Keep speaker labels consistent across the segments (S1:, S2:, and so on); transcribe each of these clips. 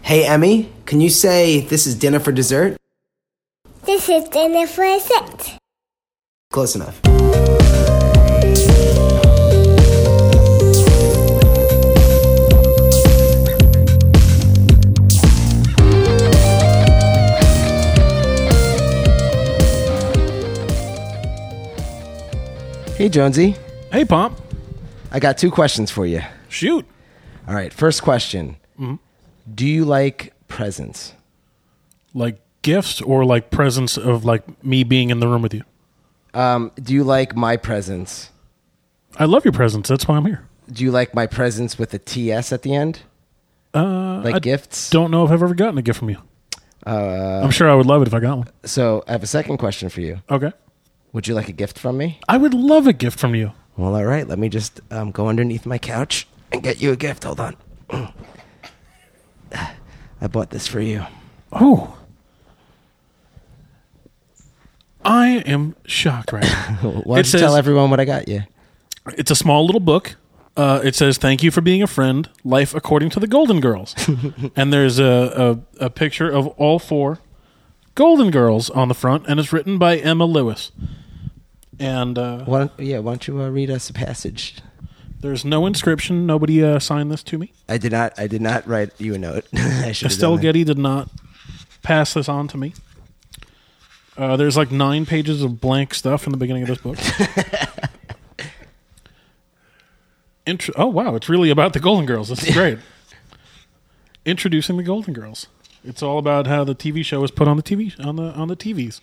S1: Hey, Emmy, can you say this is dinner for dessert?
S2: This is dinner for a set.
S1: Close enough. Hey, Jonesy.
S3: Hey, Pomp.
S1: I got two questions for you.
S3: Shoot. Mm-hmm.
S1: All right, first question Do you like presents?
S3: Like gifts or like presence of like me being in the room with you.
S1: Um, do you like my presents?
S3: I love your presence. That's why I'm here.
S1: Do you like my presents with a TS at the end? Uh, like
S3: I
S1: gifts? Uh,
S3: Don't know if I've ever gotten a gift from you. I'm sure I would love it if I got one.
S1: So I have a second question for you.
S3: Okay.
S1: Would you like a gift from me?
S3: I would love a gift from you.
S1: Well, all right. Let me just um, go underneath my couch and get you a gift. Hold on. I bought this for you.
S3: Oh. I am shocked right now.
S1: Why
S3: It
S1: don't you tell
S3: says-
S1: everyone what I got you?
S3: it's a small little book. Uh, it says, "Thank you for being a friend." Life according to the Golden Girls, and there's a, a a picture of all four Golden Girls on the front, and it's written by Emma Lewis. And uh,
S1: Why don't, yeah, why don't you uh, read us a passage?
S3: there's no inscription. Nobody uh, signed this to me.
S1: I did not. I did not write you a note. I should.
S3: Estelle Getty did not pass this on to me. Uh, there's like nine pages of blank stuff in the beginning of this book. Intro- oh wow, it's really about the Golden Girls. This is great. Introducing the Golden Girls. It's all about how the TV show was put on the TV on the on the TVs.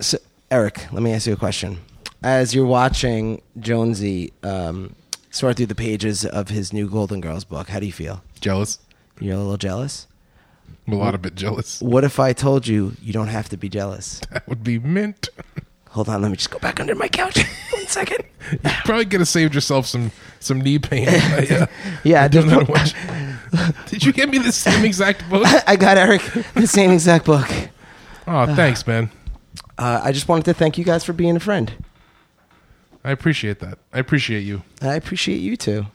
S1: So, Eric, let me ask you a question. As you're watching Jonesy um, sort through the pages of his new Golden Girls book, how do you feel?
S4: Jealous.
S1: You're a little jealous.
S4: I'm a lot of bit jealous.
S1: What if I told you you don't have to be jealous?
S4: That would be mint.
S1: Hold on, let me just go back under my couch. One second.
S4: You probably could have saved yourself some some knee pain. by, uh,
S1: Yeah, I
S4: doing
S1: just-
S4: that watch. Did you get me the same exact book?
S1: I got Eric the same exact book.
S4: Oh, thanks, man.
S1: Uh, I just wanted to thank you guys for being a friend.
S4: I appreciate that. I appreciate you.
S1: I appreciate you too.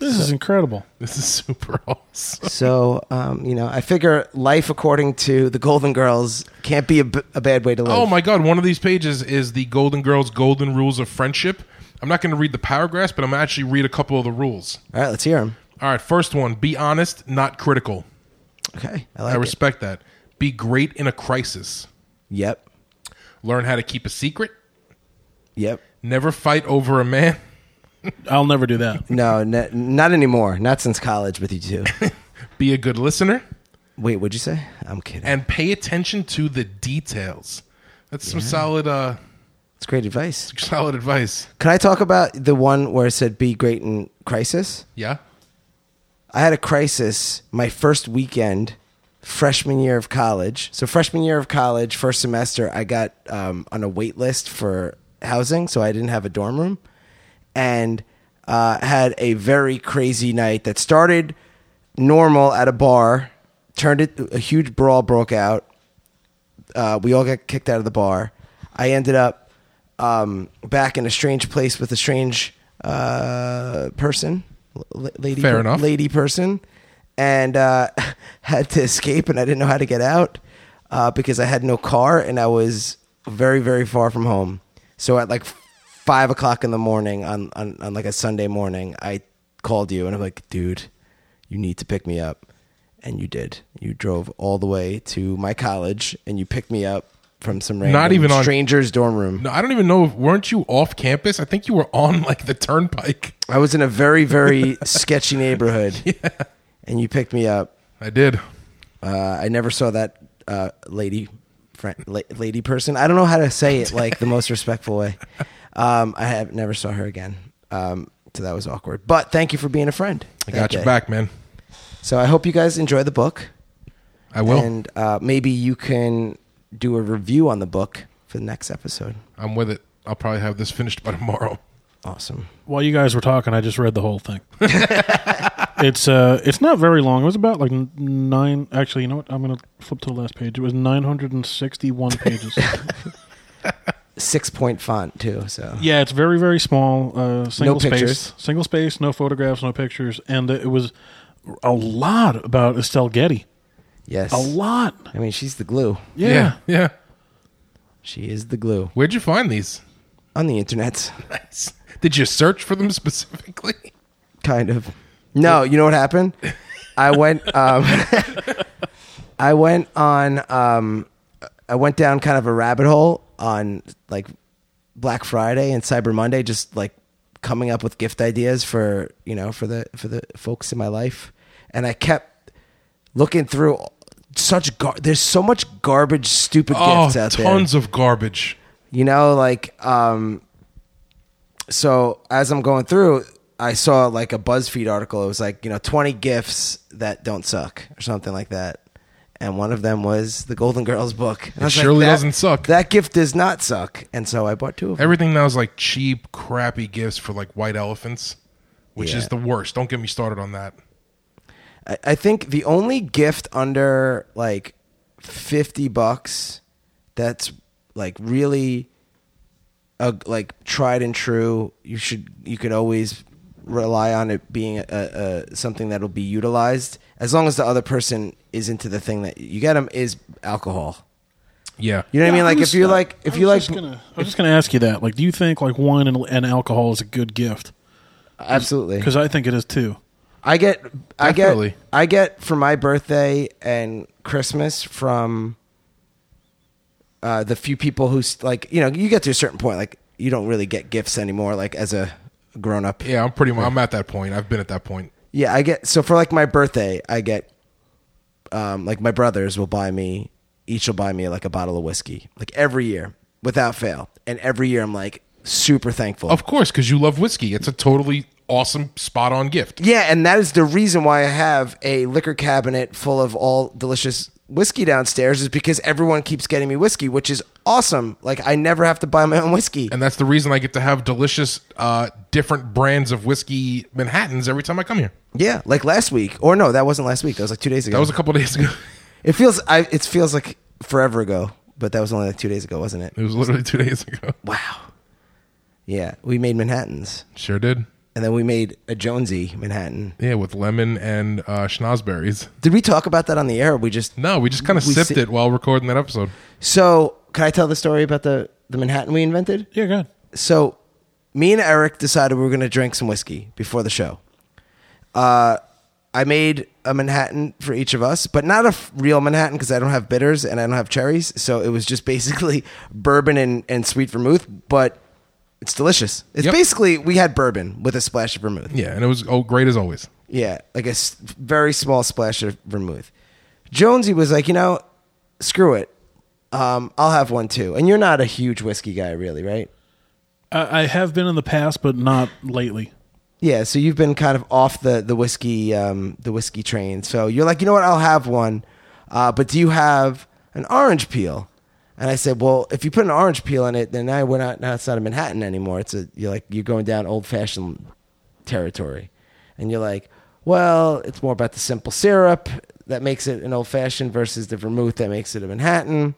S3: This is incredible.
S4: This is super awesome.
S1: So, um, you know, I figure life according to the Golden Girls can't be a, b- a bad way to live.
S4: Oh my god, one of these pages is the Golden Girls Golden Rules of Friendship. I'm not going to read the paragraphs, but I'm going to actually read a couple of the rules.
S1: All right, let's hear them.
S4: All right, first one, be honest, not critical.
S1: Okay, I
S4: I
S1: like it.
S4: respect that. Be great in a crisis.
S1: Yep,
S4: Learn how to keep a secret.
S1: yep.
S4: Never fight over a man.
S3: I'll never do that.
S1: No, n- not anymore. Not since college with you two.
S4: Be a good listener
S1: Wait, what'd you say? I'm kidding.
S4: and pay attention to the details. That's some solid, uh,
S1: It's great advice.
S4: solid advice.
S1: Can I talk about the one where it said be great in crisis?
S4: Yeah.
S1: I had a crisis my first weekend, freshman year of college. So freshman year of college, first semester, I got um, on a wait list for housing, so I didn't have a dorm room, and uh, had a very crazy night that started normal at a bar, turned it a huge brawl broke out. Uh, we all got kicked out of the bar. I ended up um, back in a strange place with a strange uh, person, l- lady,
S4: Fair enough.
S1: lady person, and uh, had to escape. And I didn't know how to get out uh, because I had no car and I was very, very far from home. So at like five o'clock in the morning on, on, on like a Sunday morning, I called you and I'm like, dude, you need to pick me up. And you did. You drove all the way to my college and you picked me up from some random
S4: even on-
S1: stranger's dorm room.
S4: No, I don't even know. Weren't you off campus? I think you were on like the turnpike.
S1: I was in a very, very sketchy neighborhood, and you picked me up.
S4: I did.
S1: Uh, I never saw that uh, lady, friend, la- lady person. I don't know how to say it like the most respectful way. Um, I have never saw her again, um, so that was awkward. But thank you for being a friend.
S4: I
S1: that
S4: got your
S1: day.
S4: back, man.
S1: So I hope you guys enjoy the book,
S4: I will.
S1: and uh, maybe you can do a review on the book for the next episode.
S4: I'm with it. I'll probably have this finished by tomorrow.
S1: Awesome.
S3: While you guys were talking, I just read the whole thing. it's uh, it's not very long. It was about like n- nine. Actually, you know what? I'm gonna flip to the last page. It was 961 pages.
S1: Six point font too. So
S3: yeah, it's very very small. Uh, single
S1: pictures.
S3: space, single space, no photographs, no pictures, and it was a lot about Estelle Getty.
S1: Yes.
S3: a lot.
S1: I mean, she's the glue.
S3: Yeah.
S4: yeah. yeah.
S1: She is the glue
S4: Where'd you find these?
S1: on the internet,
S4: Nice. Did you search for them specifically?
S1: kind of. No, you know what happened? I went. Um, I went on. Um, I went down kind of a rabbit hole on like Black Friday and Cyber Monday, just like coming up with gift ideas for you know for the for the folks in my life, and I kept looking through such gar- there's so much garbage stupid
S4: Oh,
S1: gifts out there
S4: tons of garbage.
S1: you know like um so as i'm going through i saw like a buzzfeed article it was like you know 20 gifts that don't suck or something like that and one of them was the golden girls book and I was like,
S4: surely
S1: that-
S4: doesn't suck.
S1: that gift does not suck and so i bought two of them
S4: Everything now is like cheap, crappy gifts for like white elephants, which
S1: Yeah.
S4: is the worst. Don't get me started on that.
S1: I, I think the only gift under like 50 bucks that's like really a, like tried and true you should you could always rely on it being a, a, something that'll be utilized as long as the other person is into the thing that you get them is alcohol
S4: Yeah.
S1: you know what i mean like if you like if you like
S3: I was just gonna ask you that. Like, do you think like wine and, and alcohol is a good gift?
S1: absolutely
S3: Because I think it is too.
S1: I get I get
S4: Definitely.
S1: I get for my birthday and Christmas from uh, the few people who s- like you know you get to a certain point like you don't really get gifts anymore like as a grown up
S4: Yeah, I'm pretty. mu- I'm at that point. I've been at that point.
S1: yeah I get so for like my birthday I get um, like my brothers will buy me each will buy me like a bottle of whiskey like every year without fail and every year I'm like super thankful
S4: Of course, because you love whiskey. It's a totally awesome, spot on gift.
S1: Yeah, and that is the reason why I have a liquor cabinet full of all delicious whiskey downstairs is because everyone keeps getting me whiskey, which is awesome. Like I never have to buy my own whiskey.
S4: And that's the reason I get to have delicious, uh, different brands of whiskey Manhattans every time I come here.
S1: Yeah, like last week, or no, that wasn't last week. That was like two days ago.
S4: That was a couple days ago.
S1: it feels I, it feels like forever ago, but that was only like two days ago, wasn't it?
S4: It was literally two days ago.
S1: Wow. Yeah, we made Manhattans,
S4: Sure did.
S1: and then we made a Jonesy Manhattan.
S4: Yeah, with lemon and uh, schnozberries.
S1: Did we talk about that on the air? Or we just
S4: No, we just kind of
S1: We
S4: sipped
S1: si-
S4: it while recording that episode.
S1: so. Can I tell the story about the the Manhattan we invented?
S3: Yeah, good.
S1: so me and Eric decided we were going to drink some whiskey before the show. Uh, I made a Manhattan for each of us, but not a f- real Manhattan because I don't have bitters and I don't have cherries. So it was just basically bourbon and, and sweet vermouth, but it's delicious. It's
S4: Yep.
S1: basically we had bourbon with a splash of vermouth.
S4: Yeah, and it was oh great as always.
S1: Yeah, like a s- very small splash of vermouth. Jonesy was like, you know, screw it. Um, I'll have one too. And you're not a huge whiskey guy, really, right?
S3: I, I have been in the past, but not lately.
S1: Yeah, so you've been kind of off the the whiskey um, the whiskey train. So you're like, you know what? I'll have one, uh, but do you have an orange peel? And I said, well, if you put an orange peel in it, then now we're not now it's not a Manhattan anymore. It's a you're like you're going down old fashioned territory, and you're like, well, it's more about the simple syrup that makes it an old fashioned versus the vermouth that makes it a Manhattan.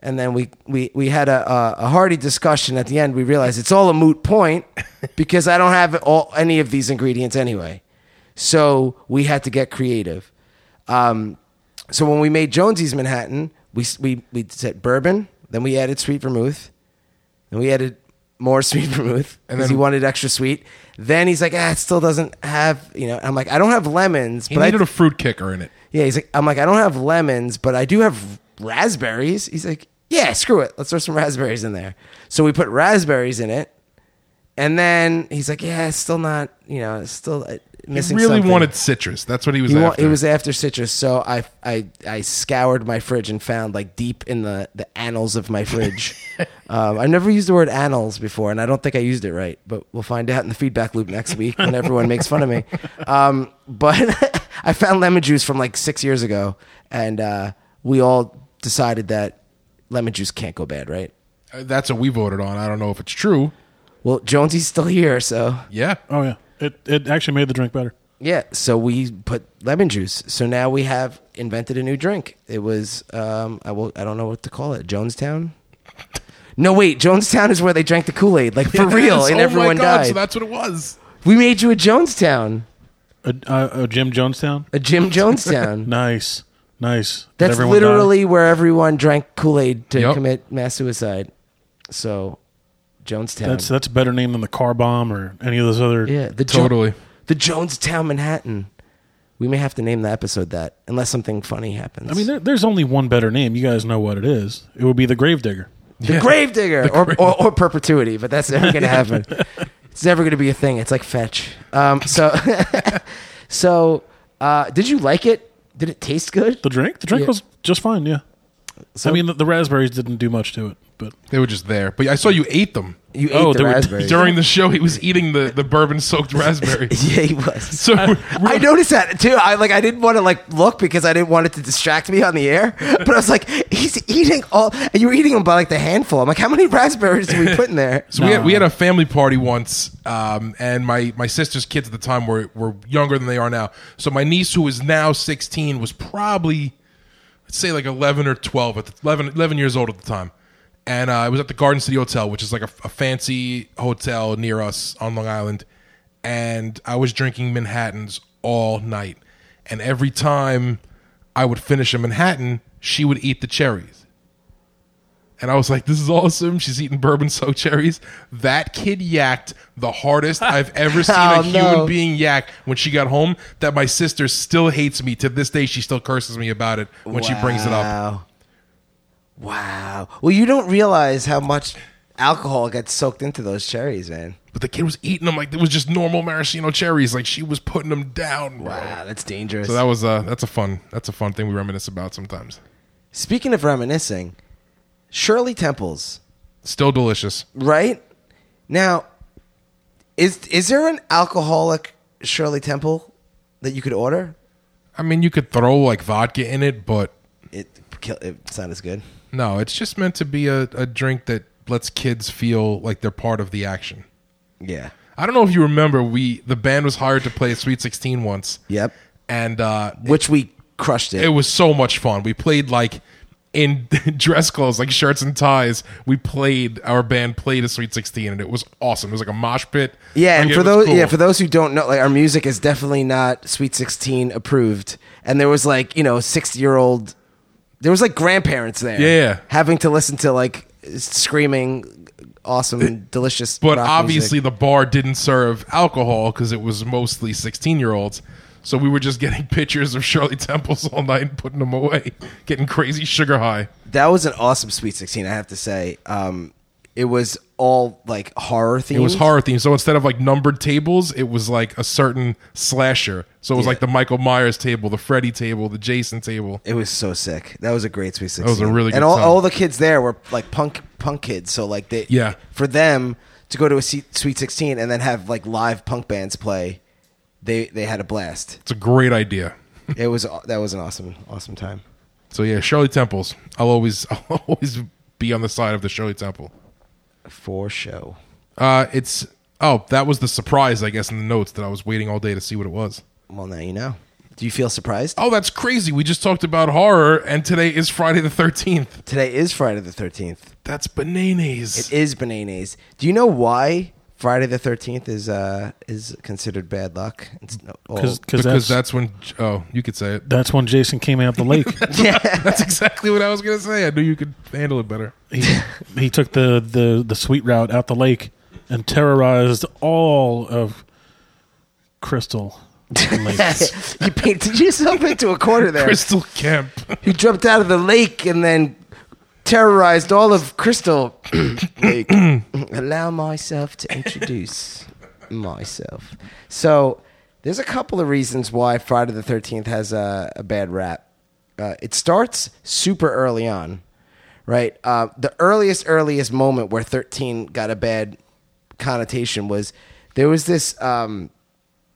S1: And then we, we, we had a, a, a hearty discussion at the end. We realized it's all a moot point because I don't have all, any of these ingredients anyway. So we had to get creative. Um, so when we made Jonesy's Manhattan, we, s- we, we said bourbon, then we added sweet vermouth, then we added more sweet vermouth
S4: And
S1: because he
S4: then-
S1: wanted extra sweet. Then he's like, ah, it still doesn't have, you know, I'm like, I don't have lemons,
S4: He
S1: but I
S4: needed a fruit kicker in it.
S1: yeah, he's like, I'm like, I don't have lemons, but I do have raspberries. He's like, yeah, screw it. Let's throw some raspberries in there. So we put raspberries in it. And then he's like, yeah, it's still not, you know, it's still uh,
S4: He
S1: missing
S4: really
S1: something.
S4: wanted citrus. That's what he was
S1: He wa-
S4: after.
S1: it was after citrus, so I, I I scoured my fridge and found like deep in the, the annals of my fridge. um, I've never used the word annals before, and I don't think I used it right. But we'll find out in the feedback loop next week when everyone makes fun of me. Um, but I found lemon juice from like six years ago, and uh, we all decided that lemon juice can't go bad, right?
S4: Uh, That's what we voted on. I don't know if it's true.
S1: Well, Jonesy's still here, so
S4: Yeah.
S3: Oh yeah, it it actually made the drink better.
S1: Yeah, so we put lemon juice. So now we have invented a new drink. It was um, I will I don't know what to call it. Jonestown. No, wait. Jonestown is where they drank the Kool Aid, like for real,
S4: Yes.
S1: and
S4: Oh my
S1: everyone
S4: God,
S1: died.
S4: So that's what it was.
S1: we made you a Jonestown,
S3: A, a, a Jim Jonestown,
S1: a Jim Jonestown.
S3: nice. Nice. Did
S1: That's
S3: everyone
S1: literally where everyone drank Kool Aid to
S4: Yep.
S1: commit mass suicide. So, Jonestown.
S3: die? That's that's a better name than the car bomb or any of those other.
S1: yeah, the Jo-
S4: Totally.
S1: the Jonestown Manhattan. We may have to name the episode that, unless something funny happens.
S3: I mean, there, there's only one better name. You guys know what it is. It would be the Gravedigger.
S1: the Gravedigger or, or, or perpetuity, but that's never going to happen. it's never going to be a thing. It's like fetch. Um, so, so uh, did you like it? Did it taste good?
S3: The drink. The drink
S1: Yeah.
S3: was just fine. Yeah. I mean, the, the raspberries didn't do much to it, but
S4: They were just there. But I saw you ate them.
S1: You ate
S3: Oh,
S1: the
S3: there were-
S1: raspberries.
S4: During the show, he was eating the, the bourbon soaked raspberry.
S1: yeah, he was.
S4: So
S1: I noticed that too. I like I didn't want to like look because I didn't want it to distract me on the air. But I was like, he's eating all, and you were eating them by like the handful. I'm like, how many raspberries do we put in there?
S4: So we, had, we had a family party once, um, and my, my sister's kids at the time were, were younger than they are now. So my niece, who is now 16, was probably, let's say, like 11 or 12, at the, 11, 11 years old at the time. And uh, I was at the Garden City Hotel, which is like a, a fancy hotel near us on Long Island. And I was drinking Manhattans all night. And every time I would finish a Manhattan, she would eat the cherries. And I was like, this is awesome. She's eating bourbon soaked cherries. That kid yacked the hardest I've ever seen
S1: Oh,
S4: a human
S1: no.
S4: being yak when she got home. That my sister still hates me. To this day, she still curses me about it when she brings it up.
S1: Wow. Wow. Well, you don't realize how much alcohol gets soaked into those cherries, man.
S4: But the kid was eating them like it was just normal maraschino cherries. Like she was putting them down.
S1: Wow, that's dangerous.
S4: So that was uh, that's a fun that's a fun thing we reminisce about sometimes.
S1: Speaking of reminiscing, Shirley Temples,
S4: Still delicious.
S1: right? Now, is is there an alcoholic Shirley Temple that you could order?
S4: I mean, you could throw like vodka in it, but
S1: It kill- it's not as good.
S4: no, it's just meant to be a, a drink that lets kids feel like they're part of the action.
S1: Yeah.
S4: I don't know if you remember, we the band was hired to play at Sweet Sixteen once.
S1: Yep.
S4: and uh,
S1: Which we crushed it.
S4: it was so much fun. We played like in dress clothes, like shirts and ties. We played our band played a Sweet Sixteen, and it was awesome. It was like a mosh pit.
S1: Yeah,
S4: Like,
S1: and
S4: it
S1: for
S4: was
S1: those
S4: cool.
S1: yeah, for those who don't know, like our music is definitely not Sweet Sixteen approved. And there was like, you know, sixty year old there was like grandparents there.
S4: Yeah.
S1: Having to listen to like screaming awesome, delicious
S4: but
S1: rock
S4: obviously
S1: music.
S4: the bar didn't serve alcohol because it was mostly sixteen year olds. So we were just getting pictures of Shirley Temples all night and putting them away, getting crazy sugar high.
S1: that was an awesome Sweet Sixteen, I have to say. Um it was all like horror themed.
S4: It was horror themed. So instead of like numbered tables, it was like a certain slasher. So it was
S1: Yeah.
S4: like the Michael Myers table, the Freddy table, the Jason table.
S1: It was so sick. That was a great Sweet Sixteen.
S4: was a really
S1: and
S4: good
S1: all,
S4: time.
S1: all the kids there were like punk punk kids. So like they
S4: Yeah.
S1: for them to go to a Se- Sweet Sixteen and then have like live punk bands play, they they had a blast.
S4: It's a great idea.
S1: It was aw- that was an awesome awesome time.
S4: So yeah, Shirley Temples. I'll always I'll always be on the side of the Shirley Temple.
S1: For show.
S4: Uh it's oh, that was the surprise, I guess, in the notes that I was waiting all day to see what it was.
S1: Well, now you know. Do you feel surprised?
S4: Oh, that's crazy. We just talked about horror and today is Friday the thirteenth.
S1: Today is Friday the Thirteenth.
S4: That's bananas.
S1: It is Benanes. Do you know why Friday the Thirteenth is uh is considered bad luck? It's no, oh. all-
S3: because
S4: because
S3: that's, that's
S4: that's when oh, you could say it.
S3: when Jason came out the lake.
S4: That's exactly what I was gonna say. I knew you could handle it better.
S3: he, he took the, the the sweet route out the lake and terrorized all of Crystal. Lake.
S1: you painted yourself into a corner there.
S4: Crystal Kemp.
S1: He jumped out of the lake and then terrorized all of Crystal Lake. Allow myself to introduce myself. So, there's a couple of reasons why Friday the 13th has a, a bad rap. Uh, it starts super early on, right? Uh, the earliest, earliest moment where 13 got a bad connotation was there was this. Um,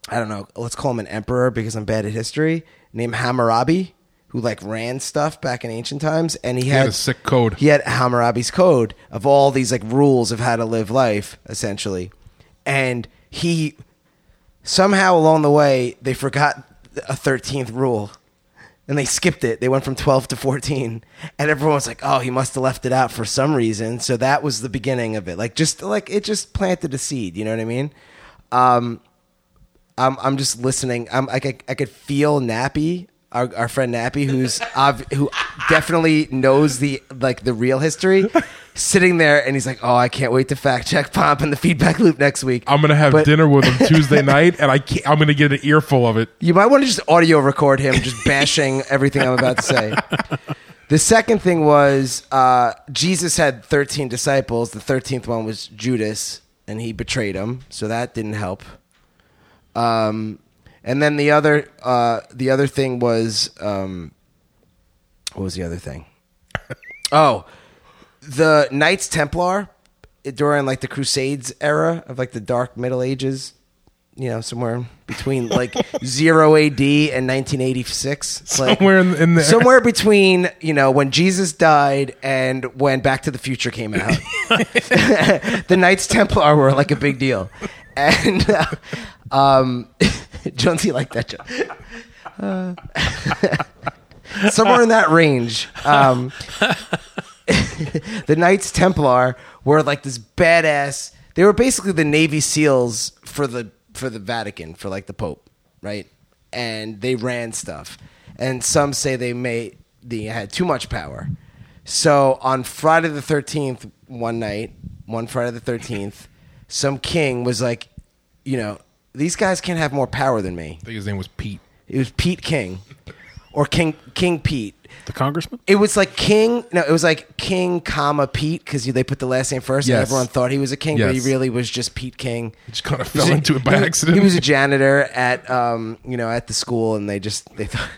S1: I don't know, let's call him an emperor because I'm bad at history, named Hammurabi, who like ran stuff back in ancient times and he,
S4: He had a sick code.
S1: He had Hammurabi's code of all these like rules of how to live life essentially. And he somehow along the way they forgot a 13th rule and they skipped it. They went from 12 to 14 and everyone was like, "Oh, he must have left it out for some reason." So that was the beginning of it. Like just like it just planted a seed, you know what I mean? Um I'm I'm just listening. I'm I could, I could feel Nappy our, our friend Nappy, who's ob- who definitely knows the like the real history, sitting there and he's like, "Oh, I can't wait to fact check Pomp and the feedback loop next week."
S4: I'm gonna have
S1: But
S4: dinner with him Tuesday night, and I can't, I'm gonna get an earful of it.
S1: You might want to just audio record him just bashing everything I'm about to say. The second thing was uh, Jesus had 13 disciples. The 13th one was Judas, and he betrayed him, so that didn't help. Um, and then the other uh, the other thing was um, what was the other thing? Oh, the Knights Templar during like the Crusades era of like the Dark Middle Ages, you know, somewhere between like zero A.D. and 1986, It's like-
S4: Somewhere in- in there.
S1: somewhere between you know when Jesus died and when Back to the Future came out. the Knights Templar were like a big deal, and uh, um, Jonesy liked that joke. Uh, somewhere in that range. Um, the Knights Templar were like this badass. They were basically the Navy SEALs for the for the Vatican for like the Pope, right? And they ran stuff. And some say they may they had too much power. So on Friday the thirteenth, one night, one Friday the thirteenth, some king was like, you know, these guys can't have more power than me.
S4: I think his name was Pete.
S1: It was Pete King, or King King Pete
S3: The congressman?
S1: it was like King. No, it was like King, comma Pete because they put the last name first, and
S4: Yes.
S1: everyone thought he was a king, but he
S4: Yes.
S1: really was just Pete King.
S4: Just kind of fell into it by
S1: He-
S4: accident.
S1: He was a janitor at um, you know, at the school, and they just they thought,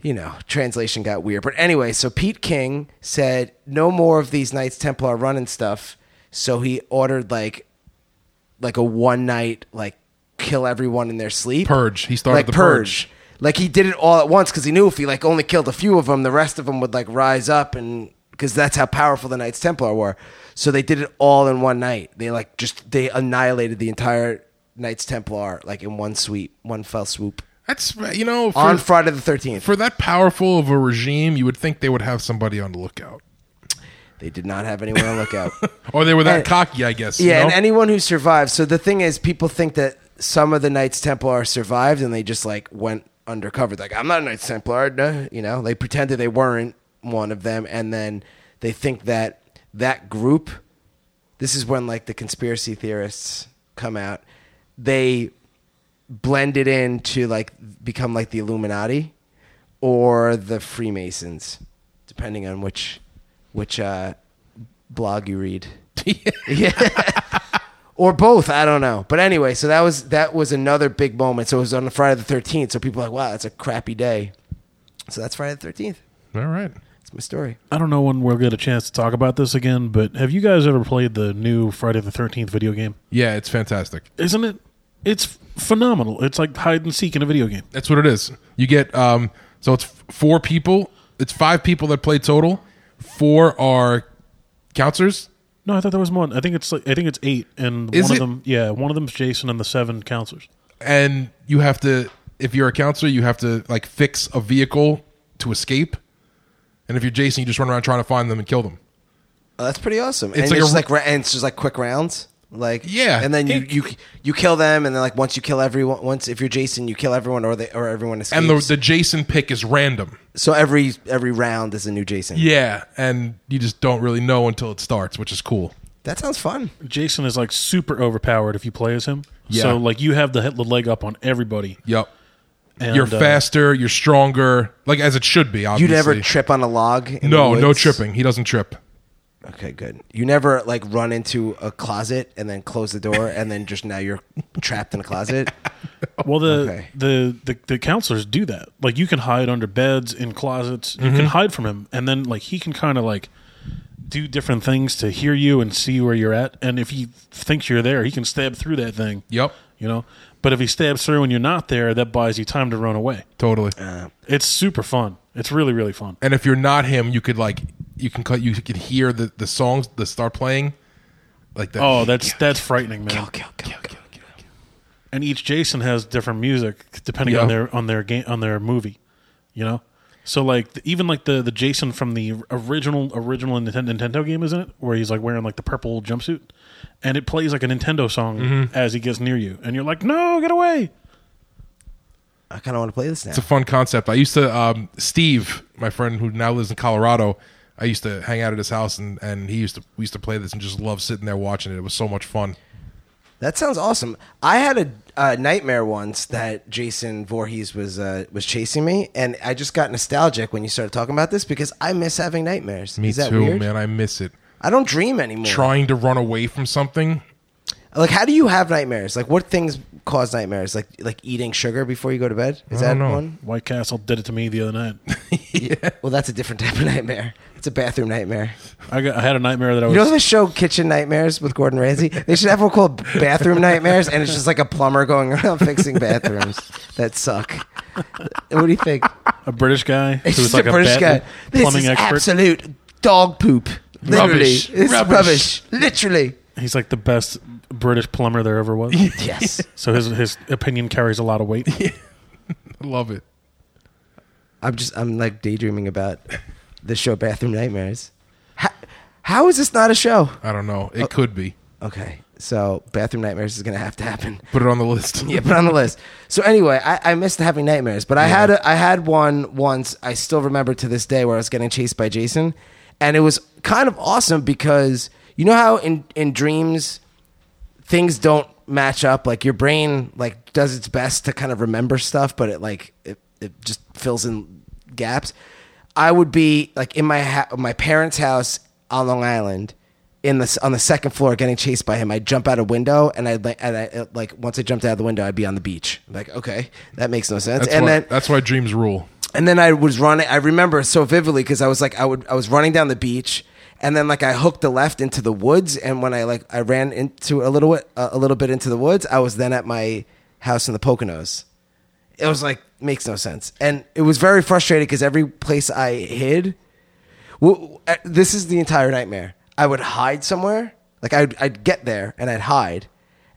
S1: you know, translation got weird. But anyway, so Pete King said no more of these Knights Templar running stuff. So he ordered like, like a one night like kill everyone in their sleep
S4: Purge. He started
S1: like
S4: the
S1: purge.
S4: purge.
S1: Like he did it all at once because he knew if he like only killed a few of them, the rest of them would like rise up and because that's how powerful the Knights Templar were. So they did it all in one night. They like just they annihilated the entire Knights Templar like in one sweep, one fell swoop
S4: That's you know for,
S1: on Friday the Thirteenth.
S4: for that powerful of a regime, you would think they would have somebody on the lookout,
S1: They did not have anyone on lookout.
S4: or they were that
S1: And-
S4: cocky, I guess.
S1: Eh, yeah,
S4: you know?
S1: and anyone who survived. So the thing is, people think that some of the Knights Templar survived and they just like went undercover. Like, I'm not a Knights Templar, no," you know. They pretended they weren't one of them, and then they think that that group. This is when like the conspiracy theorists come out. They blended in to like become like the Illuminati or the Freemasons, depending on which which uh, blog you read. yeah. or both, I don't know. But anyway, so that was that was another big moment. So it was on the Friday the thirteenth. So people were like, wow, that's a crappy day. So that's Friday the thirteenth.
S4: all right.
S1: That's my story.
S3: I don't know when we'll get a chance to talk about this again, but have you guys ever played the new Friday the 13th video game?
S4: Yeah, it's fantastic.
S3: Isn't it? It's phenomenal. It's like hide and seek in a video game.
S4: That's what it is. You get um so it's four people. It's five people that play total. Four are counselors.
S3: No, I thought there was more. I think it's like I think it's eight, and
S4: Is
S3: one
S4: it?
S3: of them, yeah, one of them's Jason and the seven counselors.
S4: and you have to if you're a counselor you have to like fix a vehicle to escape and if you're jason you just run around trying to find them and kill them
S1: Oh, that's pretty awesome. and it's
S4: It's like a
S1: just
S4: ru-
S1: like ra- and it's just like quick rounds. Like
S4: Yeah.
S1: and then you,
S4: It-
S1: you you kill them, and then like once you kill everyone, once if you're Jason, you kill everyone, or they or everyone escapes.
S4: and the, the jason pick is random
S1: so every every round is a new Jason.
S4: yeah and you just don't really know until it starts which is cool
S1: That sounds fun.
S3: Jason is like super overpowered if you play as him.
S4: Yeah.
S3: So like you have the, the leg up on everybody.
S4: yep
S3: And,
S4: you're
S3: uh,
S4: faster you're stronger like as it should be
S1: You
S4: obviously
S1: never trip on a log. In
S4: no
S1: the
S4: no
S1: woods?
S4: tripping he doesn't trip
S1: Okay, good. You never like run into a closet and then close the door and then just now you're trapped in a closet.
S3: Well, the,
S1: Okay.
S3: the the the counselors do that. Like you can hide under beds, in closets. You
S1: Mm-hmm.
S3: can hide from him, and then like he can kind of like do different things to hear you and see where you're at. And if he thinks you're there, he can stab through that thing.
S4: Yep.
S3: You know, but if he stabs through and you're not there, that buys you time to run away.
S4: totally
S1: Uh.
S3: It's super fun. It's really really fun.
S4: and if you're not him you could like you can cut you could hear the the songs that start playing like that
S3: Oh, that's that's frightening, man.
S1: kill, kill, kill, kill.
S3: And each Jason has different music depending
S4: Yeah.
S3: on their on their game on their movie, you know. So like the, even like the the Jason from the original original Nintendo, Nintendo game, isn't it? Where he's like wearing like the purple jumpsuit, and it plays like a Nintendo song as he gets near you, and you're like, "No, get away!"
S1: I kind of want to play this now.
S4: It's a fun concept. I used to um, Steve, my friend who now lives in Colorado. I used to hang out at his house, and, and he used to we used to play this and just love sitting there watching it. It was so much fun.
S1: That sounds awesome. I had a, a nightmare once that Jason Voorhees was uh, was chasing me, and I just got nostalgic when you started talking about this because I miss having nightmares.
S4: Me
S1: Is that
S4: too,
S1: weird?
S4: man. I miss it.
S1: I don't dream anymore.
S4: Trying to run away from something.
S1: Like, how do you have nightmares? Like, what things cause nightmares? Like, like eating sugar before you go to bed. Is
S4: I
S1: that
S4: don't know.
S1: one?
S3: White Castle did it to me the other night.
S1: Well, that's a different type of nightmare. It's a bathroom nightmare.
S3: I, got, I had a nightmare that I was.
S1: You know the show Kitchen Nightmares with Gordon Ramsay? They should have one called Bathroom Nightmares, and it's just like a plumber going around fixing bathrooms that suck. What do you think?
S3: a British guy who
S1: It's
S3: was
S1: just
S3: like
S1: a British
S3: bat-
S1: guy. This
S3: plumbing
S1: is
S3: expert.
S1: absolute dog poop. Literally,
S4: Rubbish.
S1: it's
S4: Rubbish.
S1: rubbish. Literally,
S3: He's like the best British plumber there ever was.
S1: yes.
S3: so his his opinion carries a lot of weight.
S4: I love it.
S1: I'm just I'm like daydreaming about the show Bathroom Nightmares. How, how is this not a show?
S4: I don't know.
S1: Uh,
S4: It could be.
S1: Okay, so Bathroom Nightmares is gonna have to happen.
S4: Put it on the list.
S1: Yeah, put it on the list. So anyway, I, I missed having nightmares, but I had a, I had one once. I still remember to this day where I was getting chased by Jason, and it was kind of awesome because you know how in in dreams things don't match up. Like your brain like does its best to kind of remember stuff, but it like it, it just fills in gaps. I would be like in my ha- my parents' house on Long Island, in the s- on the second floor, getting chased by him. I'd jump out a window, and I'd like and I it, like once I jumped out of the window, I'd be on the beach. Like okay, that makes no sense.
S4: That's,
S1: and
S4: why,
S1: then
S4: that's why dreams rule.
S1: and then I was running. I remember so vividly because I was like, I would, I was running down the beach, and then like I hooked the left into the woods, and when I like I ran into a little wi- uh, a little bit into the woods, I was then at my house in the Poconos. It was like makes no sense, and it was very frustrating because every place I hid, well, uh, this is the entire nightmare. I would hide somewhere, like I'd, I'd get there and I'd hide,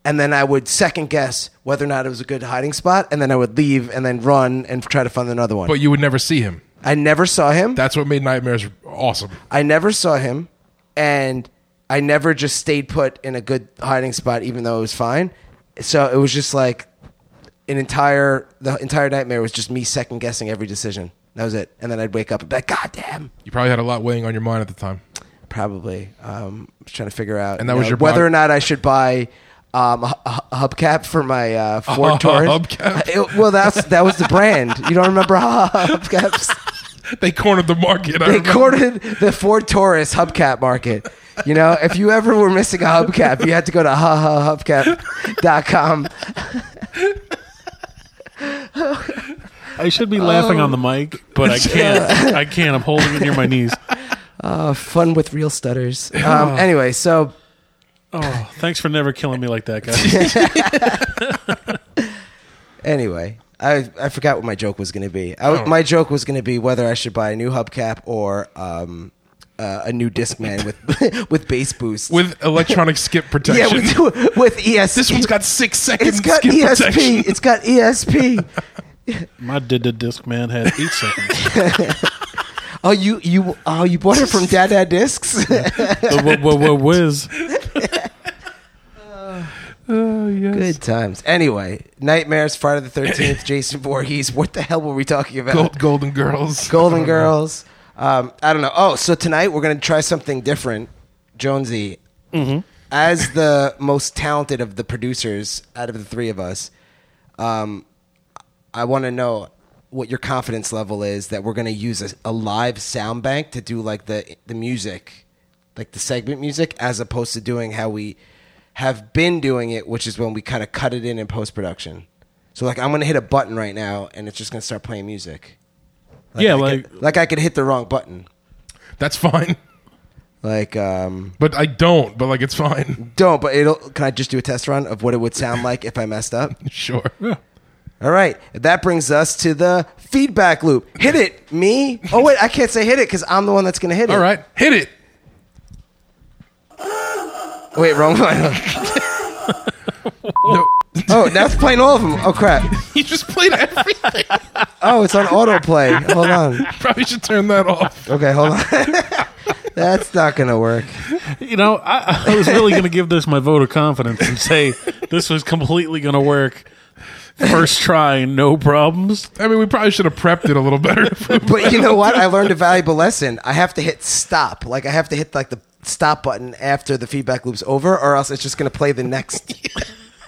S1: and then I would second guess whether or not it was a good hiding spot, and then I would leave and then run and try to find another one.
S4: But you would never see him.
S1: I never saw him.
S4: That's what made nightmares awesome.
S1: I never saw him, and I never just stayed put in a good hiding spot, even though it was fine. So it was just like an entire the entire nightmare was just me second guessing every decision. That was it, and then I'd wake up and be like, "God damn!"
S4: You probably had a lot weighing on your mind at the time.
S1: Probably um, just trying to figure out
S4: And that
S1: you
S4: was
S1: know,
S4: your
S1: whether
S4: body-
S1: or not I should buy. Um, a, hu- a hubcap for my uh, Ford Taurus.
S4: hubcap?
S1: It- well, that's that was the brand. You don't remember hubcaps?
S4: They cornered the market. I
S1: they
S4: remember.
S1: courted the Ford Taurus hubcap market. You know, if you ever were missing a hubcap, you had to go to hahahubcap.com.
S3: I should be laughing on the mic, but I can't. I can't. I'm holding it near my knees.
S1: Uh, fun with real stutters. Um, anyway, so
S3: Oh, thanks for never killing me like that, guys.
S1: anyway, I I forgot what my joke was going to be. I,
S4: Oh.
S1: My joke was going to be whether I should buy a new hubcap or um, uh, a new Discman with with bass boost.
S4: with electronic skip
S1: yeah,
S4: protection.
S1: with with ESP.
S4: this one's got six seconds
S1: it's got E
S4: skip
S1: ESP.
S4: protection.
S1: It's got E ESP.
S3: My did the disc man had eight seconds.
S1: Oh, you you oh you bought it from Dada Discs.
S3: The wh- wh- wh- whiz.
S1: Good times. Anyway, Nightmares, Friday the Thirteenth, Jason Voorhees. What the hell were we talking about?
S4: Gold, Golden Girls.
S1: Golden Girls. Um, I don't know. Oh, so tonight we're gonna try something different, Jonesy. As the most talented of the producers out of the three of us, um, I want to know what your confidence level is that we're gonna use a, a live sound bank to do like the the music, like the segment music, as opposed to doing how we have been doing it, which is when we kind of cut it in in post production. So like I'm gonna hit a button right now, and it's just gonna start playing music.
S3: yeah,
S1: I
S3: like
S1: could- like I could hit the wrong button.
S4: That's fine.
S1: Like um
S4: But I don't. But like, it's fine.
S1: don't but it'll can I just do a test run of what it would sound like if I messed up?
S4: Sure.
S1: All right. That brings us to the feedback loop. Hit it, me. Oh wait, I can't say hit it cuz I'm the one that's going to hit it.
S4: All right, hit it.
S1: Wait, wrong one.
S4: No,
S1: Oh, now it's playing all of them. Oh crap.
S4: you just played everything.
S1: Oh, it's on autoplay. Hold on.
S4: Probably should turn that off.
S1: Okay, hold on. that's not going to work.
S3: you know, I, I was really going to give this my vote of confidence and say this was completely going to work. First try, no problems.
S4: I mean, we probably should have prepped it a little better.
S1: But you know what? I learned a valuable lesson. I have to hit stop. Like I have to hit like the stop button after the feedback loop's over, or else it's just going to play the next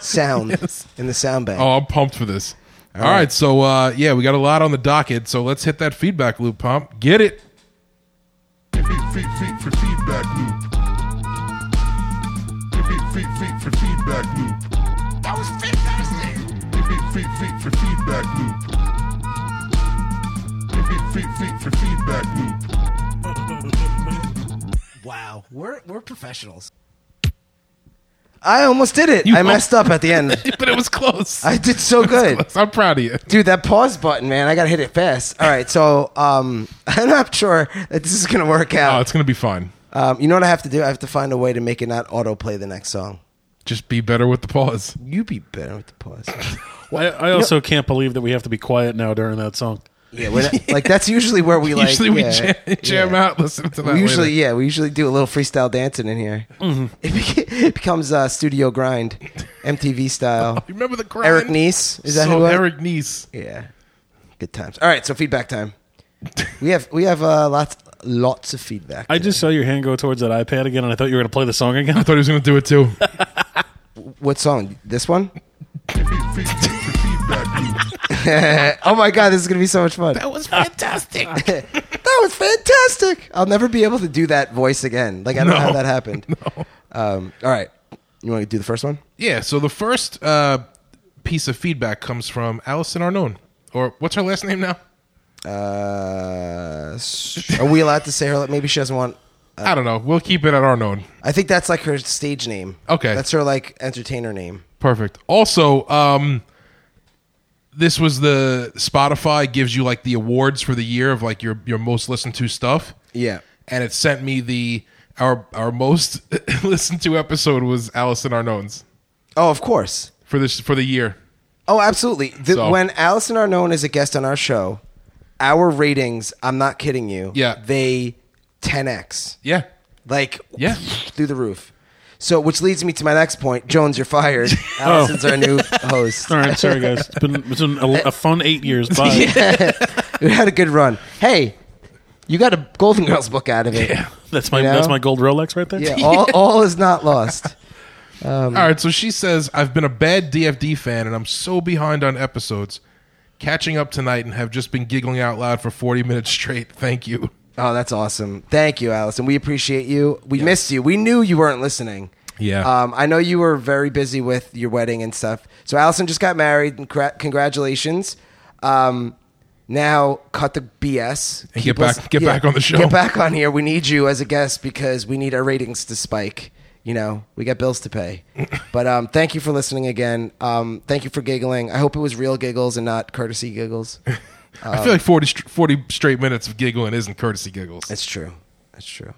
S1: sound in the sound bank.
S4: oh, I'm pumped for this. All right. so uh, yeah, we got a lot on the docket. So let's hit that feedback loop, pump. Get it.
S5: for feedback loop. Feed, feed, feed for feedback loop. That was fantastic. Feed, feed, feed for feedback loop. Feed, feed, feed for feedback loop.
S1: Wow, we're we're professionals. I almost did it. I messed up at the end.
S4: but it was close.
S1: I did so good.
S4: I'm proud of you.
S1: Dude, that pause button, man. I gotta hit it fast. All right, so um, I'm not sure that this is gonna work
S4: Oh,
S1: out.
S4: it's gonna be fun.
S1: Um, you know what I have to do? I have to find a way to make it not autoplay the next song.
S4: Just be better with the pause.
S1: You be better with the pause.
S3: I, I also can't believe that we have to be quiet now during that song.
S1: Yeah, we're not- like that's usually where we like.
S4: usually we
S1: yeah,
S4: jam, jam
S1: yeah.
S4: out. Listen to that.
S1: We usually,
S4: later.
S1: yeah, we usually do a little freestyle dancing in here.
S4: Mm-hmm.
S1: It, beca- it becomes uh, studio grind, MTV style.
S4: You Remember the grind?
S1: Eric Nice is that
S4: so
S1: who? I-
S4: Eric Nice.
S1: Yeah. Good times. All right, so feedback time. We have we have uh, lots lots of feedback.
S3: I just saw your hand go towards that iPad again, and I thought you were going to play the song again.
S4: I thought he was gonna do it too.
S1: what song? This one?
S5: Feed, feed for feedback loop.
S1: Oh my god, this is gonna be so much fun. That was fantastic. that was fantastic. I'll never be able to do that voice again. Like I don't know how
S4: No.
S1: that happened. Um, all right, you want to do the first one?
S4: Yeah. So the first uh, piece of feedback comes from Allison Arnone, or what's her last name now?
S1: Uh, s- are we allowed to say her? Maybe she doesn't want.
S4: I don't know. We'll keep it at Arnone.
S1: I think that's like her stage name.
S4: Okay.
S1: that's her like entertainer name.
S4: Perfect. Also, um, this was the Spotify gives you like the awards for the year of like your your most listened to stuff.
S1: Yeah.
S4: And it sent me the our our most listened to episode was Allison Arnone's
S1: Oh, of course.
S4: for this for the year.
S1: Oh, absolutely. The,
S4: So-
S1: When Allison Arnone is a guest on our show, our ratings, I'm not kidding you,
S4: Yeah.
S1: they 10x.
S4: Yeah.
S1: Like,
S4: Yeah.
S1: through the roof. So, which leads me to my next point. Jones, you're fired.
S4: Oh.
S1: Allison's our new host.
S3: All right, sorry guys. It's been, it's been a, a fun eight years. Bye.
S1: We had a good run. Hey, you got a Golden Girls book out of it. Yeah,
S3: That's my
S1: You know?
S3: that's my gold Rolex right there.
S1: all, all is not lost. Um,
S4: All right, so she says, I've been a bad DFD fan and I'm so behind on episodes. Catching up tonight and have just been giggling out loud for 40 minutes straight. Thank you.
S1: Oh, that's awesome. Thank you, Allison. We appreciate you. We missed you. We knew you weren't listening.
S4: Yeah.
S1: Um, I know you were very busy with your wedding and stuff. So Allison just got married. and cra- Congratulations. Um, now cut the BS.
S4: And get back- get back on the show.
S1: Get back on here. We need you as a guest because we need our ratings to spike. You know, we got bills to pay. but um, thank you for listening again. Um, thank you for giggling. I hope it was real giggles and not courtesy giggles.
S4: I
S1: Um,
S4: feel like 40, str- 40 straight minutes of giggling isn't courtesy giggles.
S1: That's true. That's true.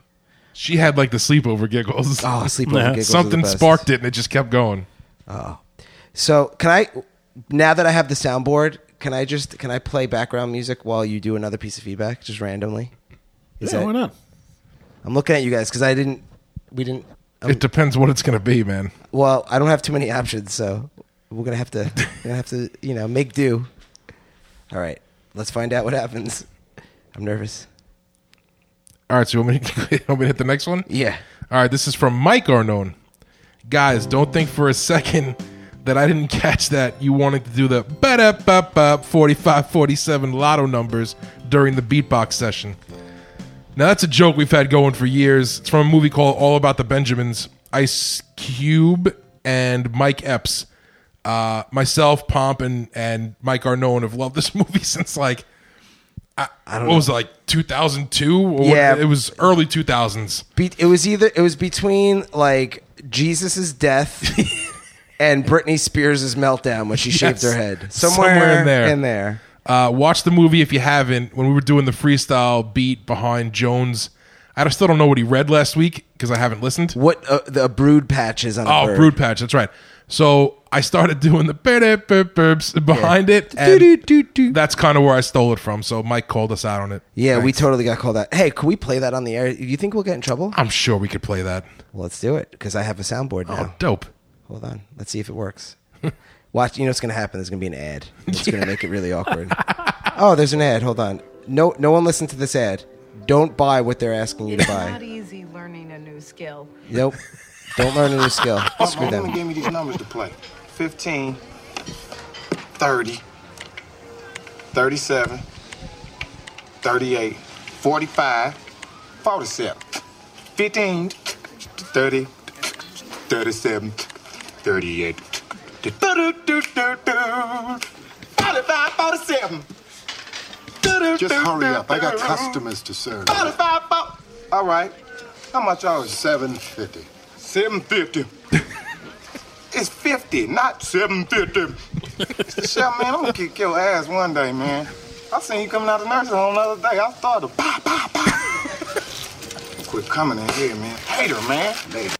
S4: She had like the sleepover giggles.
S1: Oh, sleepover giggles. are the
S4: Something
S1: best.
S4: sparked it and it just kept going.
S1: So can I? Now that I have the soundboard, can I just can I play background music while you do another piece of feedback, just randomly? Is
S3: Yeah,
S1: that-
S3: why not?
S1: I'm looking at you guys because I didn't. We didn't. um,
S4: it depends what it's going to be, man.
S1: well, I don't have too many options, so we're gonna have to we're gonna have to you know make do. All right, let's find out what happens. I'm nervous.
S4: All right, so you want me to, you want me to hit the next one?
S1: Yeah.
S4: All right, this is from Mike Arnone. Guys, don't think for a second that I didn't catch that you wanted to do the ba ba ba 45 47 lotto numbers during the beatbox session. Now, that's a joke we've had going for years. It's from a movie called All About the Benjamins. Ice Cube and Mike Epps. Uh, myself, Pomp, and, and Mike Arnone have loved this movie since like, I, what was it, like 2002? Or
S1: Yeah.
S4: It was early 2000s.
S1: Be- it was either it was between like Jesus's death and Britney Spears' meltdown when she shaved
S4: Yes.
S1: her head. Somewhere,
S4: Somewhere in there.
S1: In there.
S4: Uh, watch the movie if you haven't. When we were doing the freestyle beat behind Jones, I still don't know what he read last week because I haven't listened.
S1: What uh, the brood patches on?
S4: Oh,
S1: a bird.
S4: Brood Patch, that's right. So I started doing the burp, burp, burps behind it,
S1: Do-do-do-do.
S4: and that's kind of where I stole it from. So Mike called us out on it.
S1: Yeah, we totally got called out. Hey, can we play that on the air? You think we'll get in trouble?
S4: I'm sure we could play that.
S1: Let's do it because I have a soundboard now.
S4: Oh, dope.
S1: Hold on, let's see if it works. Watch, you know what's going to happen. There's going to be an ad. It's going to make it really awkward. oh, there's an ad. Hold on. No, no one listened to this ad. Don't buy what they're asking you to
S6: Not
S1: buy.
S6: easy learning a new skill.
S1: Nope. Don't learn a new skill. Screw
S7: My woman
S1: them.
S7: gave me these numbers to play 15, 30, 37, 38, 45, 47, 15, 30, 37, 38, 45, 47. Just hurry up. I got customers to serve. All right. How much I was? 750. 750. It's 50, not 750. Shut man, I'm gonna kick your ass one day, man. I seen you coming out of the nursing home the other day. I started to pop, pop, pop. Quit coming in here, man. Hater, man. Later.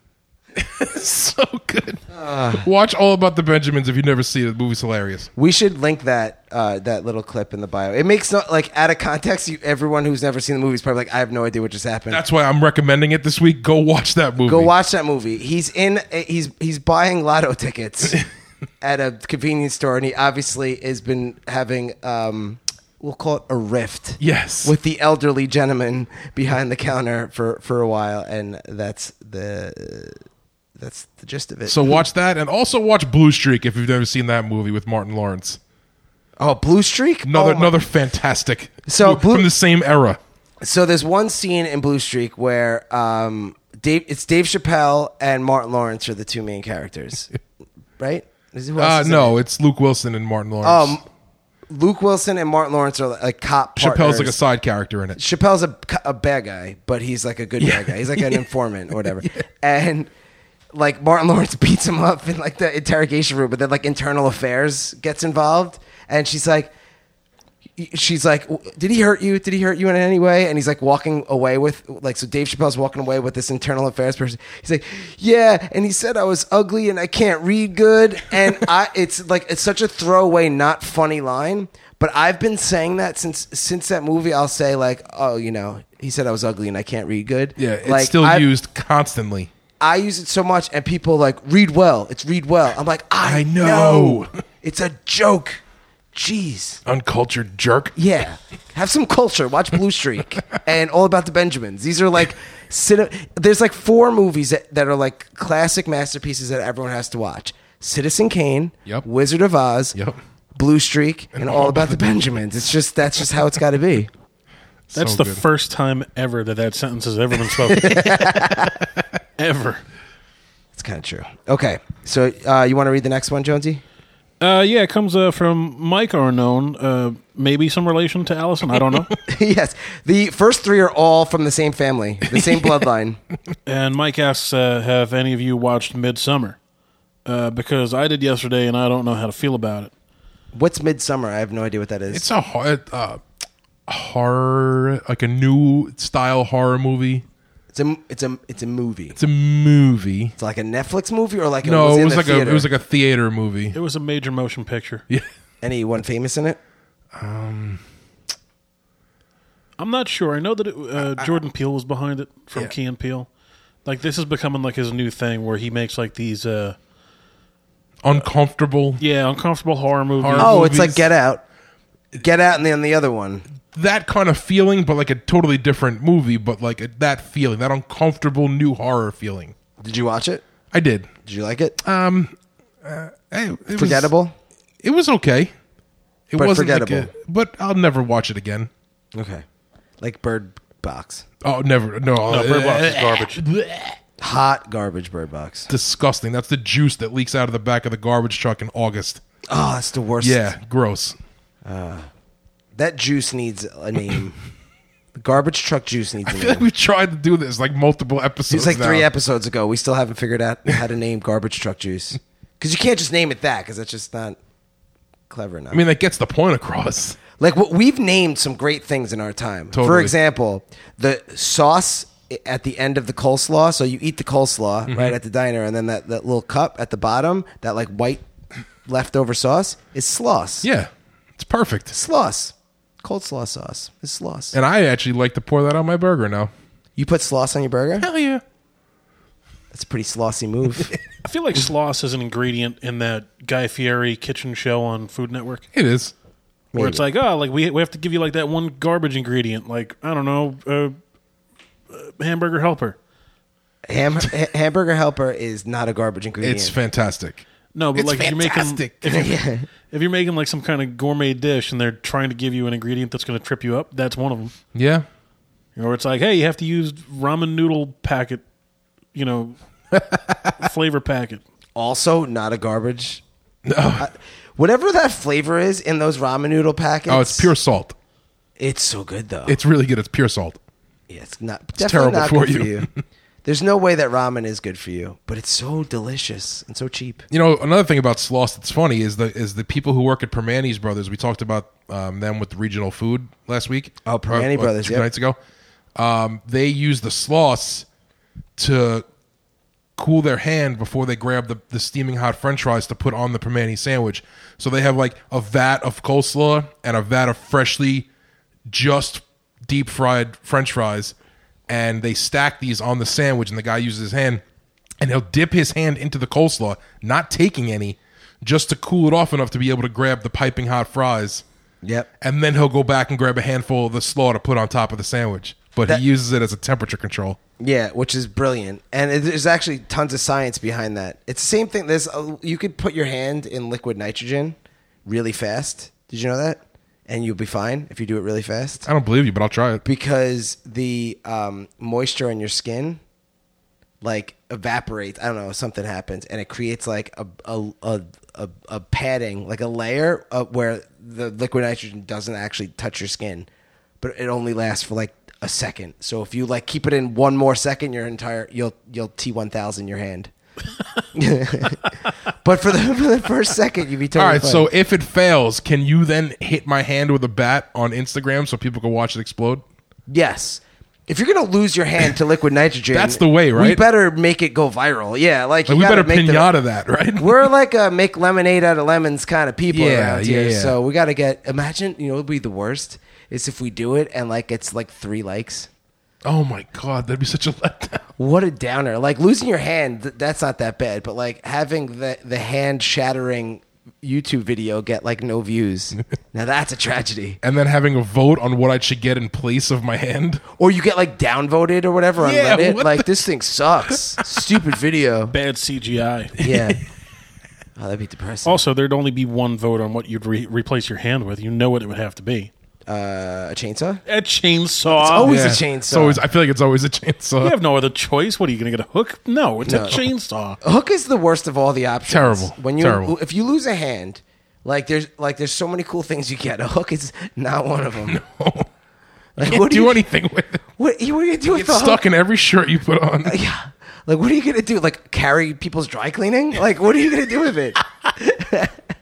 S4: so good.
S1: Ah.
S4: Watch all about the Benjamins if you never see it. The movie's hilarious.
S1: We should link that uh, that little clip in the bio. It makes no like out of context. You, everyone who's never seen the movie is probably like, I have no idea what just happened.
S4: That's why I'm recommending it this week. Go watch that movie.
S1: Go watch that movie. He's in. eh, He's he's buying lotto tickets at a convenience store, and he obviously has been having. Um, we'll call it a rift.
S4: Yes.
S1: With the elderly gentleman behind the counter for for a while, and that's the that's the gist of it.
S4: So watch that, and also watch Blue Streak if you've never seen that movie with Martin Lawrence.
S1: oh, Blue Streak.
S4: Another
S1: Oh my-
S4: another fantastic.
S1: So
S4: from
S1: Blue-
S4: the same era.
S1: So there's one scene in Blue Streak where um, Dave, it's Dave Chappelle and Martin Lawrence are the two main characters, right? Is- who else
S4: Uh,
S1: is in
S4: no,
S1: it?
S4: it's Luke Wilson and Martin Lawrence.
S1: Um, Luke Wilson and Martin Lawrence are like cop.
S4: Chappelle's like a
S1: partners.
S4: side character in it.
S1: Chappelle's a, a bad guy, but he's like a good bad guy. He's like an informant or whatever. And like Martin Lawrence beats him up in like the interrogation room, but then like internal affairs gets involved. And she's like, she's like, did he hurt you? Did he hurt you in any way? And he's like walking away with like, so Dave Chappelle's walking away with this internal affairs person. He's like, yeah. And he said I was ugly and I can't read good. And I, it's like, it's such a throwaway, not funny line, but I've been saying that since, since that movie, I'll say like, oh, you know, he said I was ugly and I can't read good.
S4: Yeah, it's
S1: like,
S4: still
S1: I've-
S4: used constantly.
S1: I use it so much, and people like read well. It's read well. I'm like, I,
S4: I know.
S1: know. It's a joke. Jeez.
S4: Uncultured jerk.
S1: Yeah. Have some culture. Watch Blue Streak and All About the Benjamins. These are like, cine- there's like four movies that, that are like classic masterpieces that everyone has to watch Citizen Kane,
S4: Yep.
S1: Wizard of Oz,
S4: Yep.
S1: Blue Streak, and, All About the Benjamins. It's just, that's just how it's got to be.
S3: That's the
S4: So good.
S3: first time ever that that sentence has ever been spoken. ever.
S1: It's kind of true. Okay. So uh, you want to read the next one, Jonesy?
S3: Uh, yeah, it comes uh, from Mike Arnone. Uh, maybe some relation to Allison. I don't know.
S1: yes. The first three are all from the same family, the same bloodline.
S3: and Mike asks, uh, "Have any of you watched Midsummer?" Uh, because I did yesterday, and I don't know how to feel about it.
S1: What's Midsummer? I have no idea what that is.
S4: It's a hor- uh, horror, like a new style horror movie.
S1: It's a it's a it's a movie.
S4: It's a movie.
S1: It's like a Netflix movie or like a,
S4: No,
S1: in
S4: it was
S1: the
S4: like
S1: theater?
S4: a it was like a theater movie.
S3: It was a major motion picture.
S1: anyone famous in it?
S3: I'm not sure. I know that it, uh, Jordan Peele was behind it from
S4: Yeah.
S3: Key and Peele. Like this is becoming like his new thing where he makes like these uh,
S4: Uncomfortable.
S3: yeah uncomfortable horror movies.
S4: Horror-
S1: Oh, it's like
S4: movies.
S1: Get Out. Get Out and then the other one.
S4: That kind of feeling, but like a totally different movie. But like that feeling, that uncomfortable new horror feeling.
S1: Did you watch it?
S4: I did.
S1: Did you like it?
S4: Hey, Um, it was-
S1: Forgettable.
S4: it was okay. It
S1: But
S4: wasn't like
S1: forgettable.
S4: a- but I'll never watch it again.
S1: Okay. Like Bird Box.
S4: Oh, never. No, eh,
S3: No, Bird Box is garbage.
S1: Hot garbage Bird Box.
S4: disgusting. That's the juice that leaks out of the back of the garbage truck in August.
S1: Oh, that's the worst.
S4: Yeah, gross.
S1: That juice needs a name. garbage truck juice needs a
S4: I feel like
S1: name.
S4: we've tried to do this like multiple episodes.
S1: It's like
S4: now.
S1: three episodes ago. We still haven't figured out how to name garbage truck juice because you can't just name it that because that's just not clever enough.
S4: I mean, that gets the point across.
S1: Like what we've named some great things in our time. For
S4: Totally.
S1: example, the sauce at the end of the coleslaw. So you eat the coleslaw
S4: Mm-hmm.
S1: right at the diner, and then that, that little cup at the bottom, that like white leftover sauce, is sloss.
S4: Yeah, it's perfect.
S1: sloss. Cold slaw sauce is sloss.
S4: And I actually like to pour that on my burger now.
S3: Oh,
S1: you put sloss on your burger?
S4: Hell yeah.
S1: That's It's a pretty slossy move.
S3: I feel like sloss is an ingredient in that Guy Fieri kitchen show on Food Network,
S4: It is.
S3: where it's like, oh, like we we have to give you like that one garbage ingredient, like I don't know, uh, uh, hamburger helper.
S1: Ham- ha- hamburger helper is not a garbage ingredient.
S4: It's fantastic.
S3: No, but
S4: It's
S3: like
S4: fantastic.
S3: if you're making if, you, if you're making like some kind of gourmet dish and they're trying to give you an ingredient that's going to trip you up, that's one of them.
S4: Yeah.
S3: You know, where it's like, hey, you have to use ramen noodle packet, you know, flavor packet.
S1: also not a garbage. I- whatever that flavor is in those ramen noodle packets.
S4: Oh, it's pure salt.
S1: It's so good though.
S4: It's really good. It's pure salt.
S1: Yeah, it's not definitely
S4: terrible
S1: not
S4: for
S1: good for
S4: you.
S1: you. There's no way that ramen is good for you, but it's so delicious and so cheap.
S4: You know, another thing about Sloss that's funny is the is the people who work at Permanis Brothers. We talked about um, them with regional food last week.
S1: Oh, Permane
S4: Uh, uh,
S1: Brothers,
S4: two
S1: yep.
S4: nights ago. Um, they use the Sloss to cool their hand before they grab the, the steaming hot French fries to put on the Permani sandwich. So they have like a vat of coleslaw and a vat of freshly just deep fried French fries, and they stack these on the sandwich. And the guy uses his hand, and he'll dip his hand into the coleslaw, not taking any, just to cool it off enough to be able to grab the piping hot fries.
S1: Yep.
S4: And then he'll go back and grab a handful of the slaw to put on top of the sandwich. But
S1: That-
S4: he uses it as a temperature control.
S1: Yeah, which is brilliant, and it, there's actually tons of science behind that. It's the same thing. There's a, you could put your hand in liquid nitrogen really fast. Did you know that? And you'll be fine if you do it really fast.
S4: I don't believe you, but I'll try it.
S1: because the um, moisture on your skin like evaporates. I don't know, something happens, and it creates like a a a, a, a padding, like a layer of where the liquid nitrogen doesn't actually touch your skin, but it only lasts for like a second. So if you like keep it in one more second, your entire you'll you'll T one thousand your hand. but for the, for the first second, you'd be totally
S4: All right,
S1: fine.
S4: so if it fails, can you then hit my hand with a bat on Instagram so people can watch it explode?
S1: Yes. If you're gonna lose your hand to liquid nitrogen,
S4: That's the way,
S1: We
S4: right?
S1: better make it go viral. Yeah, like, you
S4: Like we
S1: gotta
S4: better
S1: make the-
S4: pinata that, right?
S1: we're like a make lemonade out of lemons kind of people
S4: Yeah,
S1: around here,
S4: yeah, yeah.
S1: so we gotta get. Imagine, you know, it'd be the worst is if we do it and like it's like three likes.
S4: oh my god, that'd be such a letdown.
S1: What a downer! Like losing your hand, th- that's not that bad, but like having the the hand shattering YouTube video get like no views. now that's a tragedy.
S4: And then having a vote on what I should get in place of my hand.
S1: Or you get like downvoted or whatever on
S4: Yeah,
S1: Reddit.
S4: what
S1: Like
S4: the-
S1: this thing sucks. Stupid video.
S3: Bad CGI.
S1: Yeah. oh, that'd be depressing.
S3: Also, there'd only be one vote on what you'd re- replace your hand with. You know what it would have to be.
S1: Uh, a chainsaw?
S3: A chainsaw.
S1: always- It's a
S4: Yeah.
S1: chainsaw.
S4: It's always, I feel like it's always a chainsaw.
S3: you have no other choice. What are you going to get a hook? No, it's
S1: No.
S3: a chainsaw.
S1: A hook is the worst of all the options.
S4: Terrible.
S1: When you
S4: Terrible.
S1: if you lose a hand, like there's like there's so many cool things you get. A hook is not one of them. Like,
S4: Can't
S1: what
S4: do
S1: you,
S4: anything with it.
S1: What, you- what are you gonna do with
S4: It's
S1: the
S4: stuck
S1: hook?
S4: in every shirt you put on.
S1: Yeah. Like what are you gonna do? Like carry people's dry cleaning? Like what are you gonna do with it?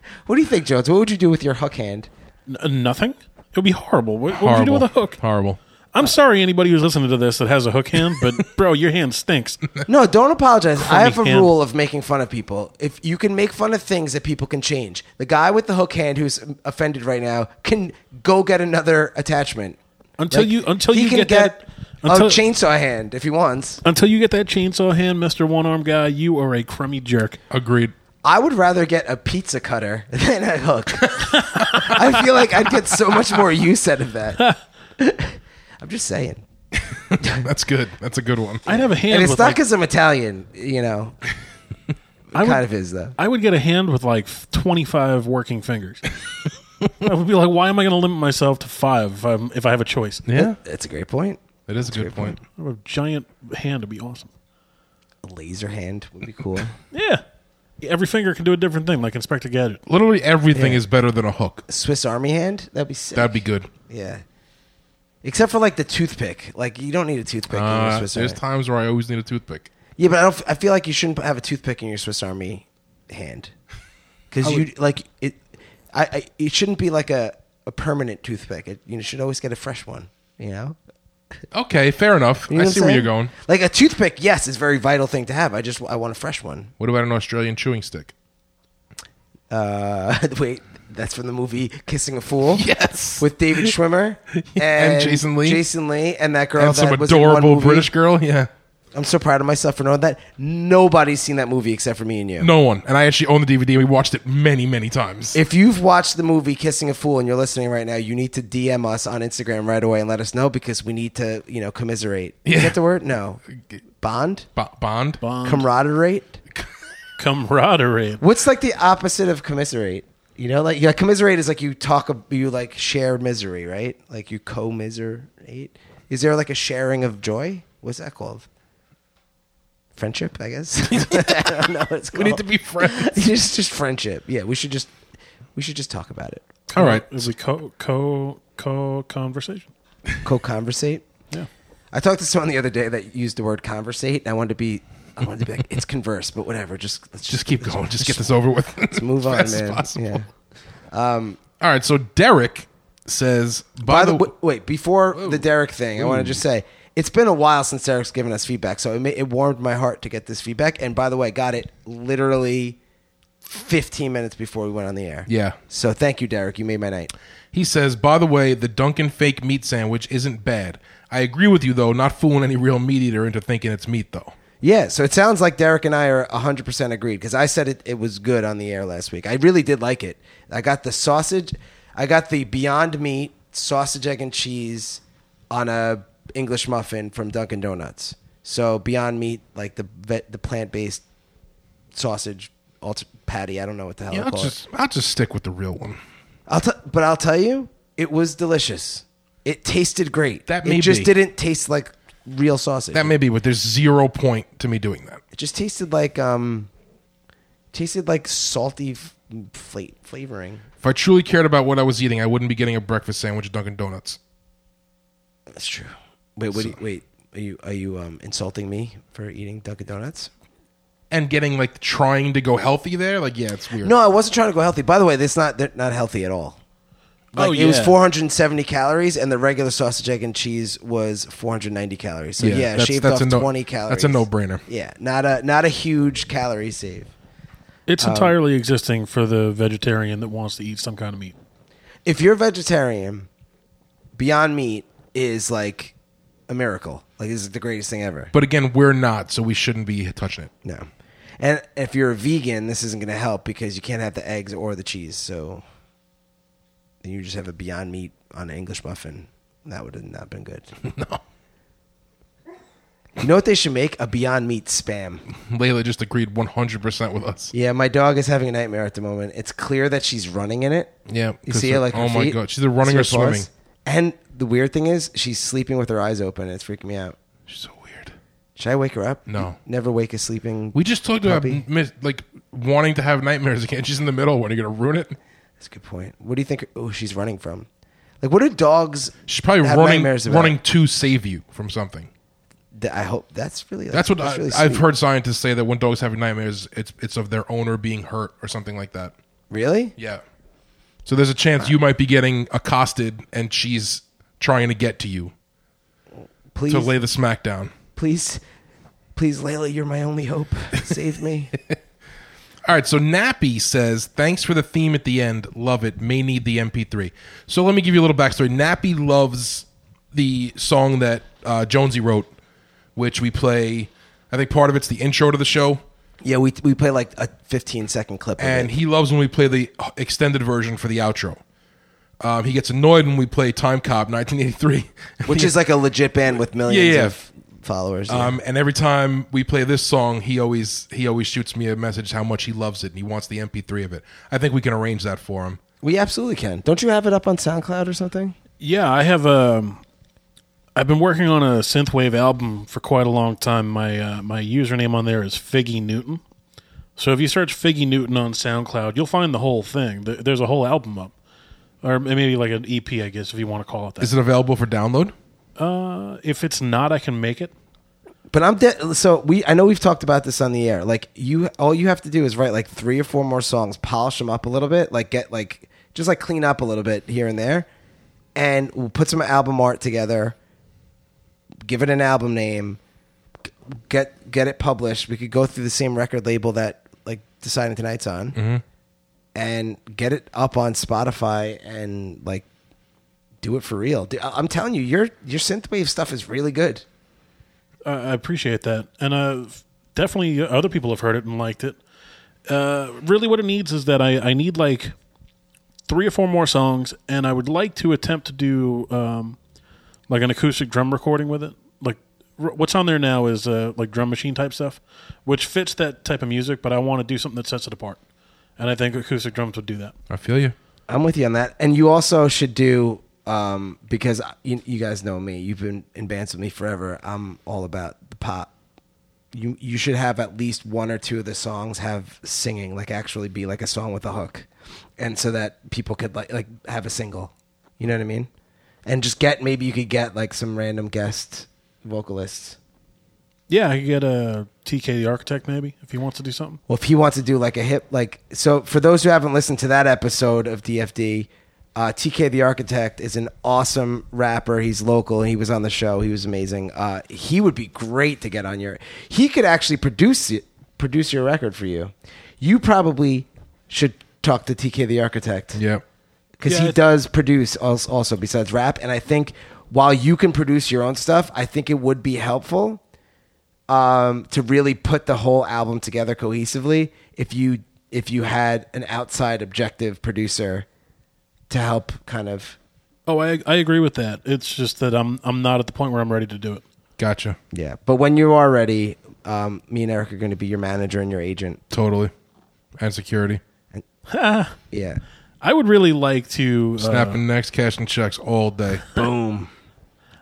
S1: what do you think, Jones? What would you do with your hook hand?
S3: N- uh, nothing. It would be horrible. What, what would you do
S4: Horrible.
S3: with a hook?
S4: Horrible.
S3: I'm sorry, anybody who's listening to this that has a hook hand, but bro, your hand stinks.
S1: No, don't apologize. I have a
S3: hand.
S1: rule of making fun of people. If you can make fun of things that people can change, the guy with the hook hand who's offended right now can go get another attachment.
S3: Until
S1: Like,
S3: you until
S1: he
S3: you
S1: can
S3: get,
S1: get
S3: that until,
S1: a chainsaw hand if he wants.
S3: until you get that chainsaw hand, Mister One Arm Guy, you are a crummy jerk.
S4: Agreed.
S1: I would rather get a pizza cutter than a hook. I feel like I'd get so much more use out of that. I'm just saying.
S4: That's good. That's a good one.
S3: I'd have a hand
S1: And it's
S3: with
S1: not
S3: like,
S1: because I'm Italian, you know.
S3: I would,
S1: Kind of is though.
S3: I would get a hand with like 25 working fingers. I would be like, why am I going to limit myself to five if, I'm, if I have a choice?
S4: yeah,
S1: That's a great point.
S4: it is a good point.
S3: I would have a giant hand would be awesome.
S1: A laser hand would be cool.
S3: Yeah. Every finger can do a different thing, like Inspector Gadget.
S4: Literally everything is better than a hook.
S1: Swiss Army hand? That'd be sick.
S4: That'd be good.
S1: Yeah. Except for like the toothpick. Like you don't need a toothpick in your
S4: Uh,
S1: Swiss
S4: there's
S1: Army.
S4: times where I always need a toothpick.
S1: yeah, but I don't f- I feel like you shouldn't have a toothpick in your Swiss Army hand. Cuz you like it I, I it shouldn't be like a, a permanent toothpick. It, you should always get a fresh one, you know?
S4: Okay, fair enough.
S1: You know
S4: I
S1: what I'm
S4: see where you're
S1: saying?
S4: going.
S1: Like a toothpick, yes, is a very vital thing to have. I just I want a fresh one.
S4: What about an Australian chewing stick?
S1: Uh, wait, that's from the movie Kissing a Fool.
S4: Yes.
S1: With David Schwimmer and,
S4: Jason Lee.
S1: Jason Lee and that girl
S4: and
S1: Oh, that
S4: some
S1: was in one
S4: adorable
S1: movie.
S4: British girl. Yeah.
S1: I'm so proud of myself for knowing that. Nobody's seen that movie except for me and you.
S4: No one. And I actually own the DVD. We watched it many, many times.
S1: If you've watched the movie Kissing a Fool and you're listening right now, you need to DM us on Instagram right away and let us know because we need to, you know, commiserate.
S4: Yeah.
S1: Is that the word? No. Bond?
S4: Bo- Bond.
S1: Camaraderate?
S3: Camaraderie.
S1: What's like the opposite of commiserate? You know, like yeah, commiserate is like you talk, ab- you like share misery, right? Like you commiserate. Is there like a sharing of joy? What's that called? Friendship, I guess. I don't know. What it's
S4: We
S1: called.
S4: need to be friends.
S1: just just friendship. Yeah, we should just we should just talk about it.
S4: All right.
S3: It was a co co co conversation.
S1: Co-conversate.
S3: Yeah.
S1: I talked to someone the other day that used the word conversate, and I wanted to be, I wanted to be like, it's converse, but whatever. Just let's just,
S4: Just keep going. Just get this over with. Let's
S1: move on,
S4: fast
S1: man.
S4: As possible.
S1: Yeah.
S4: All right. So Derek says,
S1: By
S4: by,
S1: the
S4: the,
S1: w- wait, before the Derek thing, I want to just say it's been a while since Derek's given us feedback, so it, ma- it warmed my heart to get this feedback. And by the way, I got it literally 15 minutes before we went on the air.
S4: Yeah.
S1: So thank you, Derek. You made my night.
S4: he says, by the way, the Dunkin' fake meat sandwich isn't bad. I agree with you though. Not fooling any real meat eater into thinking it's meat though.
S1: Yeah, so it sounds like Derek and I are 100% agreed because I said it, it was good on the air last week. I really did like it. I got the sausage, I got the Beyond Meat sausage, egg, and cheese on a English muffin from Dunkin' Donuts. So Beyond Meat, like the vet, the plant based sausage alter, patty. I don't know what the hell
S4: Yeah,
S1: I
S4: I'll
S1: call it.
S4: just I'll just stick with the real one.
S1: I'll t- but I'll tell you, it was delicious. It tasted great.
S4: That may
S1: it just
S4: be.
S1: didn't taste like real sausage.
S4: That may be, but there's zero point to me doing that.
S1: It just tasted like um, tasted like salty f- fla- flavoring.
S4: If I truly cared about what I was eating, I wouldn't be getting a breakfast sandwich at Dunkin' Donuts.
S1: That's true. Wait, what? do you, wait, are you are you um insulting me for eating Dunkin' Donuts?
S4: And getting like trying to go healthy there, like yeah, it's weird.
S1: No, I wasn't trying to go healthy. By the way, this not they're not healthy at all. Like,
S3: Oh,
S1: It was
S3: yeah.
S1: 470 calories, and the regular sausage, egg, and cheese was 490 calories. So
S4: Yeah,
S1: yeah,
S4: that's-
S1: shaved
S4: that's a
S1: off
S4: no-
S1: 20
S4: that's a
S1: calories.
S4: no-brainer.
S1: Yeah, not a not a huge calorie save.
S3: It's entirely existing for the vegetarian that wants to eat some kind of meat.
S1: if you're a vegetarian, Beyond Meat is like a miracle. Like this is the greatest thing ever.
S4: But again, we're not, so we shouldn't be touching it.
S1: No. And if you're a vegan, this isn't going to help because you can't have the eggs or the cheese. So then you just have a Beyond Meat on an English muffin. That would have not been good.
S4: No.
S1: You know what they should make? A Beyond Meat spam.
S4: Layla just agreed 100% with us.
S1: Yeah, my dog is having a nightmare at the moment. It's clear that she's running in it.
S4: Yeah,
S1: you
S4: 'cause
S1: see her
S4: her-
S1: like her
S4: oh my
S1: feet?
S4: God, she's either running
S1: See her
S4: or swimming.
S1: paws? And the weird thing is, she's sleeping with her eyes open. and It's freaking me out.
S4: She's so weird.
S1: Should I wake her up?
S4: No.
S1: Never wake a sleeping.
S4: We just talked
S1: Puppy.
S4: about mis- like wanting to have nightmares again. She's in the middle. What are you going to ruin it?
S1: That's a good point. What do you think? Oh, she's running from. Like, what do dogs?
S4: She's probably
S1: have
S4: running
S1: nightmares about?
S4: running to save you from something.
S1: Th- I hope that's really. Like,
S4: That's what I,
S1: really
S4: I've
S1: sweet.
S4: heard scientists say that when dogs have nightmares, it's it's of their owner being hurt or something like that.
S1: Really?
S4: Yeah. So there's a chance you might be getting accosted and she's trying to get to you
S1: Please,
S4: to lay the smack down.
S1: please, please, Layla, you're my only hope. Save me.
S4: All right, so Nappy says, thanks for the theme at the end. Love it. May need the MP3. So let me give you a little backstory. Nappy loves the song that uh, Jonesy wrote, which we play. I think part of it's the intro to the show.
S1: yeah, we we play like a 15 second clip.
S4: And
S1: of it.
S4: he loves when we play the extended version for the outro. Um, he gets annoyed when we play Time Cop 1983.
S1: which is like a legit band with millions
S4: Yeah, yeah.
S1: of followers. yeah.
S4: Um, and every time we play this song, he always he always shoots me a message how much he loves it and he wants the MP3 of it. I think we can arrange that for him.
S1: we absolutely can. Don't you have it up on SoundCloud or something?
S3: Yeah, I have um I've been working on a synthwave album for quite a long time. My uh, my username on there is Figgy Newton. So if you search Figgy Newton on SoundCloud, you'll find the whole thing. There- There's a whole album up, or maybe like an EP, I guess, if you want to call it that.
S4: Is it available for download?
S3: if it's not, I can make it.
S1: But I'm de- so we I know we've talked about this on the air. Like you all you have to do is write like 3 or 4 more songs, polish them up a little bit, like get like just like clean up a little bit here and there and we'll put some album art together. Give it an album name. g- Get get it published. We could go through the same record label that like deciding tonight's on. And get it up on Spotify and like do it for real. Do- I- I'm telling you, your your synthwave stuff is really good.
S3: I I appreciate that, and uh, definitely other people have heard it and liked it. Uh, really, what it needs is that I, I need like three or four more songs, and I would like to attempt to do um, like an acoustic drum recording with it. Like r- what's on there now is uh, like drum machine type stuff, which fits that type of music, but I want to do something that sets it apart, and I think acoustic drums would do that.
S4: I feel you.
S1: I'm with you on that. And you also should do um, because you, you guys know me. You've been in bands with me forever. I'm all about the pop. You you should have at least one or two of the songs have singing, like actually be like a song with a hook, and so that people could like like have a single. You know what I mean? And just get maybe you could get like some random guest vocalists.
S3: Yeah, I could get a TK the Architect maybe if he wants to do something.
S1: Well, if he wants to do like a hip, like so, for those who haven't listened to that episode of DFD, uh, TK the Architect is an awesome rapper. He's local. He was on the show. He was amazing. Uh, he would be great to get on your. He could actually produce it, produce your record for you. You probably should talk to TK the Architect
S4: Yeah.
S1: because
S3: Yeah,
S1: he
S3: it-
S1: does produce als- also besides rap. And I think while you can produce your own stuff, I think it would be helpful um, to really put the whole album together cohesively if you if you had an outside objective producer to help kind of
S3: Oh, I I agree with that. It's just that I'm I'm not at the point where I'm ready to do it.
S4: Gotcha.
S1: yeah. But when you are ready, um, me and Eric are going to be your manager and your agent.
S4: Totally. And security.
S1: Yeah,
S3: I would really like to. Uh,
S4: Snapping necks, cashing checks all day.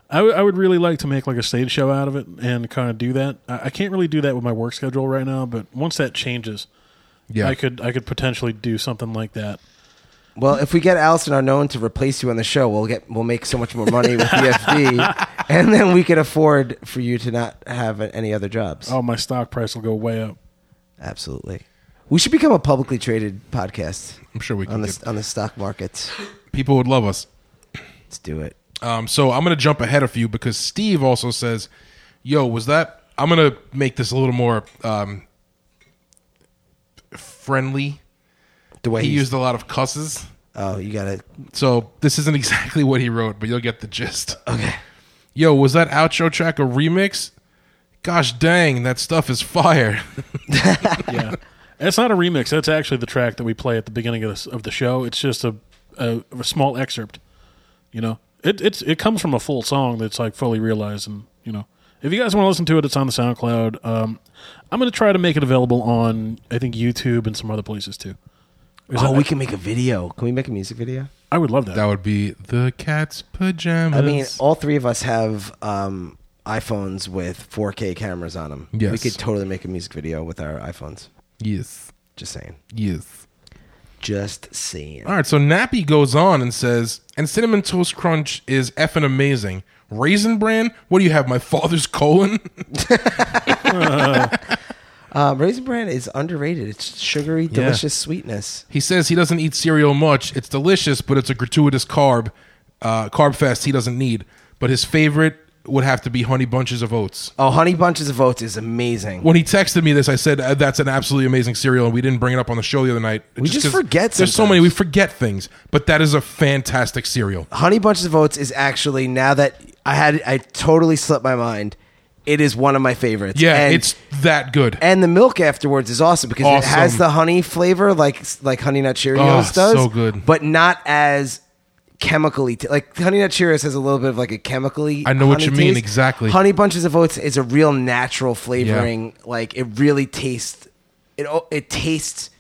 S3: I, w- I would really like to make like a stage show out of it and kind of do that. I, I can't really do that with my work schedule right now, but once that changes,
S4: Yeah.
S3: I could I could potentially do something like that.
S1: Well, if we get Allison Arnone to replace you on the show, we'll get we'll make so much more money with EFD, and then we can afford for you to not have any other jobs.
S3: Oh, my stock price will go way up.
S1: Absolutely, we should become a publicly traded podcast
S4: I'm sure we
S1: on
S4: can.
S1: the
S4: Get,
S1: on the stock market.
S4: people would love us.
S1: Let's do it.
S4: Um, so I'm going to jump ahead a few because Steve also says, "Yo, was that?" I'm going to make this a little more um, friendly.
S1: The way
S4: He
S1: he's-
S4: used a lot of cusses.
S1: Oh, you gotta.
S4: So this isn't exactly what he wrote, but you'll get the gist. Okay. Yo, was that outro track a remix? Gosh dang, that stuff is fire.
S3: Yeah, it's not a remix. That's actually the track that we play at the beginning of this, of the show. It's just a a, a small excerpt. You know, it it's it comes from a full song that's like fully realized, and you know, if you guys want to listen to it, it's on the SoundCloud. Um, I'm going to try to make it available on I think YouTube and some other places too.
S1: Oh, we can make a video. Can we make a music video?
S3: I would love that.
S4: that would be the cat's pajamas.
S1: I mean, all three of us have um, iPhones with 4K cameras on them. we
S4: Yes.
S1: could totally make a music video with our iPhones.
S4: yes,
S1: Just saying.
S4: yes.
S1: Just saying.
S4: All right, so Nappy goes on and says, and Cinnamon Toast Crunch is effing amazing. Raisin Bran? What do you have, my father's colon?
S1: Um, Raisin Bran is underrated. It's sugary, delicious sweetness.
S4: he says he doesn't eat cereal much. It's delicious, but it's a gratuitous carb, uh, carb fest he doesn't need. But his favorite would have to be Honey Bunches of Oats.
S1: Oh, Honey Bunches of Oats is amazing.
S4: When he texted me this, I said, uh, that's an absolutely amazing cereal, and we didn't bring it up on the show the other night.
S1: We just
S4: 'cause
S1: forget
S4: There's so many,
S1: sometimes.
S4: we forget things, but that is a fantastic cereal.
S1: Honey Bunches of Oats is actually now that I had I totally slipped my mind. It is one of my favorites.
S4: Yeah,
S1: and,
S4: it's that good.
S1: and the milk afterwards is awesome because it
S4: Awesome.
S1: has the honey flavor like like Honey Nut Cheerios
S4: Oh,
S1: does.
S4: so good.
S1: but not as chemically t- like Honey Nut Cheerios has a little bit of like a chemically.
S4: I know what
S1: honey
S4: you mean,
S1: taste.
S4: exactly.
S1: Honey Bunches of Oats is a real natural flavoring. Like it really tastes. It o- it tastes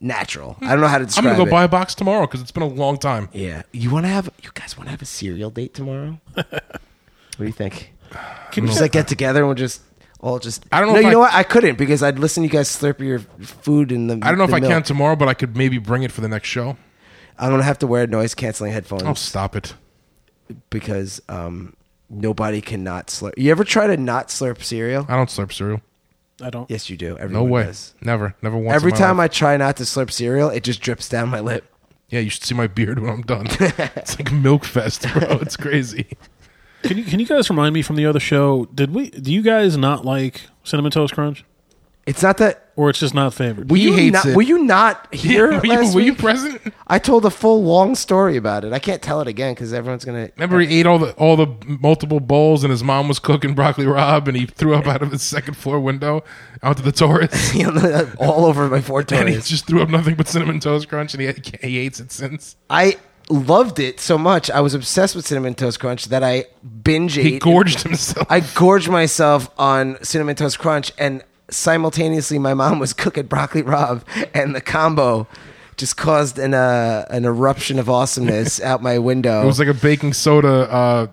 S1: natural. I don't know how to
S4: I'm
S1: describe.
S4: going to go
S1: it.
S4: buy a box tomorrow because it's been a long time.
S1: Yeah. You want to have, you guys want to have a cereal date tomorrow? what do you think? Can we just like get together and we'll just, all just,
S4: I don't know
S1: No,
S4: if
S1: you
S4: I-
S1: know what? I couldn't because I'd listen to you guys slurp your food in the.
S4: I don't know if
S1: the
S4: I can
S1: milk.
S4: tomorrow, but I could maybe bring it for the next show.
S1: I'm going to have to wear noise canceling headphones
S4: Oh, stop it.
S1: because um, nobody can not slurp. You ever try to not slurp cereal?
S4: I don't slurp cereal.
S3: I don't.
S1: Yes, you do.
S4: Uh, No
S1: Everyone
S4: way.
S1: Does.
S4: Never. Never once.
S1: Every
S4: in my
S1: time
S4: life.
S1: I try not to slurp cereal, it just drips down my lip.
S4: Yeah, you should see my beard when I'm done. it's like milk fest, bro. It's crazy.
S3: Can you can you guys remind me from the other show? Did we? Do you guys not like cinnamon toast crunch?
S1: It's not that
S3: or it's just not favored.
S1: Were
S4: He
S1: you
S4: hates
S1: not,
S4: it.
S1: Were you not here
S4: were,
S1: last
S4: you, were you
S1: week?
S4: present?
S1: I told a full long story about it. I can't tell it again because everyone's gonna.
S4: Remember, he ate all the all the multiple bowls, and his mom was cooking broccoli rob, and he threw up out of his second floor window onto the Taurus,
S1: all over my four
S4: and he
S1: Taurus.
S4: just threw up nothing but cinnamon toast crunch, and he he hates it since.
S1: I loved it so much. I was obsessed with cinnamon toast crunch that I binge ate.
S4: He gorged himself.
S1: I gorged myself on cinnamon toast crunch, and simultaneously, my mom was cooking broccoli rob, and the combo just caused an uh, an eruption of awesomeness out my window.
S4: it was like a baking soda. Uh,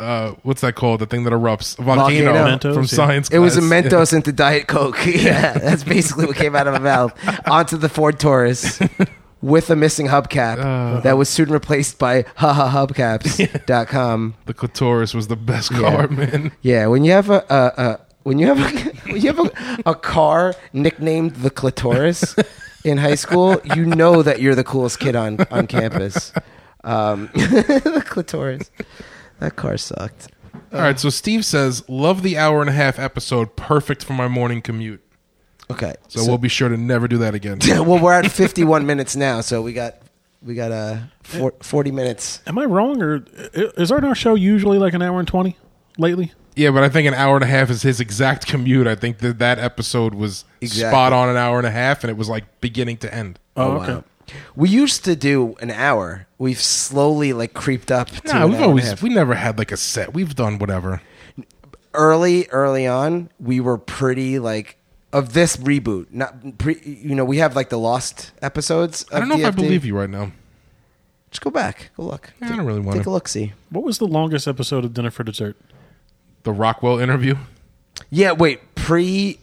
S4: uh, what's that called? The thing that erupts. Volcano,
S1: Volcano.
S4: from
S3: Mentos, yeah.
S4: science.
S1: It was a
S4: class.
S1: Mentos into Diet Coke. Yeah, that's basically what came out of my mouth. Onto the Ford Taurus with a missing hubcap that was soon replaced by hahahubcaps.com.
S4: The clitoris was the best car, man.
S1: Yeah, when you have a. a, a when you have a, when you have a, a car nicknamed the clitoris in high school, you know that you're the coolest kid on, on campus. Um, the clitoris. That car sucked.
S4: All right, so Steve says, "Love the hour and a half episode. Perfect for my morning commute."
S1: Okay.
S4: So, we'll be sure to never do that again.
S1: well, we're at 51 minutes now, so we got we got uh, four, 40 minutes.
S3: Am I wrong, or i- is our our show usually like an hour and twenty lately?
S4: yeah, but I think an hour and a half is his exact commute. I think that that episode was
S1: Exactly.
S4: spot on an hour and a half, and it was like beginning to end.
S3: Oh, okay.
S1: We used to do an hour. We've slowly like creeped up to
S4: Nah,
S1: an hour
S4: we've
S1: and a
S4: always
S1: half.
S4: we never had like a set. We've done whatever.
S1: early early on. We were pretty like of this reboot. Not pre, you know we have like the lost episodes. Of
S4: I don't know if I
S1: DFD.
S4: believe you right now.
S1: Just go back, go look.
S4: I don't really want
S1: Take a
S4: to.
S1: look, see.
S3: What was the longest episode of Dinner for Dessert?
S4: The Rockwell interview
S1: Yeah, wait. Pre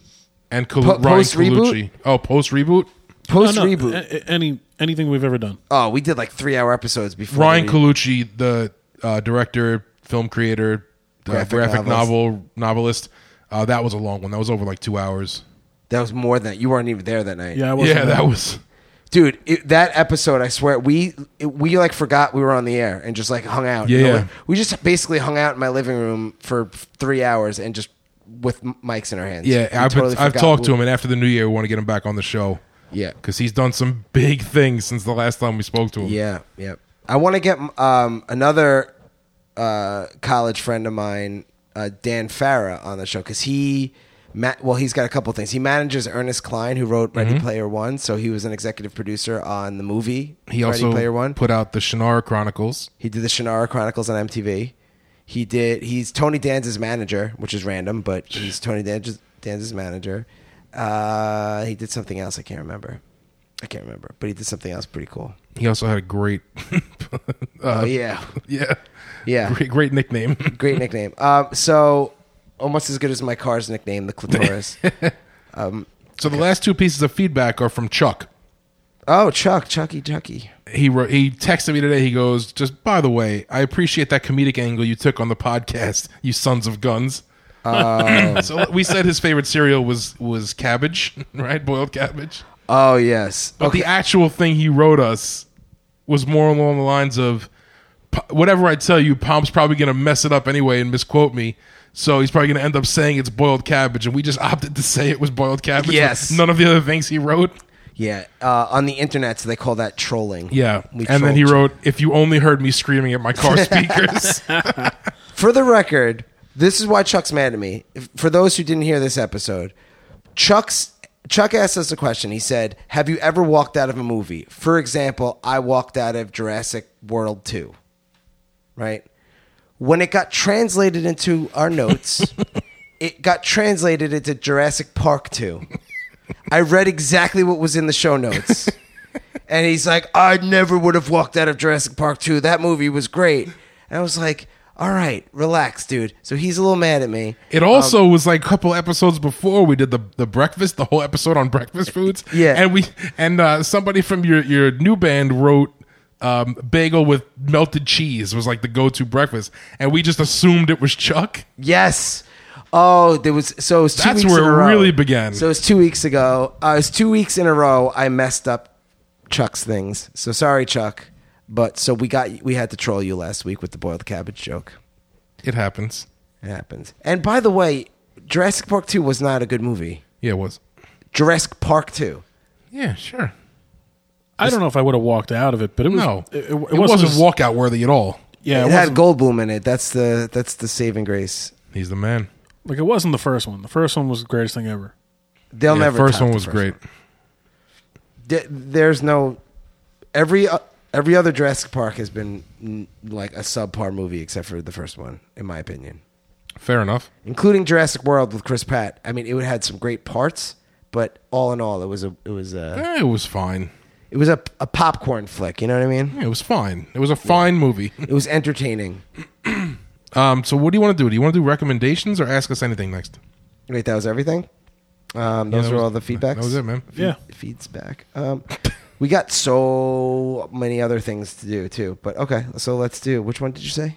S4: and Colu-
S1: Po-
S4: Ryan
S1: post-reboot?
S4: Colucci. Oh, post reboot.
S1: post
S3: Oh, No, no,
S1: reboot.
S4: Uh,
S3: a- a- any anything we've ever done.
S1: oh, we did like three hour episodes before
S4: Ryan
S1: we-
S4: Colucci, the uh, director, film creator, uh,
S1: Graphic
S4: graphic,
S1: novelist.
S4: novel novelist. Uh, that was a long one. That was over like two hours.
S1: That was more than you weren't even there that night.
S3: Yeah, I wasn't
S4: Yeah,
S3: there.
S4: that was.
S1: dude it, that episode i swear we it, we like forgot we were on the air and just like hung out
S4: Yeah.
S1: Like, we just basically hung out in my living room for three hours and just with m- mics in our hands
S4: Yeah,
S1: We
S4: I've, been-
S1: totally
S4: I've
S1: forgot.
S4: talked to him, and after the new year, we want to get him back on the show.
S1: Yeah.
S4: because he's done some big things since the last time we spoke to him.
S1: yeah yeah i want to get um, another uh, college friend of mine uh, dan farah on the show because he ma- well he's got a couple things he manages ernest klein who wrote
S4: Mm-hmm.
S1: ready player one so he was an executive producer on the movie
S4: he
S1: ready
S4: also
S1: player one
S4: put out the Shannara Chronicles.
S1: He did the Shannara Chronicles on MTV. He did. He's Tony Danza's manager, which is random, but he's Tony Danza's, Danza's manager. Uh, he did something else. I can't remember. I can't remember, but he did something else pretty cool.
S4: He also had a great,
S1: oh yeah,
S4: yeah,
S1: yeah,
S4: Uh, great, great nickname.
S1: great nickname. Um, so almost as good as my car's nickname, the clitoris.
S4: so the last two pieces of feedback are from Chuck.
S1: oh, Chuck, Chucky, Chucky.
S4: he wrote, he texted me today. He goes, just by the way, I appreciate that comedic angle you took on the podcast, you sons of guns.
S1: Oh.
S4: so we said his favorite cereal was was cabbage, right? Boiled cabbage.
S1: Oh yes.
S4: But the actual thing he wrote us was more along the lines of "P- whatever I tell you, Pomp's probably going to mess it up anyway and misquote me. So he's probably going to end up saying it's boiled cabbage, and we just opted to say it was boiled cabbage.
S1: Yes.
S4: none of the other things he wrote.
S1: Yeah. Uh, on the internet, so they call that trolling.
S4: Yeah.
S1: We
S4: and then he
S1: trolled
S4: wrote, if you only heard me screaming at my car speakers.
S1: For the record, this is why Chuck's mad at me. If- For those who didn't hear this episode, Chuck's Chuck asked us a question. He said, "Have you ever walked out of a movie? For example, I walked out of Jurassic World 2." Right? When it got translated into our notes, it got translated into Jurassic Park 2. I read exactly what was in the show notes. And he's like, I never would have walked out of Jurassic Park 2. That movie was great. And I was like, all right, relax, dude. So he's a little mad at me.
S4: It also was like a couple episodes before we did the the breakfast, the whole episode on breakfast foods.
S1: Yeah.
S4: and we and uh, somebody from your your new band wrote um, bagel with melted cheese was like the go to breakfast, and we just assumed it was Chuck.
S1: Yes. Oh, there was so it was two
S4: That's
S1: weeks
S4: where
S1: in a
S4: it
S1: row.
S4: really began.
S1: So it was two weeks ago. Uh, it was two weeks in a row. I messed up Chuck's things. So sorry, Chuck. But so we got we had to troll you last week with the boiled cabbage joke.
S4: It happens.
S1: It happens. And by the way, Jurassic Park Two was not a good movie.
S4: Yeah, it was.
S1: Jurassic Park 2.
S4: Yeah, sure.
S3: I don't know if I would have walked out of it, but it was
S4: No,
S3: It, it- it
S4: wasn't,
S3: wasn't as-
S4: walkout worthy at all.
S3: Yeah, it,
S1: it had
S3: wasn't,
S1: Goldblum in it. That's the that's the saving grace.
S4: He's the man.
S3: like it wasn't the first one. The first one was the greatest thing ever.
S1: They'll
S4: Yeah,
S1: never.
S4: first
S1: top
S4: one
S1: the
S4: was great.
S1: Th- There's no every o- every other Jurassic Park has been mm, like a subpar movie except for the first one, in my opinion,
S4: Fair enough.
S1: including Jurassic World with Chris Pratt. I mean, it had some great parts, but all in all, it was a it was a
S4: Eh, it was fine.
S1: it was a, a popcorn flick. You know what I mean?
S4: Yeah, it was fine. It was a fine movie.
S1: It was entertaining.
S4: Um, so what do you want to do? Do you want to do recommendations or ask us anything next?
S1: Wait, that was everything. Um,
S4: Yeah,
S1: those
S4: that
S1: were
S4: was-
S1: all the feedbacks.
S4: That was it, man.
S3: Yeah.
S1: feeds back. Um, we got so many other things to do too, but okay. So let's do. Which one did you say?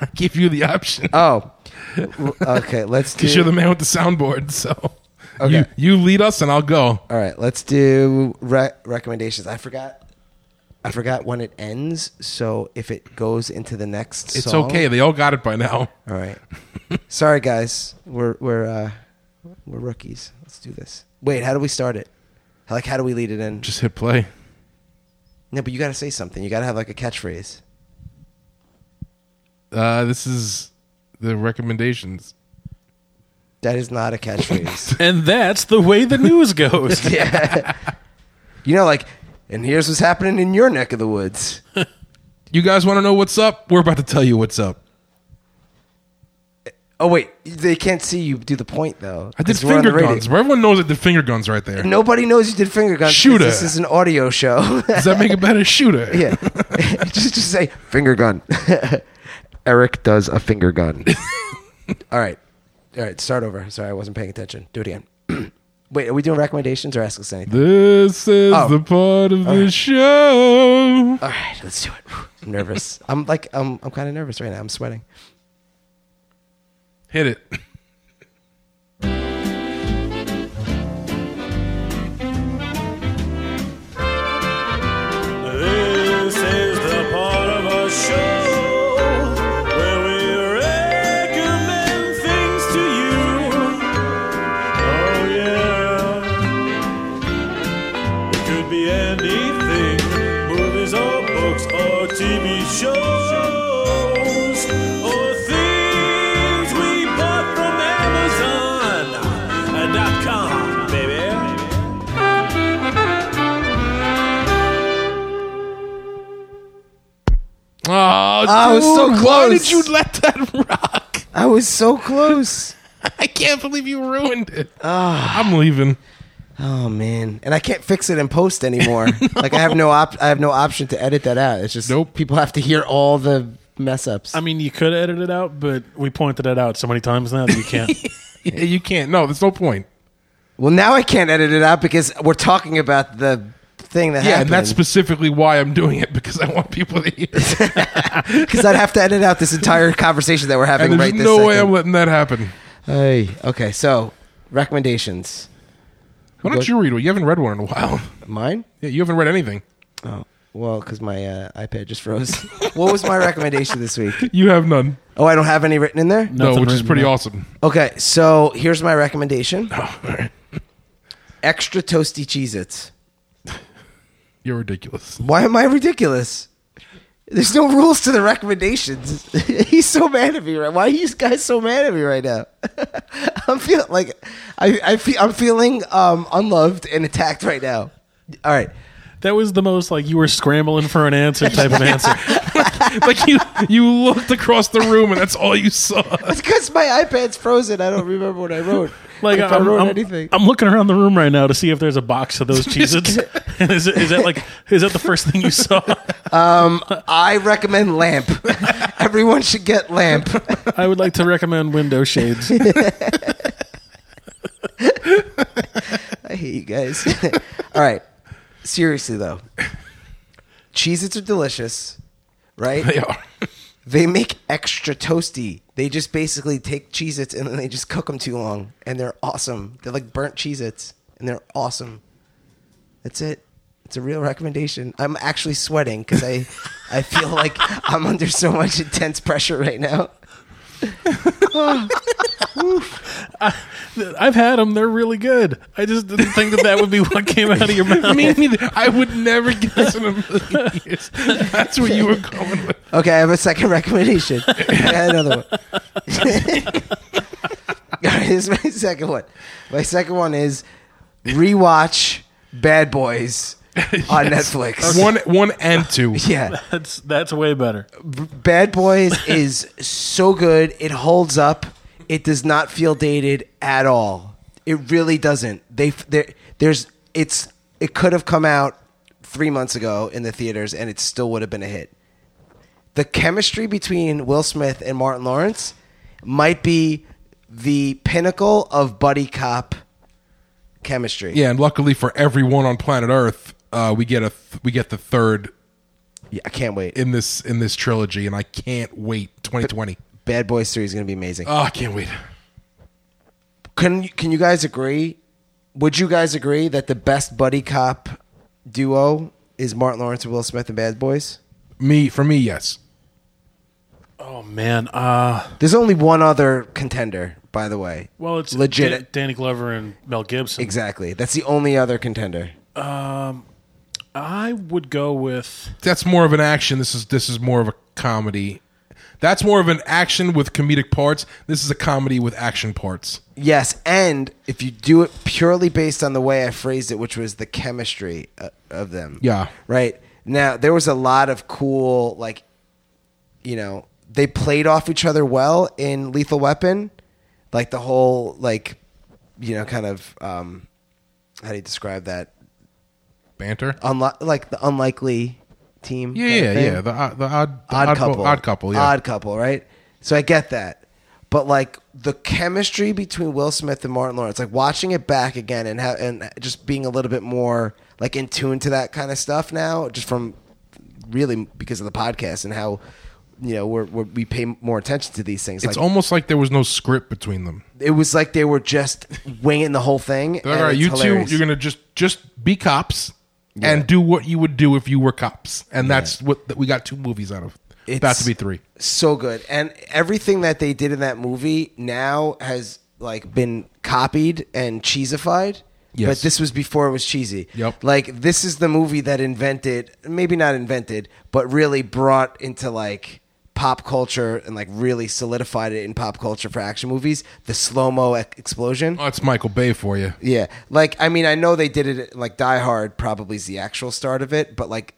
S4: I give you the option
S1: Oh, w- okay. Let's do.
S4: because you're the man with the soundboard. So
S1: Okay.
S4: you, you lead us and I'll go.
S1: all right, let's do re- recommendations. I forgot. I forgot when it ends. So if it goes into the next,
S4: It's
S1: song-
S4: okay. They all got it by now.
S1: All right. Sorry, guys. We're we're uh, we're rookies. Let's do this. Wait, how do we start it? Like, how do we lead it in?
S4: Just hit play.
S1: No, but you got to say something. You got to have like a catchphrase.
S4: Uh, this is the recommendations.
S1: That is not a catchphrase.
S3: And that's the way the news goes.
S1: You know, like, and here's what's happening in your neck of the woods.
S4: You guys want to know what's up? We're about to tell you what's up.
S1: Oh wait, they can't see you do the point though.
S4: I did
S1: 'cause we're on the
S4: finger
S1: radio.
S4: guns. Everyone knows I did finger guns right there.
S1: Nobody knows you did finger guns. 'cause
S4: Shooter.
S1: This is an audio show.
S4: Does that make it better? Shooter.
S1: yeah, just just say finger gun. Eric does a finger gun. All right, all right. Start over. Sorry, I wasn't paying attention. Do it again. wait, are we doing recommendations or ask us anything?
S4: This is
S1: Oh.
S4: the part of the show.
S1: All right, let's do it. I'm nervous. I'm like, I'm, I'm kind of nervous right now. I'm sweating.
S4: Hit it.
S8: This is the part of our show where we recommend things to you. Oh, yeah. It could be anything movies or books or TV shows or things we bought from Amazon uh, dot com, baby.
S4: Oh,
S1: I Ah, was so
S4: dude, Why
S1: close.
S4: did you let that rock?
S1: I was so close.
S4: I can't believe you ruined it.
S1: Ah.
S4: I'm leaving.
S1: Oh man, and I can't fix it in post anymore. Like I have no op- I have no option to edit that out. It's just
S4: Nope.
S1: people have to hear all the mess ups.
S3: I mean, you could edit it out, but we pointed it out so many times now that you can't.
S4: Yeah, you can't. No, there's no point.
S1: well, now I can't edit it out because we're talking about the thing that
S4: Yeah,
S1: happened.
S4: and that's specifically why I'm doing it because I want people to hear. it.
S1: because I'd have to edit out this entire conversation that we're having
S4: And there's
S1: right this
S4: no
S1: second.
S4: way I'm letting that happen.
S1: hey, okay, so recommendations.
S4: Why don't you read one? You haven't read one in a while.
S1: Mine?
S4: Yeah, you haven't read anything.
S1: Oh, well, because my uh, iPad just froze. what was my recommendation this week?
S4: You have none.
S1: Oh, I don't have any written in there.
S4: No,
S3: Nothing
S4: which is
S3: written
S4: pretty
S3: down.
S4: awesome.
S1: Okay, so here's my recommendation:
S3: Oh,
S1: extra toasty Cheez-Its.
S4: You're ridiculous.
S1: Why am I ridiculous? There's no rules to the recommendations. He's so mad at me right. Why are you guys so mad at me right now? I'm feeling like I, I feel I'm feeling um, unloved and attacked right now. All right,
S3: That was the most like you were scrambling for an answer type of answer.
S4: like you, you looked across the room and that's all you saw.
S1: because my iPad's frozen. I don't remember what I wrote.
S3: Like
S1: if
S3: I'm,
S1: wrote
S3: I'm-
S1: anything.
S3: I'm looking around the room right now to see if there's a box of those cheeses. is, it, is that like is that the first thing you saw?
S1: I recommend lamp. Everyone should get lamp.
S3: I would like to recommend window shades.
S1: I hate you guys. All right. Seriously though. Cheez Its are delicious, right?
S4: They are.
S1: They make extra toasty. They just basically take Cheez Its and then they just cook them too long. And they're awesome. They're like burnt Cheez Its and they're awesome. That's it. It's a real recommendation. I'm actually sweating because I, I feel like I'm under so much intense pressure right now.
S3: I've had them. They're really good. I just didn't think that that would be what came out of your mouth.
S4: Me neither. I would never guess in a million years. That's what you were going with.
S1: Okay, I have a second recommendation. I got another one. All right, this is my second one. My second one is rewatch Bad Boys on Netflix.
S4: One, one and two.
S1: Yeah,
S3: That's that's way better.
S1: Bad Boys is so good. It holds up. It does not feel dated at all. It really doesn't. They there there's it's it could have come out 3 months ago in the theaters and it still would have been a hit. The chemistry between Will Smith and Martin Lawrence might be the pinnacle of buddy cop chemistry.
S4: Yeah, and luckily for everyone on planet Earth, uh, we get a th- we get the third
S1: Yeah, I can't wait.
S4: in this in this trilogy, and I can't wait. Twenty twenty.
S1: Bad Boys 3 is going to be amazing.
S4: Oh, I can't wait.
S1: Can can you guys agree? Would you guys agree that the best buddy cop duo is Martin Lawrence and Will Smith in Bad Boys?
S4: Me for me, yes.
S3: Oh man. Uh
S1: There's only one other contender, by the way.
S3: well, it's
S1: legit.
S3: Dan- Danny Glover and Mel Gibson.
S1: exactly. That's the only other contender.
S3: I would go with
S4: That's more of an action. This is this is more of a comedy. That's more of an action with comedic parts. This is a comedy with action parts.
S1: Yes, and if you do it purely based on the way I phrased it, which was the chemistry uh, of them.
S4: Yeah.
S1: Right. Now, there was a lot of cool, like, you know, they played off each other well in Lethal Weapon. Like, the whole, like, you know, kind of, um, how do you describe that?
S4: Banter.
S1: Unli- like, the unlikely team.
S4: yeah,
S1: kind
S4: yeah,
S1: of thing
S4: yeah. The, uh, the odd, the
S1: odd
S4: oddball-
S1: couple,
S4: odd couple. Yeah.
S1: odd couple, right? So I get that, but like the chemistry between Will Smith and Martin Lawrence, like watching it back again and ha- and just being a little bit more like in tune to that kind of stuff now, just from really because of the podcast and how you know we're, we're we pay more attention to these things.
S4: It's
S1: like
S4: almost like there was no script between them.
S1: it was like they were just winging the whole thing.
S4: All
S1: and
S4: right,
S1: it's
S4: you
S1: hilarious.
S4: two, you're gonna just just be cops and do what you would do if you were cops, and that's what that we got two movies out of. About
S1: It's-
S4: to be three.
S1: so good and everything that they did in that movie now has like been copied and cheesified
S4: Yes.
S1: but this was before it was cheesy
S4: Yep.
S1: like this is the movie that invented maybe not invented but really brought into like pop culture and like really solidified it in pop culture for action movies the slow-mo e- explosion
S4: Oh, it's Michael Bay for you.
S1: yeah. Like, I mean, I know they did it, like, Die Hard probably is the actual start of it, but, like,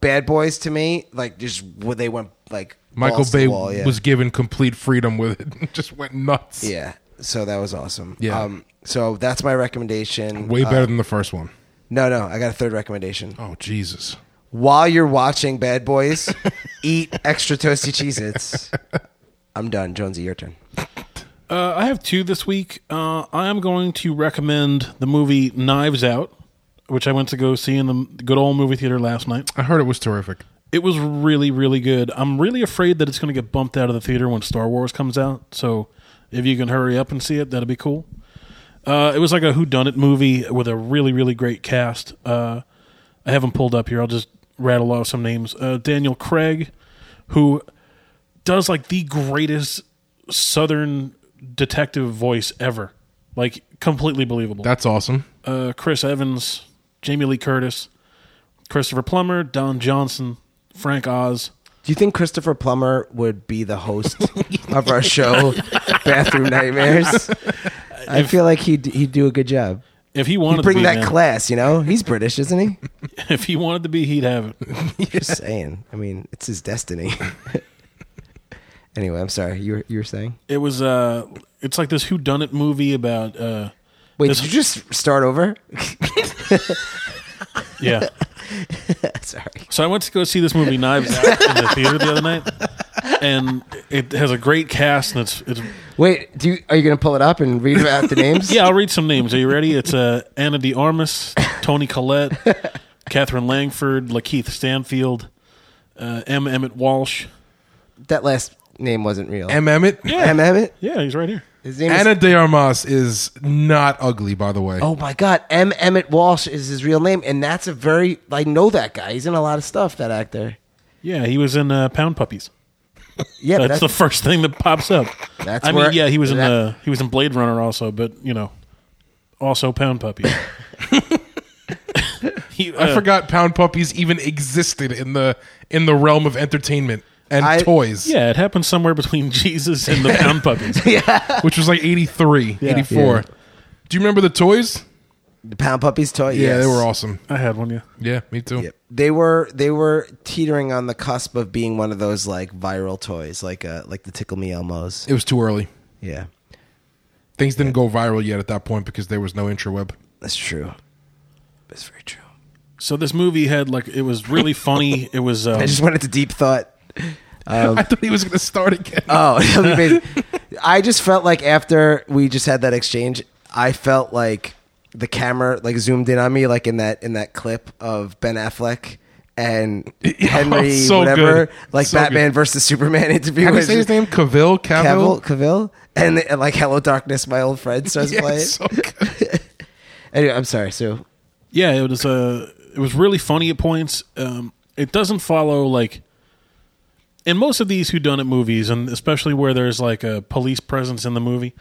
S1: Bad Boys to me, like, just where they went, like,
S4: Michael
S1: balls to
S4: Bay
S1: the wall, yeah.
S4: was given complete freedom with it. just went nuts.
S1: Yeah. So that was awesome.
S4: Yeah.
S1: Um, so that's my recommendation.
S4: Way
S1: Uh,
S4: better than the first one.
S1: no, no. I got a third recommendation.
S4: Oh Jesus.
S1: While you're watching Bad Boys, eat extra toasty Cheez Its. I'm done. Jonesy, your turn.
S3: Uh, I have two this week. Uh, I am going to recommend the movie Knives Out, which I went to go see in the good old movie theater last night.
S4: I heard it was terrific.
S3: It was really, really good. I'm really afraid that it's going to get bumped out of the theater when Star Wars comes out. So if you can hurry up and see it, that'd be cool. Uh, it was like a whodunit movie with a really, really great cast. Uh, I have them pulled up here. I'll just rattle off some names. Uh, Daniel Craig, who does like the greatest Southern detective voice ever. Like, completely believable
S4: That's awesome.
S3: uh, Chris Evans, Jamie Lee Curtis, Christopher Plummer, Don Johnson, Frank Oz.
S1: Do you think Christopher Plummer would be the host of our show, Bathroom Nightmares? I feel like he'd, he'd do a good job.
S3: If he wanted
S1: bring
S3: to be,
S1: that
S3: man,
S1: class, you know? He's British, isn't he?
S3: if he wanted to be, he'd have it.
S1: Just saying. I mean, it's his destiny. anyway, I'm sorry. You were, you were saying?
S3: It was uh, it's like this Who Done It movie about uh,
S1: Wait,
S3: This-
S1: did you just start over?
S3: yeah.
S1: sorry.
S3: So I went to go see this movie Knives Out in the theater the other night, and it has a great cast and it's it's
S1: Wait, do you, are you going to pull it up and read out the names?
S3: Yeah, I'll read some names. Are you ready? It's uh, Anna De Armas, Tony Collette, Catherine Langford, Lakeith Stanfield, uh, M. Emmett Walsh.
S1: That last name wasn't real.
S4: M. Emmett.
S1: M. Emmett?
S3: Yeah, he's right here.
S1: His name
S4: Anna
S1: is.
S4: de Armas is not ugly, by the way.
S1: Oh my God. M. Emmett Walsh is his real name. And that's a very. I know that guy. He's in a lot of stuff, that actor.
S3: Yeah, he was in uh, Pound Puppies.
S1: Yeah, but
S3: That's the
S1: that's-
S3: first thing that pops up.
S1: That's
S3: I
S1: where-
S3: mean, yeah, he was in
S1: that-
S3: the he was in Blade Runner also, but you know, also Pound Puppy. he, uh,
S4: I forgot Pound Puppies even existed in the in the realm of entertainment and
S1: I-
S4: toys,
S3: Yeah, it happened somewhere between Jesus and the Pound Puppies.
S4: which was like 83, 84.
S1: Yeah.
S4: Do you remember the toys?
S1: the Pound Puppies toy.
S4: Yeah,
S1: yes.
S4: they were awesome.
S3: I had one, yeah.
S4: Yeah, me too.
S1: Yep. They were they were teetering on the cusp of being one of those like viral toys, like uh like the Tickle Me Elmos.
S4: It was too early.
S1: Yeah,
S4: Things didn't go viral yet at that point because there was no interweb.
S1: that's true. That's very true.
S3: So this movie had like it was really funny. It was um,
S1: I just went into deep thought. Um,
S4: I thought he was going to start again.
S1: Oh, that'd be amazing. I just felt like after we just had that exchange, I felt like the camera like zoomed in on me, like in that in that clip of Ben Affleck and Henry,
S4: Oh, so
S1: whatever,
S4: good.
S1: like
S4: So
S1: Batman
S4: good.
S1: versus Superman interview.
S4: How do you
S1: where it's
S4: say his
S1: just
S4: name? Cavill?
S1: Cavill,
S4: Cavill?
S1: Cavill, and, and like "Hello Darkness," my old friend starts
S4: Yeah,
S1: playing.
S4: it's so good.
S1: anyway, I'm sorry, Sue.
S3: yeah, it was uh it was really funny at points. Um, it doesn't follow like in most of these whodunit movies, and especially where there's like a police presence in the movie.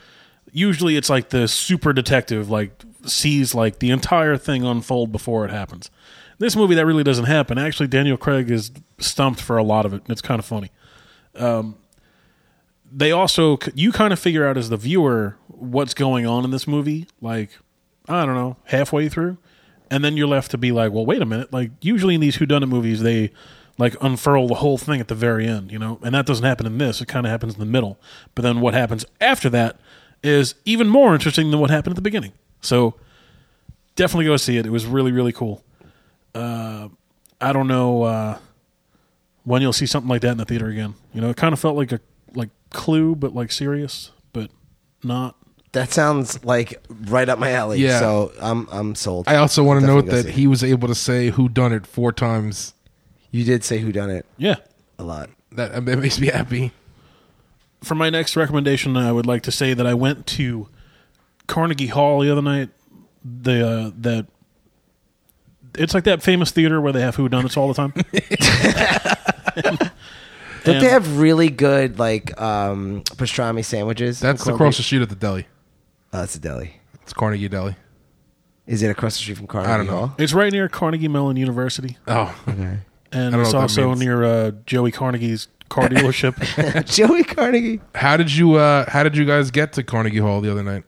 S3: Usually, it's like the super detective like sees like the entire thing unfold before it happens. This movie that really doesn't happen. Actually, Daniel Craig is stumped for a lot of it. and It's kind of funny. they also you kind of figure out as the viewer what's going on in this movie like i don't know halfway through and then you're left to be like well wait a minute like usually in these whodunit movies they like unfurl the whole thing at the very end you know and that doesn't happen in this it kind of happens in the middle but then what happens after that is even more interesting than what happened at the beginning so definitely go see it it was really really cool uh, i don't know uh, when you'll see something like that in the theater again. You know, it kind of felt like a like Clue, but like serious, but not.
S1: That sounds like right up my alley.
S4: Yeah.
S1: So I'm I'm sold.
S4: I also want to note
S1: Definitely go
S4: that
S1: see it.
S4: he was able to say who done it four times.
S1: you did say who done it
S3: Yeah.
S1: a lot.
S4: That, that makes me happy.
S3: For my next recommendation, I would like to say that I went to Carnegie Hall the other night. The uh, that it's like that famous theater where they have whodunits all the time.
S1: Don't they
S3: And-
S1: have really good like um pastrami sandwiches? in
S4: That's
S1: Columbia?
S4: across the street at the deli.
S1: Oh, that's a deli.
S4: It's Carnegie Deli.
S1: Is it across the street from Carnegie
S4: I don't know.
S1: Hall?
S3: it's right near Carnegie Mellon University,
S4: Oh,
S3: and
S4: I don't know
S3: it's
S4: what that
S3: also
S4: means.
S3: near uh, Joey Carnegie's car dealership.
S1: Joey Carnegie.
S4: how did you? Uh, how did you guys get to Carnegie Hall the other night?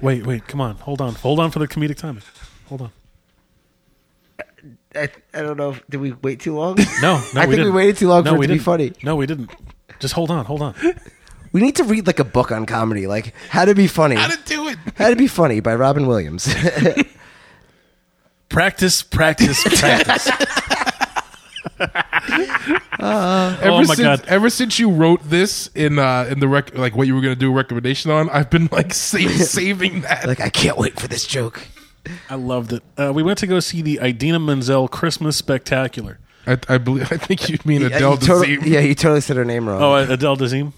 S3: wait, wait, come on, hold on, hold on for the comedic timing. Hold on.
S1: I, I don't know. Did we wait too long?
S3: No, no,
S1: I think we
S3: didn't.
S1: waited too long
S3: no,
S1: for it
S3: we
S1: to be
S3: didn't.
S1: funny.
S3: No, we didn't. Just hold on, hold on.
S1: we need to read like a book on comedy, like How to Be Funny. How to,
S4: do it.
S1: Be Funny by Robin Williams.
S3: Practice, practice, practice.
S4: Ever
S3: Oh my
S4: since,
S3: God.
S4: Ever since you wrote this in uh, in the rec- like what you were gonna do a recommendation on, I've been like save, saving that.
S1: like I can't wait for this joke.
S3: I loved it. Uh, we went to go see the Idina Menzel Christmas Spectacular.
S4: I, I believe. I think you mean
S1: Yeah,
S4: Adele
S1: you tota-
S4: Dazeem.
S1: yeah, you totally said her name wrong.
S3: Oh, Adele Dazeem.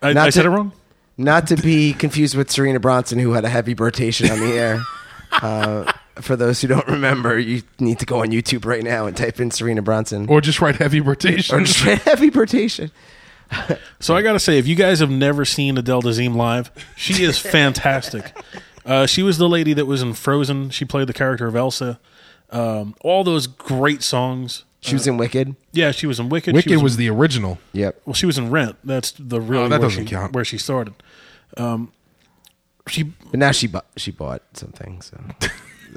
S3: I,
S1: Not
S3: I said
S1: to-
S3: it wrong.
S1: Not to be confused with Serena Bronson, who had a heavy rotation on the air. Uh, for those who don't remember, you need to go on YouTube right now and type in Serena Bronson
S4: Or just write heavy rotation.
S1: or just heavy rotation.
S3: So I gotta say, if you guys have never seen Adele Dazeem live, she is fantastic. Uh, she was the lady that was in Frozen. She played the character of Elsa. Um, all those great songs.
S1: She was in Wicked.
S3: Yeah, she was in Wicked. she
S4: Wicked
S3: in-
S4: was the original.
S1: Yep.
S3: Well, she was in Rent. That's the really
S4: Oh, that
S3: where
S4: doesn't
S3: she,
S4: count.
S3: where she started. Um, she
S1: But now she bought she bought something. So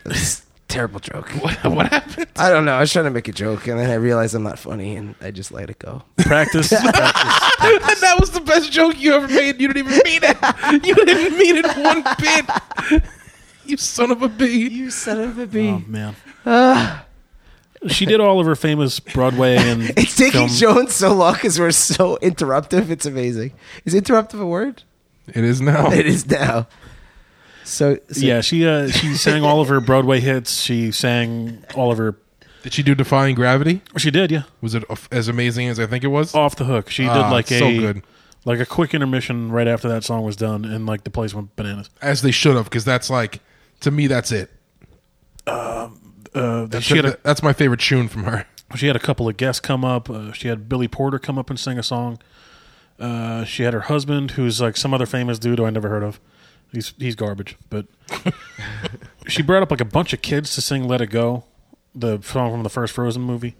S1: That's a terrible joke. What,
S4: What happened?
S1: I don't know. I was trying to make a joke, and then I realized I'm not funny, and I just let it go.
S3: practice, practice.
S4: that was the best joke you ever made. You didn't even mean it. You didn't mean it one bit. You son of a bee.
S1: You son of a bee!
S3: Oh man.
S1: Ah.
S3: she did all of her famous Broadway and
S1: it's taking
S3: film-
S1: Jones so long because we're so interruptive. It's amazing. Is interruptive a word?
S4: It is now.
S1: It is now. So, so
S3: Yeah, she uh, she sang all of her Broadway hits. She sang all of her.
S4: Did she do Defying Gravity?
S3: She did, yeah.
S4: Was it af- as amazing as I think it was?
S3: Off the hook. She did
S4: Ah,
S3: like a
S4: so good.
S3: like a quick intermission right after that song was done, and like the place went bananas.
S4: As they should have, because that's like, to me, that's it.
S3: uh,
S4: That's,
S3: she had a,
S4: that's my favorite tune from her.
S3: she had a couple of guests come up. Uh, she had Billy Porter come up and sing a song. Uh, she had her husband, who's like some other famous dude who I never heard of. He's he's garbage, but she brought up like a bunch of kids to sing "Let It Go," the song from the first Frozen movie.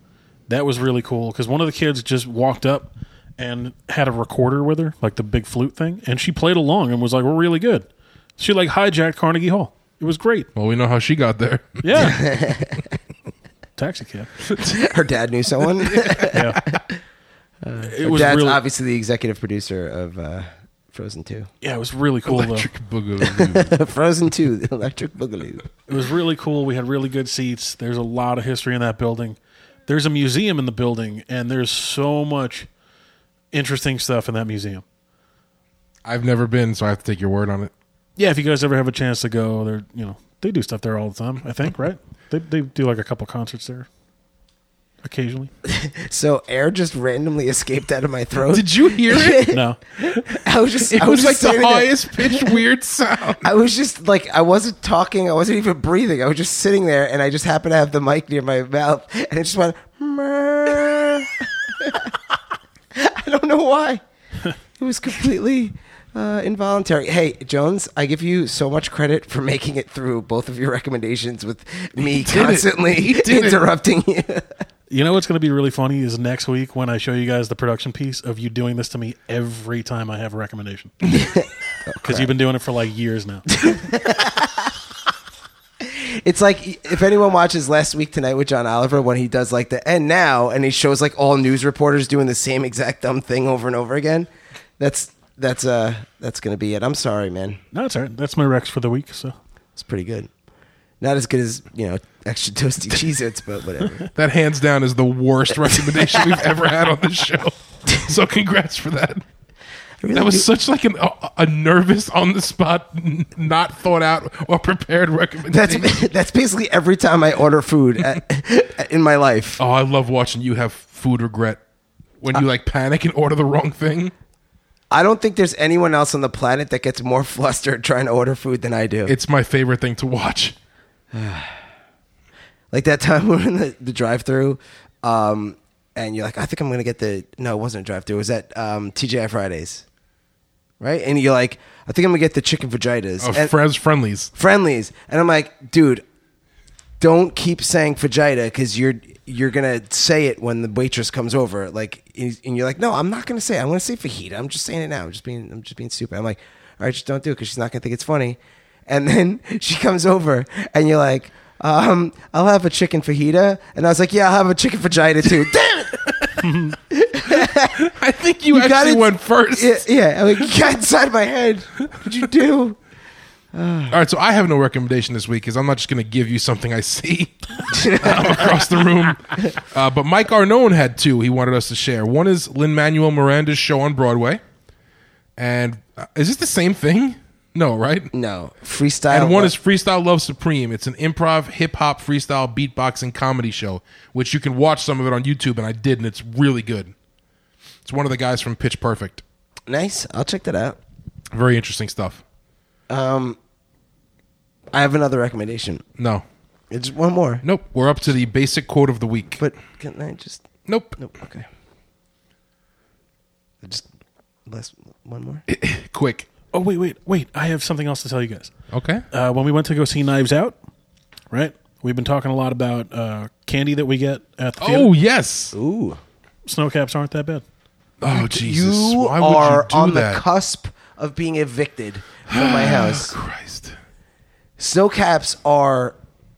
S3: That was really cool because one of the kids just walked up and had a recorder with her, like the big flute thing, and she played along and was like, "We're really good." She like hijacked Carnegie Hall. It was great.
S4: Well, we know how she got there.
S3: Yeah. Taxi cab.
S1: Her dad knew someone. Her
S3: Yeah. it was
S1: dad's
S3: really
S1: obviously the executive producer of uh, Frozen Two.
S3: yeah, it was really cool
S4: Electric Boogaloo.
S1: Frozen Two, the Electric Boogaloo.
S3: though. It was really cool. We had really good seats. There's a lot of history in that building. There's a museum in the building and there's so much interesting stuff in that museum.
S4: I've never been, so I have to take your word on it.
S3: Yeah, if you guys ever have a chance to go, they're you know, they do stuff there all the time, I think, right? They they do like a couple concerts there occasionally.
S1: So air just randomly escaped out of my throat.
S4: Did you hear it?
S3: No.
S1: I was just. I
S4: It
S1: was
S4: was like
S1: just
S4: the
S1: standing there.
S4: highest pitched weird sound.
S1: I was just like I wasn't talking. I wasn't even breathing. I was just sitting there, and I just happened to have the mic near my mouth, and it just went. "Mer." I don't know why. It was completely uh, involuntary. Hey, Jones, I give you so much credit for making it through both of your recommendations with me constantly interrupting you.
S3: You know what's going to be really funny is next week when I show you guys the production piece of you doing this to me every time I have a recommendation. Because you've been doing it for like years now.
S1: It's like if anyone watches Last Week Tonight with John Oliver when he does like the and now and he shows like all news reporters doing the same exact dumb thing over and over again. That's that's uh that's gonna be it. I'm sorry, man.
S3: no, it's all right. That's my Rex for the week. So
S1: It's pretty good. Not as good as you know extra toasty Cheez-Its, but whatever.
S4: That hands down is the worst recommendation we've ever had on this show. So congrats for that. That was such like an, a, a nervous, on the spot, n- not thought out or prepared
S1: that's
S4: recommendation.
S1: that's basically every time I order food at, in my life.
S4: oh, I love watching you have food regret when
S1: Uh,
S4: you like panic and order the wrong thing.
S1: I don't think there's anyone else on the planet that gets more flustered trying to order food than I do.
S4: It's my favorite thing to watch.
S1: Like that time we were in the, the drive through, um, and you're like, I think I'm gonna get the no, it wasn't a drive through, it was at um TGI Fridays. Right? And you're like, I think I'm gonna get the chicken vaginas.
S4: Oh,
S1: and
S4: friends, friendlies.
S1: friendlies. And I'm like, dude, don't keep saying vagina because you're you're gonna say it when the waitress comes over. Like and and you're like, no, I'm not gonna say it. I'm gonna say fajita. I'm just saying it now. I'm just being I'm just being stupid. I'm like, all right, just don't do it because she's not gonna think it's funny. And then she comes over and you're like, um, I'll have a chicken fajita. And I was like, yeah, I'll have a chicken vagina too. Damn it!
S4: I think you,
S1: You got
S4: actually
S1: it.
S4: went first.
S1: Yeah, yeah. I'm like, you got inside my head. What'd you do?
S4: All right, so I have no recommendation this week because I'm not just going to give you something I see I'm across the room. Uh, but Mike Arnone had two he wanted us to share. One is Lin Manuel Miranda's show on Broadway. And uh, is this the same thing? No, right?
S1: No. uh, Freestyle.
S4: And one
S1: what?
S4: is Freestyle Love Supreme. It's an improv, hip hop, freestyle, beatboxing comedy show, which you can watch some of it on YouTube, and I did, and it's really good. It's one of the guys from Pitch Perfect.
S1: nice. I'll check that out.
S4: Very interesting stuff.
S1: I have another recommendation.
S4: No.
S1: It's one more.
S4: Nope. We're up to the basic quote of the week.
S1: But can I just?
S4: nope.
S1: Nope. Okay. I just last one more.
S4: Quick.
S3: Oh wait, wait, wait! I have something else to tell you guys.
S4: Okay.
S3: Uh, when we went to go see Knives Out, right? We've been talking a lot about uh, candy that we get at the theater.
S4: Oh yes.
S1: Ooh,
S3: snow caps aren't that bad.
S4: Oh Jesus.
S1: you
S4: Why
S1: are
S4: would you do
S1: on
S4: that?
S1: the cusp of being evicted from my house.
S4: Christ.
S1: Snow caps are.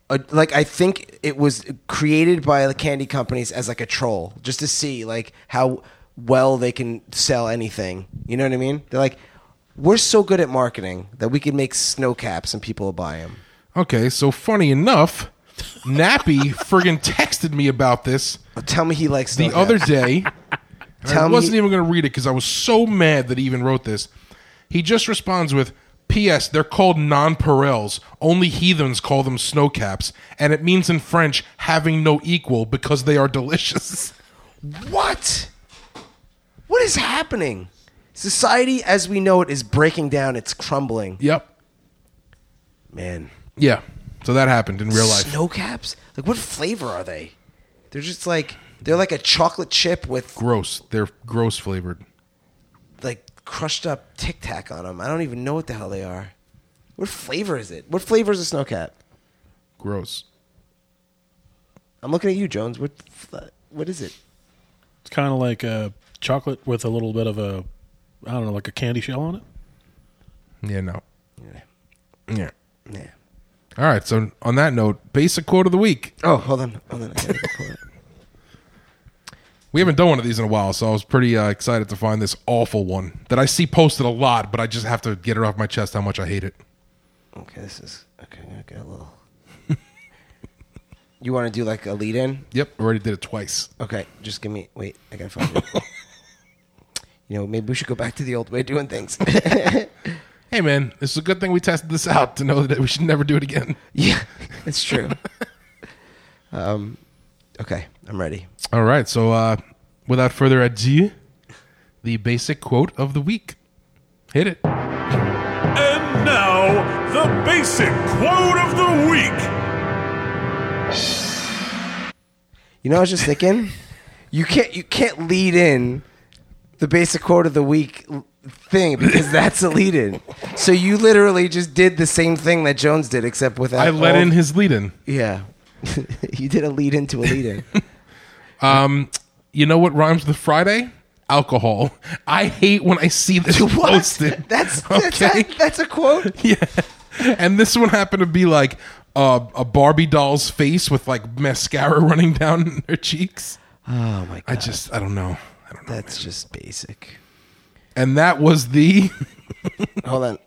S1: A, like I think it was created by the candy companies as like a troll, just to see like how well they can sell anything. You know what I mean? They're like, we're so good at marketing that we can make snow caps and people will buy them.
S4: Okay, so funny enough, Nappy friggin' texted me about this
S1: Tell me he likes
S4: the
S1: snow
S4: other
S1: caps.
S4: day. And I
S1: Tell me-
S4: wasn't even going to read it because I was so mad that he even wrote this. He just responds with, "P.S. They're called nonpareils. Only heathens call them snowcaps, and it means in French having no equal because they are delicious."
S1: What? What is happening? Society as we know it is breaking down. It's crumbling.
S4: Yep.
S1: Man.
S4: Yeah. So that happened in real life.
S1: Snow caps? Like what flavor are they? They're just like they're like a chocolate chip with
S4: gross. They're gross flavored.
S1: like crushed up Tic Tac on them. I don't even know what the hell they are. What flavor is it? What flavor is a snow cap?
S4: Gross.
S1: I'm looking at you, Jones. What f- what is it?
S3: It's kind of like a chocolate with a little bit of a, I don't know, like a candy shell on it.
S4: Yeah, no. Yeah.
S1: Yeah.
S4: All right. So on that note, basic quote of the week.
S1: Oh, hold on, hold on. I gotta go pull it.
S4: We haven't done one of these in a while, so I was pretty uh, excited to find this awful one that I see posted a lot, but I just have to get it off my chest how much I hate it.
S1: Okay, this is okay. I'm gonna get a little. you want to do like a lead in?
S4: Yep, already did it twice.
S1: Okay, just give me. Wait, I gotta find it. you know, maybe we should go back to the old way of doing things.
S4: Hey man, it's a good thing we tested this out to know that we should never do it again.
S1: yeah, it's true. um, okay, I'm ready.
S4: All right, so uh, without further ado, the basic quote of the week. Hit it.
S8: And now, the basic quote of the week.
S1: You know, I was just thinking, you can't you can't lead in the basic quote of the week l- thing because that's a lead in. So you literally just did the same thing that Jones did, except with
S4: I let in his lead in.
S1: Yeah, you did a lead in to a lead in.
S4: Um, You know what rhymes with Friday? Alcohol. I hate when I see this
S1: What?
S4: posted.
S1: That's that's, a, that's a quote.
S4: yeah. And this one happened to be like uh, a Barbie doll's face with like mascara running down her cheeks.
S1: Oh my god,
S4: I just, I don't know. I don't know.
S1: that's just basic.
S4: And that was the.
S1: Hold on.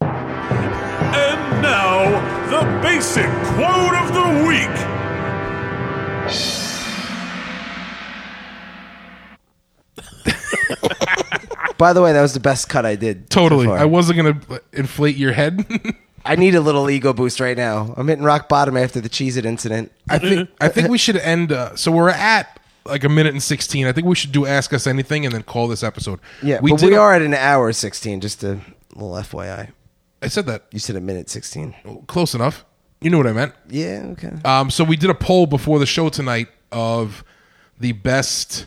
S8: And now, the basic quote of the week.
S1: By the way, that was the best cut I did. so
S4: Totally.
S1: far.
S4: I wasn't going to inflate your head.
S1: I need a little ego boost right now. I'm hitting rock bottom after the Cheez It incident.
S4: I think I think we should end. Uh, so we're at like a minute and 16. I think we should do Ask Us Anything and then call this episode.
S1: Yeah, but we
S4: did-
S1: are at an hour 16, just a little FYI.
S4: I said that
S1: You said a minute 16.
S4: close enough. You knew what I meant.
S1: Yeah, okay.
S4: Um, so we did a poll before the show tonight of the best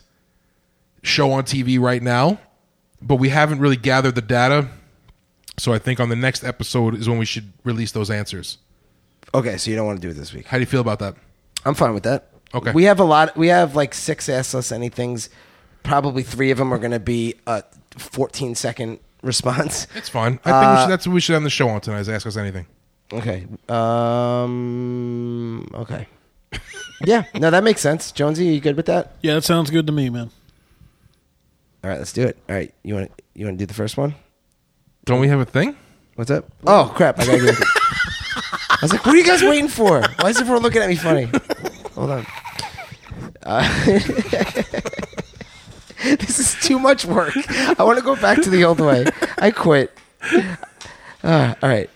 S4: show on TV right now, but we haven't really gathered the data. So I think on the next episode is when we should release those answers.
S1: Okay, so you don't want to do it this week.
S4: How do you feel about that?
S1: I'm fine with that.
S4: Okay.
S1: We have a lot. We have like six Ask Us Anythings. Probably three of them are going to be a 14 second response.
S4: It's fine. I think
S1: Uh,
S4: we should, that's what we should end the show on tonight. Is ask us anything.
S1: Okay. Um. Okay. yeah. No, that makes sense. Jonesy, you good with that?
S3: Yeah, that sounds good to me, man.
S1: All right, let's do it. All right, you want to you want to do the first one?
S4: Don't we have a thing?
S1: What's up? Oh crap! I gotta do it. I was like, "What are you guys waiting for? Why is everyone looking at me funny?" Hold on. Uh, this is too much work. I want to go back to the old way. I quit. Uh, all right.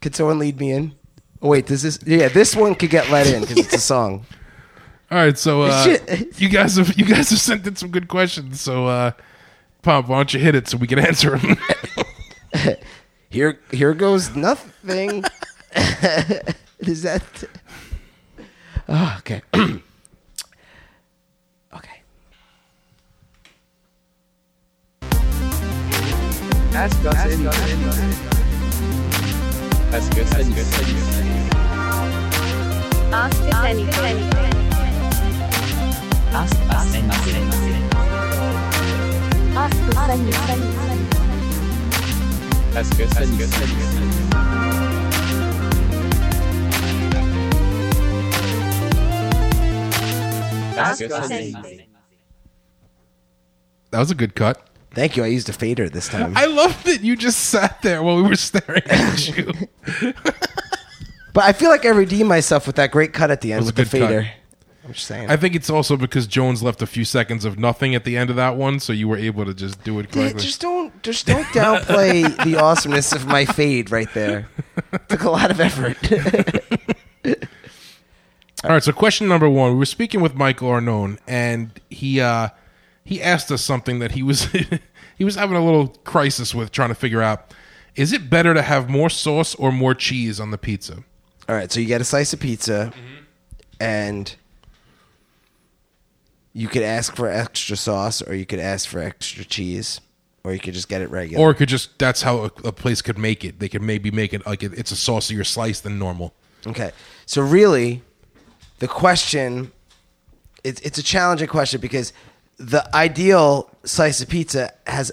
S1: Could someone lead me in? Oh wait, does this? Yeah, this one could get let in because it's a song.
S4: All right. So uh,
S1: Shit.
S4: you guys have you guys have sent in some good questions. So uh, Pop, why don't you hit it so we can answer them?
S1: Here, here goes nothing. Is that? Oh, okay. okay.
S9: Ask us anything. Ask us anything. Ask us anything.
S4: that was a good cut.
S1: Thank you. I used a fader this time.
S4: I love that you just sat there while we were staring at you.
S1: but I feel like I redeemed myself with that great cut at the end
S4: was a
S1: with the
S4: good cut.
S1: fader. I'm just saying.
S4: I think it's also because Jones left a few seconds of nothing at the end of that one, so you were able to just do it
S1: Dude,
S4: correctly.
S1: just don't, just don't downplay the awesomeness of my fade right there. Took a lot of effort.
S4: All right, so question number one: We were speaking with Michael Arnone, and he uh, he asked us something that he was he was having a little crisis with, trying to figure out Is it better to have more sauce or more cheese on the pizza?
S1: All right, so you get a slice of pizza, and you could ask for extra sauce, or you could ask for extra cheese, or you could just get it regular.
S4: Or it could just that's how a, a place could make it. They could maybe make it like it, it's a saucier slice than normal.
S1: Okay. So really, the question it's it's a challenging question because the ideal slice of pizza has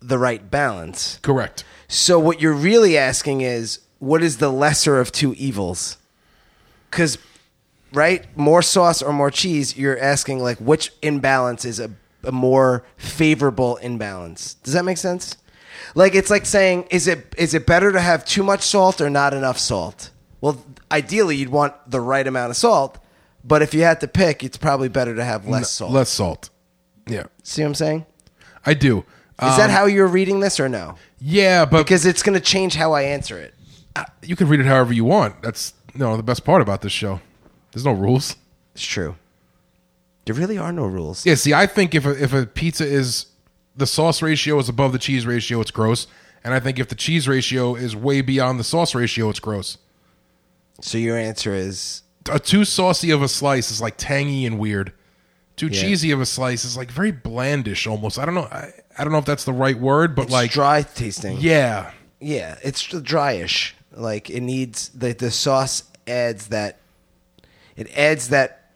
S1: the right balance.
S4: Correct.
S1: So what you're really asking is what is the lesser of two evils? Cuz right, more sauce or more cheese, you're asking like which imbalance is a, a more favorable imbalance. Does that make sense? Like it's like saying is it is it better to have too much salt or not enough salt? Well, ideally you'd want the right amount of salt, but if you had to pick, it's probably better to have less salt.
S4: Less salt. Yeah,
S1: See what I'm saying?
S4: I do. Uh,
S1: Is that how you're reading this or no?
S4: Yeah, but
S1: Because it's going to change how I answer it.
S4: you can read it however you want. That's no the best part about this show. There's no rules.
S1: It's true. There really are no rules.
S4: Yeah, see, I think if a, if a pizza is the sauce ratio is above the cheese ratio, it's gross. And I think if the cheese ratio is way beyond the sauce ratio, it's gross.
S1: So your answer is
S4: A too saucy of a slice is like tangy and weird. Too
S1: Yeah.
S4: cheesy of a slice is like very blandish almost. I don't know. I, I don't know if that's the right word, but
S1: it's
S4: like
S1: dry tasting.
S4: yeah,
S1: Yeah, it's just dryish. Like it needs the the sauce adds that. It adds that.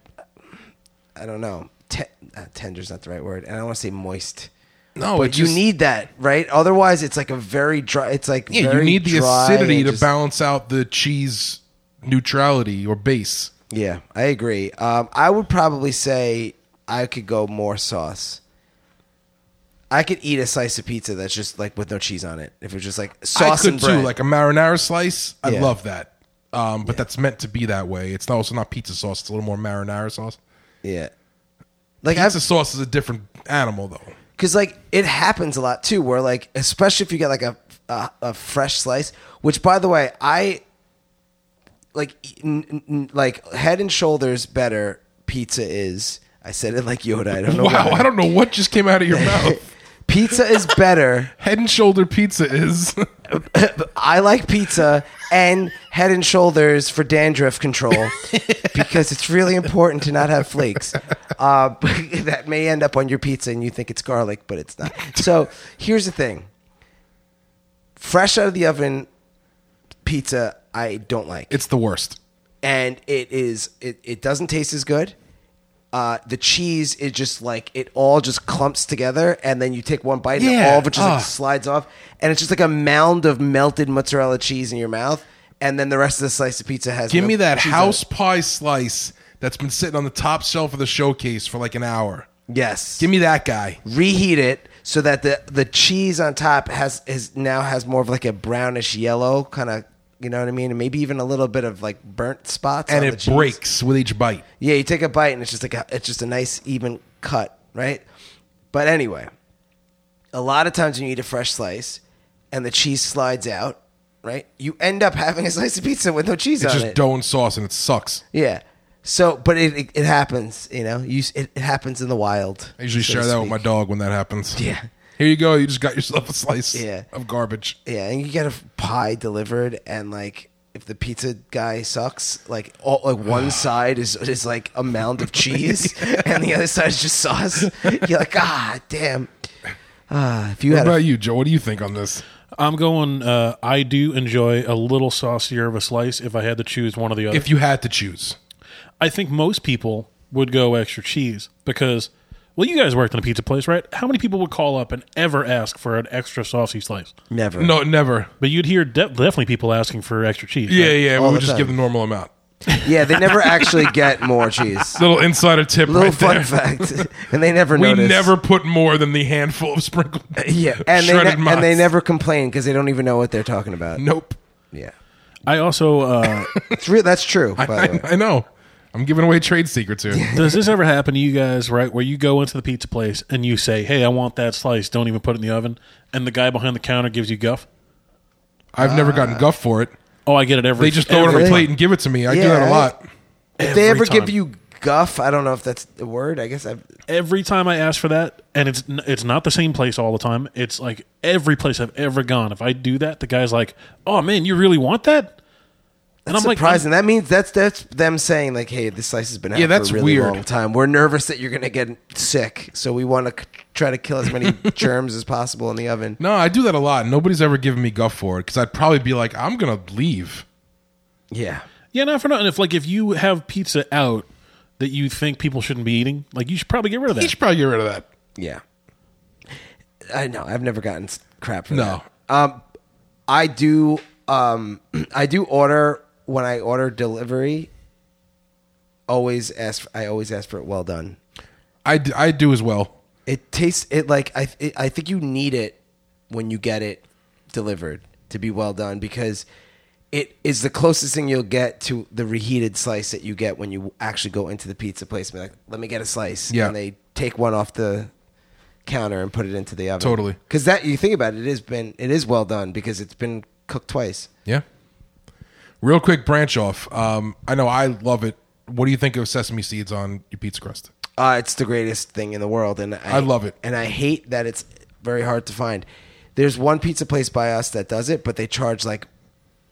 S1: I don't know. Te- uh, tender's not the right word, and I don't want to say moist.
S4: no,
S1: but
S4: Oh, it
S1: you
S4: just-
S1: need that, right? Otherwise, it's like a very dry. It's like
S4: yeah, you
S1: very
S4: need the
S1: dry
S4: acidity
S1: and
S4: to
S1: just-
S4: balance out the cheese neutrality or base.
S1: Yeah, I agree. Um, I would probably say I could go more sauce. I could eat a slice of pizza that's just like with no cheese on it. If it was just like sauce
S4: I could
S1: and bread,
S4: too, like a marinara slice. I
S1: Yeah.
S4: love that. Um, but that's meant to be that way. It's also not pizza sauce. It's a little more marinara sauce.
S1: yeah, like I've
S4: Pizza sauce is a different animal, though.
S1: because like it happens a lot too where like especially if you get like a, a, a fresh slice which by the way i like e, n- n- n- like head and shoulders better pizza is i said it like yoda i don't know
S4: Wow,
S1: why.
S4: I don't know what just came out of your mouth.
S1: pizza is better
S4: Head and shoulder pizza is.
S1: i like pizza and head and shoulders for dandruff control because it's really important to not have flakes uh, that may end up on your pizza and you think it's garlic but it's not so here's the thing fresh out of the oven pizza I don't like.
S4: it's the worst.
S1: and it is it, it doesn't taste as good. Uh, the cheese is just like it all just clumps together, and then you take one bite, and
S4: Yeah.
S1: all of it just
S4: Ah.
S1: like slides off, and it's just like a mound of melted mozzarella cheese in your mouth, and then the rest of the slice of pizza has.
S4: Give
S1: no
S4: me that
S1: cheese on
S4: house
S1: it.
S4: pie slice that's been sitting on the top shelf of the showcase for like an hour.
S1: Yes,
S4: Give me that guy.
S1: reheat it so that the the cheese on top has is now has more of like a brownish yellow kind of you know what I mean, and maybe even a little bit of like burnt spots.
S4: And
S1: on the
S4: it
S1: cheese.
S4: breaks with each bite.
S1: Yeah, you take a bite and it's just like a, it's just a nice even cut, right? But anyway, a lot of times when you eat a fresh slice and the cheese slides out, right? You end up having a slice of pizza with no cheese
S4: It's
S1: on
S4: just
S1: it.
S4: dough and sauce, and it sucks.
S1: Yeah. So, but it, it it happens, you know. You s- it, it happens in the wild.
S4: I usually
S1: so
S4: share
S1: to
S4: that with
S1: speak.
S4: my dog when that happens.
S1: Yeah.
S4: Here you go. You just got yourself a slice
S1: Yeah.
S4: of garbage.
S1: Yeah, and you get a pie delivered, and like if the pizza guy sucks, like all, like one side is is like a mound of cheese, and the other side is just sauce. You're like, ah, damn. Ah, if you
S4: What
S1: had,
S4: about
S1: a,
S4: you, Joe? What do you think on this?
S3: I'm going. Uh, I do enjoy a little saucier of a slice if I had to choose one or the other.
S4: If you had to choose,
S3: I think most people would go extra cheese because, well, you guys worked in a pizza place, right? How many people would call up and ever ask for an extra saucy slice?
S1: never,
S4: no, never.
S3: But you'd hear de- definitely people asking for extra cheese.
S4: Yeah,
S3: right?
S4: yeah.
S1: All
S4: we
S1: the
S4: would just
S1: time.
S4: give the normal amount.
S1: yeah, they never actually get more cheese.
S4: Little insider tip,
S1: Little
S4: right
S1: fun
S4: there.
S1: fact, and they never
S4: We
S1: notice.
S4: never put more than the handful of sprinkled.
S1: yeah, and they
S4: shredded
S1: ne- and they
S4: mozz.
S1: never complain because they don't even know what they're talking about.
S4: Nope.
S1: Yeah,
S3: I also uh,
S1: it's real. That's true. By the
S4: I,
S1: way,
S4: I know. I'm giving away trade secrets here.
S3: does this ever happen to you guys, right? Where you go into the pizza place and you say, "Hey, I want that slice. Don't even put it in the oven," and the guy behind the counter gives you guff.
S4: I've never gotten
S1: Uh,
S4: guff for it.
S3: Oh, I get it every.
S4: They just throw it on a
S1: Everything.
S4: plate and give it to me. I do
S1: Yeah,
S4: that a
S1: right?
S4: lot.
S1: if they ever
S3: every
S1: give
S3: time.
S1: you guff. I don't know if that's the word. I guess I've
S3: every time I ask for that, and it's n- it's not the same place all the time. It's like every place I've ever gone. If I do that, the guy's like, "Oh man, you really want that?" And
S1: That's
S3: I'm like,
S1: surprising. that means that's that's them saying like, "Hey, this slice has been out
S4: Yeah,
S1: for
S4: that's
S1: a really
S4: weird.
S1: long time. We're nervous that you're going to get sick, so we want to c- try to kill as many germs as possible in the oven."
S4: No, I do that a lot. Nobody's ever given me guff for it because I'd probably be like, I'm gonna leave.
S1: Yeah,
S3: Yeah, not for nothing. If like if you have pizza out that you think people shouldn't be eating, like you should probably get rid of
S4: You
S3: that.
S4: should probably get rid of that.
S1: yeah. I know. I've never gotten s- crap for
S4: No.
S1: that. Um, I do. Um, I do order when I order delivery. Always ask. I always ask for it well done.
S4: I, d- I do as well.
S1: It tastes it like I it, I think you need it when you get it delivered to be well done because it is the closest thing you'll get to the reheated slice that you get when you actually go into the pizza place and be like, "Let me get a slice."
S4: Yeah.
S1: And they take one off the counter and put it into the oven.
S4: Totally.
S1: Cuz that you think about it, it has been it is well done because it's been cooked twice.
S4: Yeah. Real quick branch off. Um, I know I love it. What do you think of sesame seeds on your pizza crust?
S1: Uh, it's the greatest thing in the world, and I,
S4: I love it.
S1: And I hate that it's very hard to find. There's one pizza place by us that does it, but they charge like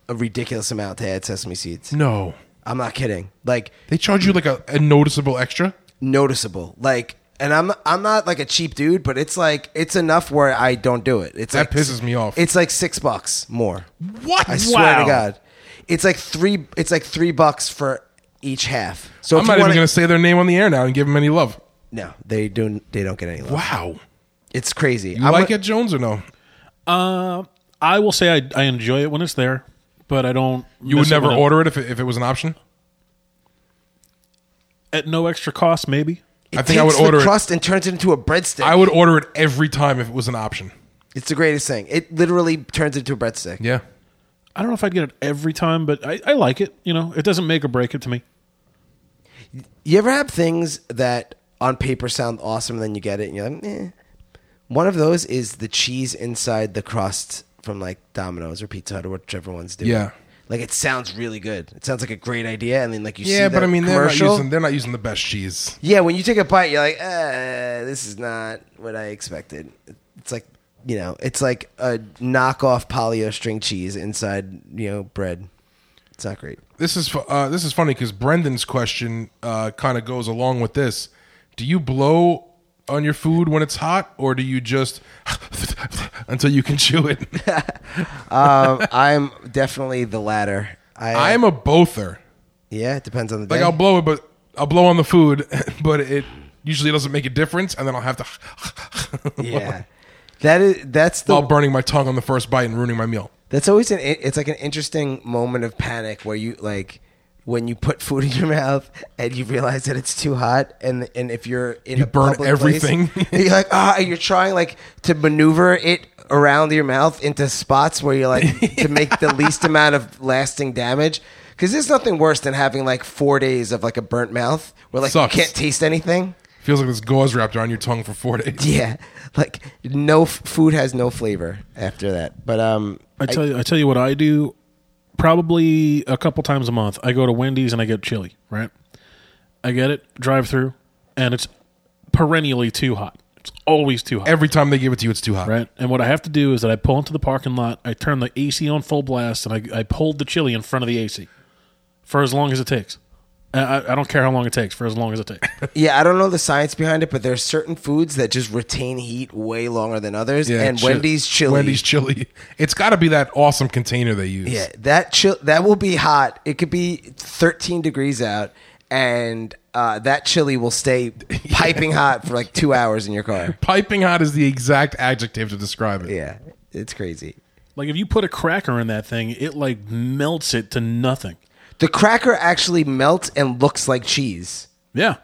S1: a ridiculous amount to add sesame seeds.
S4: No.
S1: I'm not kidding. Like
S4: They charge you like a, a noticeable extra?
S1: noticeable. Like, and I'm I'm not like a cheap dude, but it's like it's enough where I don't do it. It's
S4: That
S1: like,
S4: pisses me off.
S1: It's like six bucks more.
S4: What?
S1: I swear to
S3: Wow.
S1: God, it's like three. It's like three bucks for each half. So
S4: I'm
S1: if
S4: not
S1: you
S4: even
S1: wanna-
S4: going to say their name on the air now and give them any love.
S1: No, they do. They don't get any. Love.
S4: Wow.
S1: It's crazy.
S4: You like it, Jones, or no?
S3: Uh, I will say I, I enjoy it when it's there, but I don't.
S4: You would never order it if, it if it was an option?
S3: at no extra cost, maybe.
S4: I think I would order
S1: the
S4: it.
S1: crust and turns it into a breadstick.
S4: I would order it every time if it was an option.
S1: it's the greatest thing. It literally turns into a breadstick.
S4: Yeah.
S3: I don't know if I'd get it every time, but I, I like it. You know, it doesn't make or break it to me.
S1: You ever have things that on paper sound awesome, and then you get it, and you're like, eh. One of those is the cheese inside the crust from like Domino's or Pizza Hut or whichever one's doing.
S4: Yeah.
S1: Like it sounds really good. It sounds like a great idea, and then like you see
S4: Yeah, but
S1: the
S4: I mean, they're not,
S1: commercial.
S4: using, they're not using the best cheese.
S1: yeah, when you take a bite, you're like, uh, this is not what I expected. It's like you know, it's like a knockoff polio string cheese inside you know bread. It's not great.
S4: This is fu- uh, this is funny because Brendan's question uh, kind of goes along with this. Do you blow on your food when it's hot, or do you just until you can chew it?
S1: um, I'm definitely the latter. I,
S4: I'm a bother.
S1: yeah. It depends on the
S4: Like
S1: day.
S4: I'll blow it, but I'll blow on the food, but it usually doesn't make a difference, and then I'll have to
S1: yeah, that is that's the
S4: while burning my tongue on the first bite and ruining my meal.
S1: that's always an it's like an interesting moment of panic where you like when you put food in your mouth and you realize that it's too hot and and if you're in
S4: You
S1: a
S4: burn
S1: public
S4: everything.
S1: place, you're like ah and you're trying like to maneuver it around your mouth into spots where you're like to make the least amount of lasting damage. Because there's nothing worse than having like four days of like a burnt mouth where like
S4: Sucks.
S1: you can't taste anything.
S4: Feels like this gauze wrapped around your tongue for four days.
S1: Yeah, like no f- food has no flavor after that. But um,
S3: I tell you, I tell you what I do. Probably a couple times a month, I go to Wendy's and I get chili. Right, I get it drive through, and it's perennially too hot. It's always too hot.
S4: Every time they give it to you, it's too hot.
S3: right, and what I have to do is that I pull into the parking lot, I turn the AC on full blast, and I, I hold the chili in front of the AC for as long as it takes. I, I- I don't care how long it takes. For as long as it takes.
S1: yeah, I don't know the science behind it, but there's certain foods that just retain heat way longer than others,
S4: Yeah,
S1: and
S4: chi-
S1: Wendy's chili.
S4: Wendy's chili. It's got to be that awesome container they use.
S1: yeah, that chill that will be hot. It could be 13 degrees out, and uh, that chili will stay piping hot for like two hours in your car.
S4: Piping hot is the exact adjective to describe it.
S1: Yeah, it's crazy.
S3: like if you put a cracker in that thing, it like melts it to nothing.
S1: The cracker actually melts and looks like cheese.
S3: Yeah.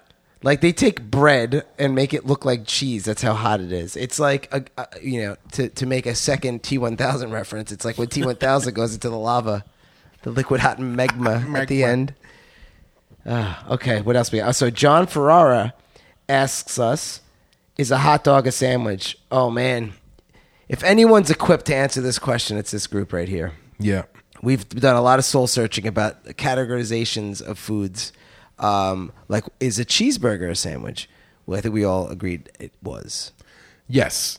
S1: Like they take bread and make it look like cheese. That's how hot it is. It's like a, a you know to to make a second T one thousand reference. It's like when T one thousand goes into the lava, the liquid hot magma, at the
S4: Magma.
S1: end. Ah, okay, what else we got? So John Ferrara asks us, "Is a hot dog a sandwich?" Oh man, if anyone's equipped to answer this question, it's this group right here
S4: Yeah.
S1: we've done a lot of soul searching about categorizations of foods. Um, like, is a cheeseburger a sandwich? Well, I think we all agreed it was.
S4: Yes.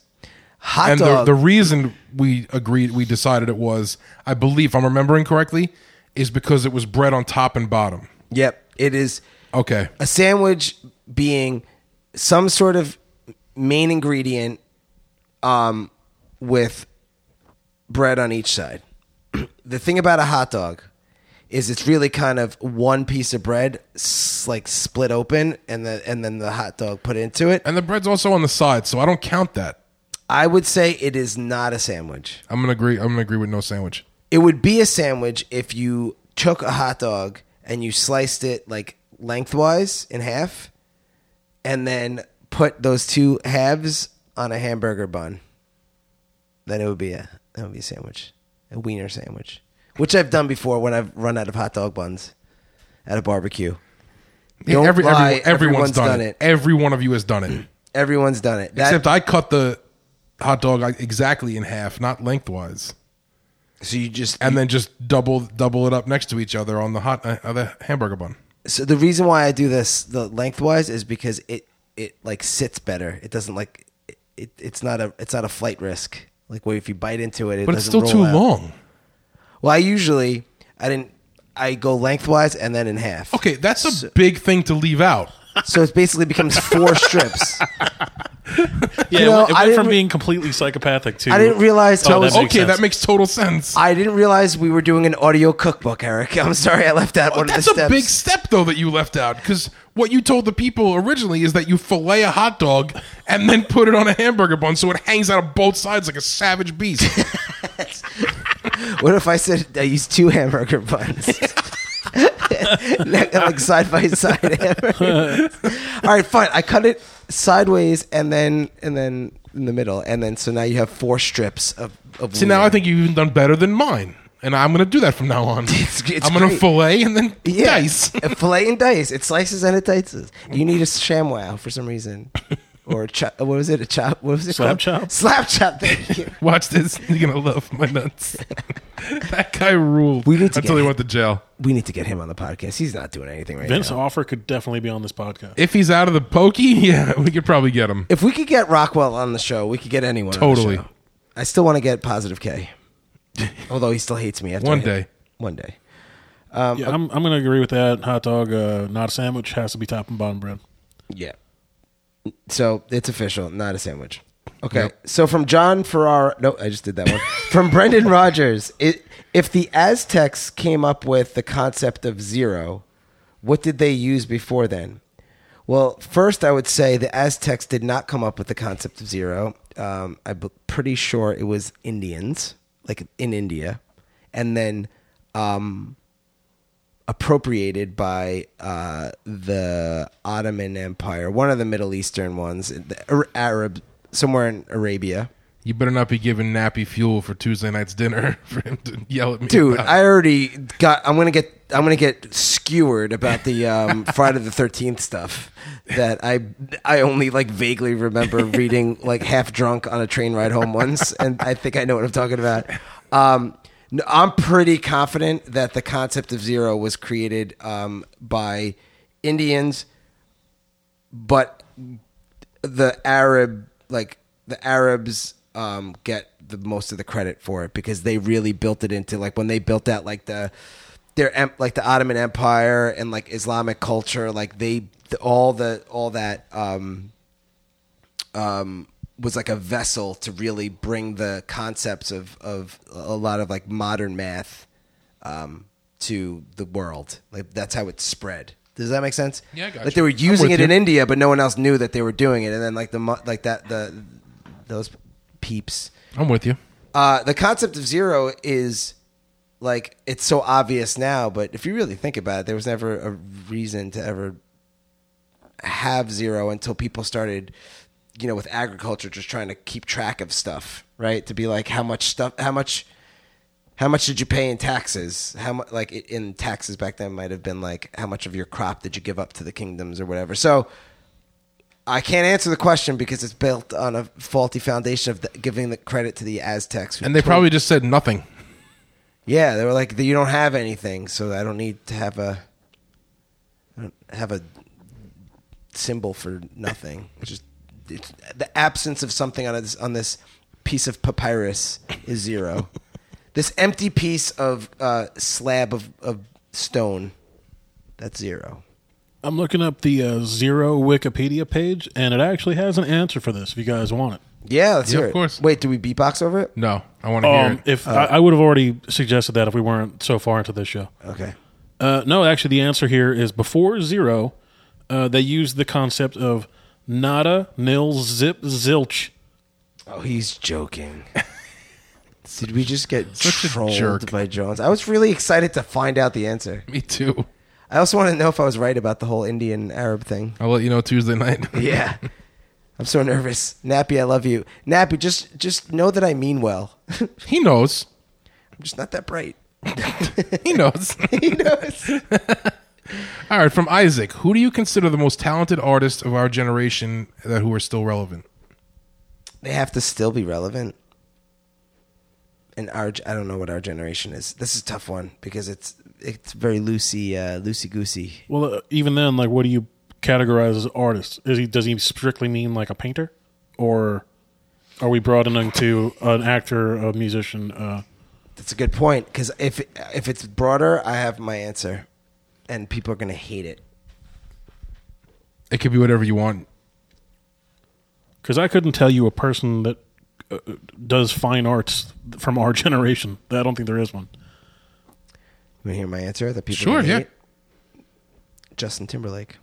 S1: Hot
S4: and the,
S1: dog.
S4: the reason we agreed, we decided it was, I believe, if I'm remembering correctly, is because it was bread on top and bottom.
S1: yep, it is.
S4: Okay.
S1: a sandwich being some sort of main ingredient um, with bread on each side. the thing about a hot dog is it's really kind of one piece of bread s- like split open and the and then the hot dog put into it.
S4: And the bread's also on the side, so I don't count that.
S1: I would say it is not a sandwich.
S4: I'm gonna agree. I'm gonna agree with no sandwich.
S1: It would be a sandwich if you took a hot dog and you sliced it like lengthwise in half and then put those two halves on a hamburger bun. Then it would be a that would be a sandwich. A wiener sandwich. Which I've done before when I've run out of hot dog buns at a barbecue.
S4: Yeah,
S1: Don't lie,
S4: everyone's,
S1: everyone's
S4: done,
S1: done
S4: it.
S1: it.
S4: Every one of you has done it.
S1: Everyone's done it. That,
S4: Except I cut the hot dog like, exactly in half, not lengthwise,
S1: so you just
S4: and then just double double it up next to each other on the hot uh, the hamburger bun.
S1: so the reason why I do this the lengthwise is because it it like sits better. It doesn't like it, it it's not a it's not a flight risk. Like where if you bite into it, it
S4: But it's
S1: doesn't
S4: still
S1: roll
S4: too
S1: out.
S4: long.
S1: Well, I usually I didn't I go lengthwise and then in half.
S4: Okay, that's a big thing to leave out.
S1: So it basically becomes four strips.
S3: Yeah,
S1: You
S3: it
S1: know,
S3: went, it
S1: I
S3: went
S1: didn't
S3: from
S1: re-
S3: being completely psychopathic to
S1: I didn't realize I
S3: Oh, that
S1: was-
S3: makes
S4: okay,
S3: sense.
S4: that makes total sense.
S1: I didn't realize we were doing an audio cookbook, Eric. I'm sorry I left out one
S4: Oh, that's
S1: of the
S4: a
S1: steps.
S4: big step though that you left out because what you told the people originally is that you fillet a hot dog and then put it on a hamburger bun so it hangs out of both sides like a savage beast.
S1: What if I said I used two hamburger buns? like like side by side hamburger. All right, fine. I cut it sideways and then and then in the middle, and then so now you have four strips of. of
S4: See, now I think you've even done better than mine. And I'm going to do that from now on.
S1: it's
S4: I'm going to
S1: great.
S4: fillet and then dice.
S1: a fillet and dice. It slices and it dices. You need a ShamWow for some reason, or a cho- what was it? A chop? What was it? called?
S3: Slap chop.
S1: Slap chop. Thank you.
S4: Watch this. You're going to love my nuts. that guy ruled
S1: We need to
S4: until
S1: get-
S4: he went to jail.
S1: We need to get him on the podcast. He's not doing anything right
S3: Vince
S1: now.
S3: Offer could definitely be on this podcast.
S4: If he's out of the pokey, yeah, we could probably get him.
S1: If we could get Rockwell on the show, we could get anyone. on the
S4: Totally.
S1: show. I still want to get Positive K, although he still hates me. After
S4: One
S1: I hit-
S4: day.
S1: One day.
S3: yeah, I'm, I'm going to agree with that. Hot dog, uh, not a sandwich, has to be top and bottom bread.
S1: Yeah. So it's official, not a sandwich. Okay. So from John Ferrara, no, I just did that one. from Brendan Rogers, it, if the Aztecs came up with the concept of zero, what did they use before then? Well, first, I would say the Aztecs did not come up with the concept of zero. Um, I'm pretty sure it was Indians, like in India, and then um, appropriated by uh, the Ottoman Empire, one of the Middle Eastern ones, the Ar- Arab, somewhere in Arabia.
S4: You better not be giving Nappy fuel for Tuesday night's dinner for him to yell at me.
S1: Dude,
S4: about.
S1: I already got. I'm gonna get. I'm gonna get skewered about the um, Friday the Thirteenth stuff that I I only like vaguely remember reading like half drunk on a train ride home once, and I think I know what I'm talking about. Um, no, I'm pretty confident that the concept of zero was created um, by Indians, but the Arab like the Arabs um, get the most of the credit for it because they really built it into like when they built out like the their em- like the Ottoman Empire and like Islamic culture like they the, all the all that um, um, was like a vessel to really bring the concepts of of a lot of like modern math um, to the world like that's how it spread. Does that make sense?
S4: Yeah, I got
S1: Like they
S4: you.
S1: were
S4: I'm
S1: using
S4: with
S1: it in
S4: you.
S1: India, but no one else knew that they were doing it. And then like the mo- like that the those peeps.
S4: I'm with you.
S1: Uh, the concept of zero is like it's so obvious now, but if you really think about it, there was never a reason to ever have zero until people started, you know, with agriculture, just trying to keep track of stuff, right? To be like how much stuff, how much how much did you pay in taxes? How much, like i- in taxes back then, might have been like how much of your crop did you give up to the kingdoms or whatever. So I can't answer the question because it's built on a faulty foundation of the, giving the credit to the Aztecs. who
S4: And they
S1: told-
S4: probably just said nothing.
S1: yeah, they were like, you don't have anything, so I don't need to have a I don't have a symbol for nothing. It's Just it's, the absence of something on this on this piece of papyrus is zero. this empty piece of uh, slab of, of stone, that's zero.
S3: I'm looking up the uh, zero Wikipedia page, and it actually has an answer for this. If you guys want it,
S1: Yeah, let's
S4: Yeah,
S1: hear
S4: of
S1: it.
S4: course.
S1: Wait, do we beatbox over it?
S4: No, I want to hear
S3: um,
S4: it.
S3: if I, I would have already suggested that if we weren't so far into this show.
S1: Okay.
S3: Uh, no, actually, the answer here is before zero. Uh, they used the concept of nada, nil, zip, zilch.
S1: Oh, he's joking. Did we just get
S4: Such a
S1: trolled
S4: jerk.
S1: by Jones? I was really excited to find out the answer.
S4: Me too.
S1: I also want to know if I was right about the whole Indian Arab thing.
S4: I'll let you know Tuesday night.
S1: Yeah. I'm so nervous. Nappy, I love you. Nappy, just just know that I mean well. I'm
S4: he knows.
S1: just not that bright.
S4: He knows.
S1: He knows.
S4: All right, from Isaac. Who do you consider the most talented artist of our generation that who are still relevant?
S1: they have to still be relevant. And our I don't know what our generation is. This is a tough one because it's it's very loosey uh, loosey goosey.
S3: Well, uh, even then, like, what do you categorize as artist? Is he does he strictly mean like a painter, or are we broadening to an actor, a musician? Uh,
S1: That's a good point because if if it's broader, I have my answer, and people are gonna hate it.
S4: It could be whatever you want.
S3: Because I couldn't tell you a person that uh, does fine arts from our generation. I don't think there is one.
S1: You wanna hear my answer? That people
S4: Sure,
S1: are gonna
S4: yeah.
S1: hate? Justin Timberlake.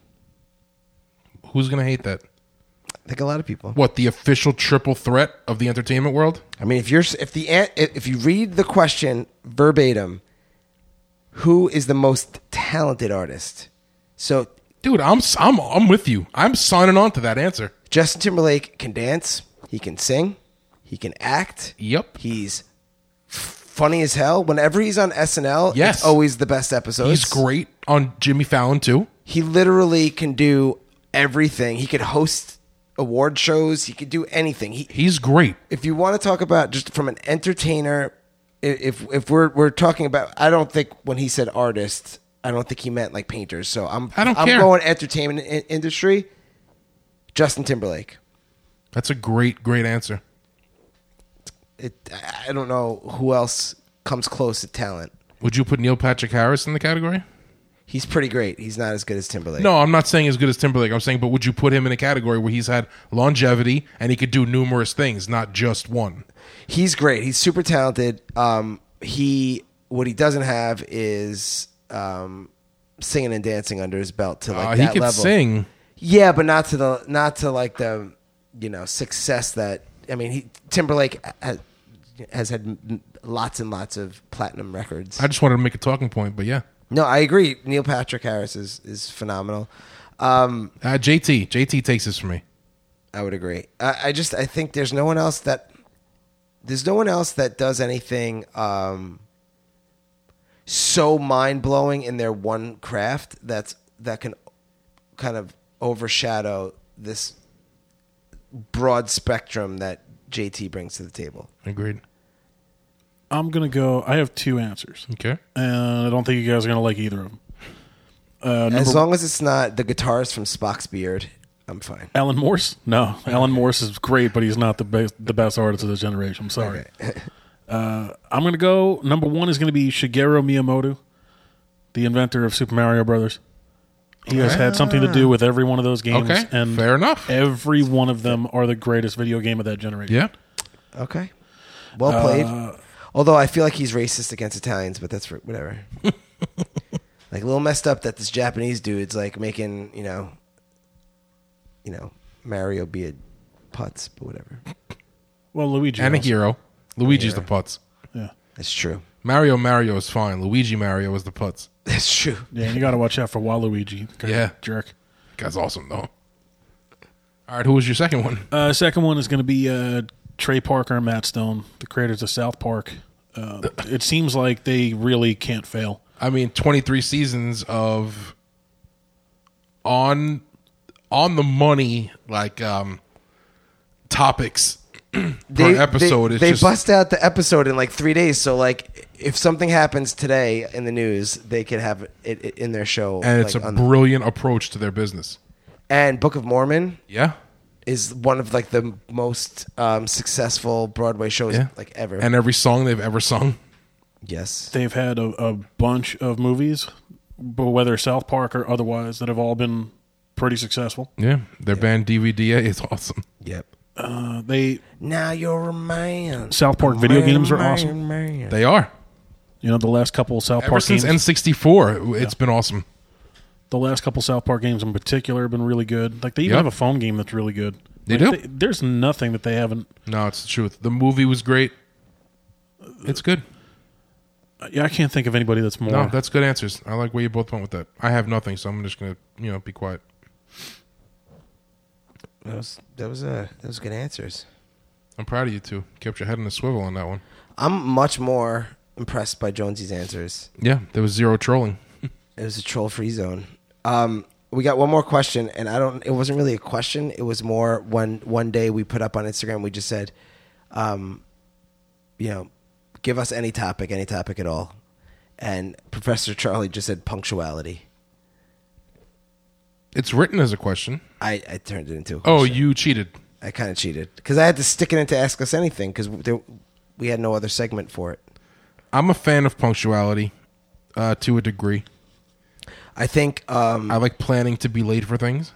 S4: Who's gonna hate that?
S1: I think a lot of people.
S4: What the official triple threat of the entertainment world?
S1: I mean, if you're if the an- if you read the question verbatim, who is the most talented artist? So
S4: Dude, I'm s- I'm I'm with you. I'm signing on to that answer.
S1: Justin Timberlake can dance, he can sing, he can act.
S4: Yep.
S1: He's funny as hell. Whenever he's on SNL,
S4: Yes.
S1: it's always the best episodes.
S4: He's great on Jimmy Fallon too.
S1: He literally can do everything. He could host award shows. He could do anything. He,
S4: He's great.
S1: if you want to talk about just from an entertainer, i- if if we're we're talking about, I don't think when he said artist, I don't think he meant like painters. So I'm
S4: I don't
S1: I'm
S4: care.
S1: going entertainment in- industry. Justin Timberlake.
S4: That's a great great answer.
S1: It, I- I don't know who else comes close to talent.
S4: Would you put Neil Patrick Harris in the category?
S1: He's pretty great. He's not as good as Timberlake.
S4: No, I'm not saying as good as Timberlake. I'm saying, but would you put him in a category where he's had longevity and he could do numerous things, not just one?
S1: he's great. He's super talented. Um, he what he doesn't have is um, singing and dancing under his belt to like
S4: Uh, he
S1: that
S4: could
S1: level.
S4: sing.
S1: Yeah, but not to the not to like the you know success that I mean he, Timberlake has, has had m- lots and lots of platinum records.
S4: I just wanted to make a talking point, but yeah.
S1: no, I agree. Neil Patrick Harris is is phenomenal. Um,
S4: Uh, JT, JT takes this for me.
S1: I would agree. I, I just I think there's no one else that there's no one else that does anything um, so mind blowing in their one craft that's that can kind of overshadow this broad spectrum that JT brings to the table.
S4: Agreed.
S3: I'm gonna go. I have two answers,
S4: Okay.
S3: and I don't think you guys are gonna like either of them.
S1: as long as it's not the guitarist from Spock's beard, I'm fine.
S3: Alan Morse? No, Alan Morse is great, but he's not the best the best artist of this generation. I'm sorry. uh, I'm gonna go. Number one is gonna be Shigeru Miyamoto, the inventor of Super Mario Brothers. He has had something to do with every one of those games,
S4: Ah. Okay,
S3: and
S4: fair enough.
S3: Every one of them are the greatest video game of that generation.
S4: Yeah.
S1: Okay, well played.
S4: Uh,
S1: Although I feel like he's racist against Italians, but that's for, whatever. like a little messed up that this Japanese dude's like making you know, you know Mario be a putz, but whatever.
S3: Well, Luigi
S4: And a
S3: also.
S4: hero. Luigi's the putz.
S3: Yeah,
S1: That's true.
S4: Mario Mario is fine. Luigi Mario is the putz.
S1: That's true.
S3: yeah. You got to watch out for Waluigi.
S4: Yeah.
S3: jerk.
S4: Guy's awesome though. All right, who was your second one?
S3: Uh, second one is going to be uh, Trey Parker and Matt Stone, the creators of South Park. Uh, it seems like they really can't fail.
S4: I mean, 23 seasons of on on the money like um topics per episode.
S1: They,
S4: it's
S1: they
S4: just
S1: bust out the episode in like three days, so like if something happens today in the news, they could have it, it in their show.
S4: and it's
S1: like,
S4: a
S1: on-
S4: brilliant approach to their business.
S1: and Book of Mormon
S4: Yeah,
S1: is one of like the most um, successful Broadway shows
S4: yeah,
S1: like ever.
S4: and every song they've ever sung.
S1: yes,
S3: They've had a, a bunch of movies, but whether South Park or otherwise, that have all been pretty successful.
S4: Yeah, their band DVDA is awesome.
S1: yep.
S3: Uh, they
S1: Now you're a man.
S3: South Park video
S1: Man,
S3: games are
S1: man,
S3: awesome.
S1: man.
S4: They are.
S3: You know the last couple of South
S4: Ever
S3: Park
S4: since
S3: games.
S4: N64, it's been awesome.
S3: the last couple South Park games in particular have been really good. Like they even
S4: Yep.
S3: have a phone game that's really good.
S4: They
S3: Like,
S4: do?
S3: there's nothing that they haven't.
S4: No, it's the truth. The movie was great. It's good.
S3: Yeah, I can't think of anybody that's more.
S4: No, that's good answers. I like where you both went with that. I have nothing, so I'm just gonna you know be quiet.
S1: That was that was uh, that was good answers.
S4: I'm proud of you two. Kept your head in a swivel on that one.
S1: I'm much more impressed by Jonesy's answers.
S4: Yeah, there was zero trolling.
S1: It was a troll free zone. Um, we got one more question, and I don't. It wasn't really a question. It was more when one day we put up on Instagram. We just said, um, you know, give us any topic, any topic at all. And Professor Charlie just said punctuality.
S4: It's written as a question.
S1: I, I turned it into. A
S4: Oh,
S1: question.
S4: you cheated.
S1: I kind of cheated because I had to stick it in to ask us anything because we had no other segment for it.
S4: I'm a fan of punctuality, uh, to a degree.
S1: I think um,
S4: I like planning to be late for things.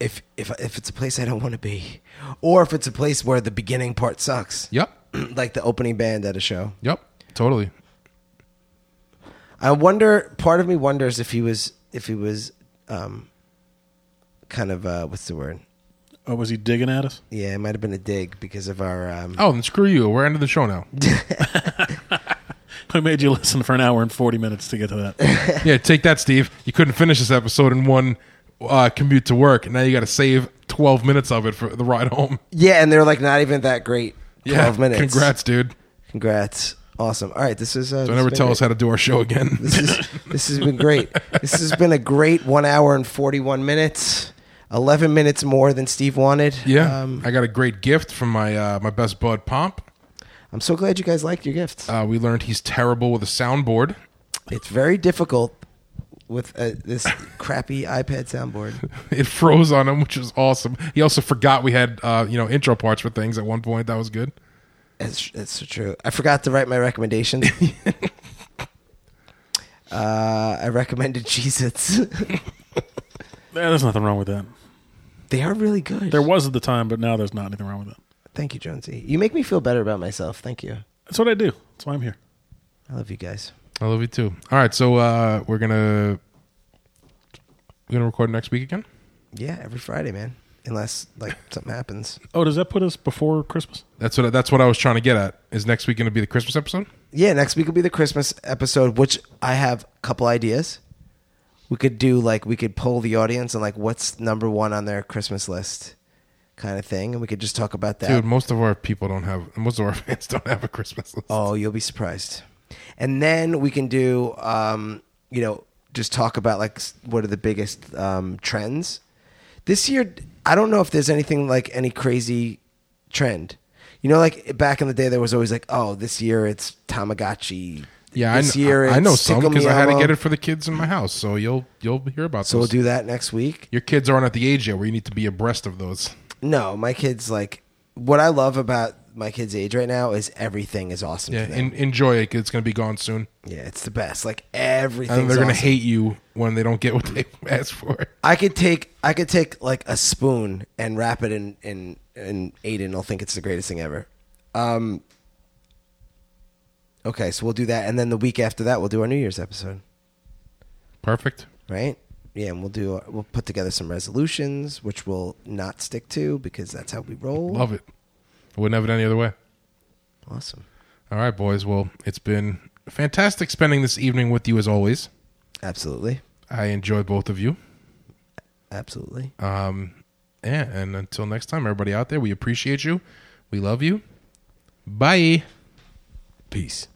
S1: if if if it's a place I don't want to be, or if it's a place where the beginning part sucks,
S4: Yep.
S1: like the opening band at a show.
S4: Yep. Totally.
S1: I wonder. Part of me wonders if he was if he was, um, kind of uh, what's the word?
S3: Oh, was he digging at us?
S1: Yeah, it might have been a dig because of our. Um,
S4: Oh, then screw you. We're end of the show now.
S3: I made you listen for an hour and forty minutes to get to that.
S4: yeah, take that, Steve. You couldn't finish this episode in one uh, commute to work, and now you got to save 12 minutes of it for the ride home.
S1: Yeah, and they're like not even that great.
S4: Yeah,
S1: Twelve minutes.
S4: Congrats, dude.
S1: Congrats. Awesome. All right, this is. Uh,
S4: Don't ever tell us how to do our show again.
S1: This is this has been great. This has been a great one hour and forty one minutes. Eleven minutes more than Steve wanted.
S4: yeah,
S1: Um,
S4: I got a great gift from my uh, my best bud Pomp.
S1: I'm so glad you guys liked your gifts.
S4: Uh, we learned he's terrible with a soundboard.
S1: It's very difficult with uh, this crappy iPad soundboard.
S4: It froze on him, which was awesome. He also forgot we had uh, you know intro parts for things at one point. That was good.
S1: That's, that's so true. I forgot to write my recommendations. uh, I recommended Jesus.
S3: There's nothing wrong with that.
S1: they are really good.
S3: There was at the time, but now there's not anything wrong with it.
S1: Thank you, Jonesy. You make me feel better about myself. Thank you.
S3: That's what I do. That's why I'm here.
S1: I love you guys.
S4: I love you too. All right, so uh, we're gonna we're gonna record next week again.
S1: Yeah, every Friday, man. Unless like something happens.
S3: Oh, does that put us before Christmas?
S4: That's what that's what I was trying to get at. Is next week going to be the Christmas episode?
S1: Yeah, next week will be the Christmas episode, which I have a couple ideas. We could do like we could poll the audience and like what's number one on their Christmas list, kind of thing, and we could just talk about that.
S4: Dude, most of our people don't have most of our fans don't have a Christmas list.
S1: Oh, you'll be surprised. And then we can do, um, you know, just talk about like s- what are the biggest um, trends this year. I don't know if there's anything like any crazy trend. You know, like back in the day, there was always like, oh, this year it's Tamagotchi.
S4: yeah, I,
S1: this
S4: kn-
S1: year
S4: I, I know
S1: it's
S4: some
S1: Tickle
S4: because
S1: Me
S4: I had to
S1: Elmo.
S4: get it for the kids in my house. So you'll you'll hear about.
S1: So we'll
S4: those.
S1: do that next week.
S4: Your kids aren't at the age yet where you need to be abreast of those.
S1: No, my kids like what I love about my kids' age right now is everything is awesome.
S4: Yeah,
S1: to them.
S4: en- enjoy it. 'cause It's going to be gone soon,
S1: yeah, it's the best. Like
S4: and
S1: everything.
S4: they're
S1: going
S4: going to hate you when they don't get what they asked for.
S1: I could take I could take like a spoon and wrap it in in in Aiden. I'll think it's the greatest thing ever. Um. Okay, so we'll do that, and then the week after that, we'll do our New Year's episode,
S4: Perfect.
S1: right? Yeah, and we'll do we'll put together some resolutions, which we'll not stick to because that's how we roll.
S4: Love it. I wouldn't have it any other way.
S1: Awesome,
S4: All right, boys. Well, it's been fantastic spending this evening with you as always.
S1: absolutely,
S4: I enjoy both of you.
S1: absolutely.
S4: Uh, Yeah, and until next time, everybody out there, we appreciate you. We love you. Bye. Peace.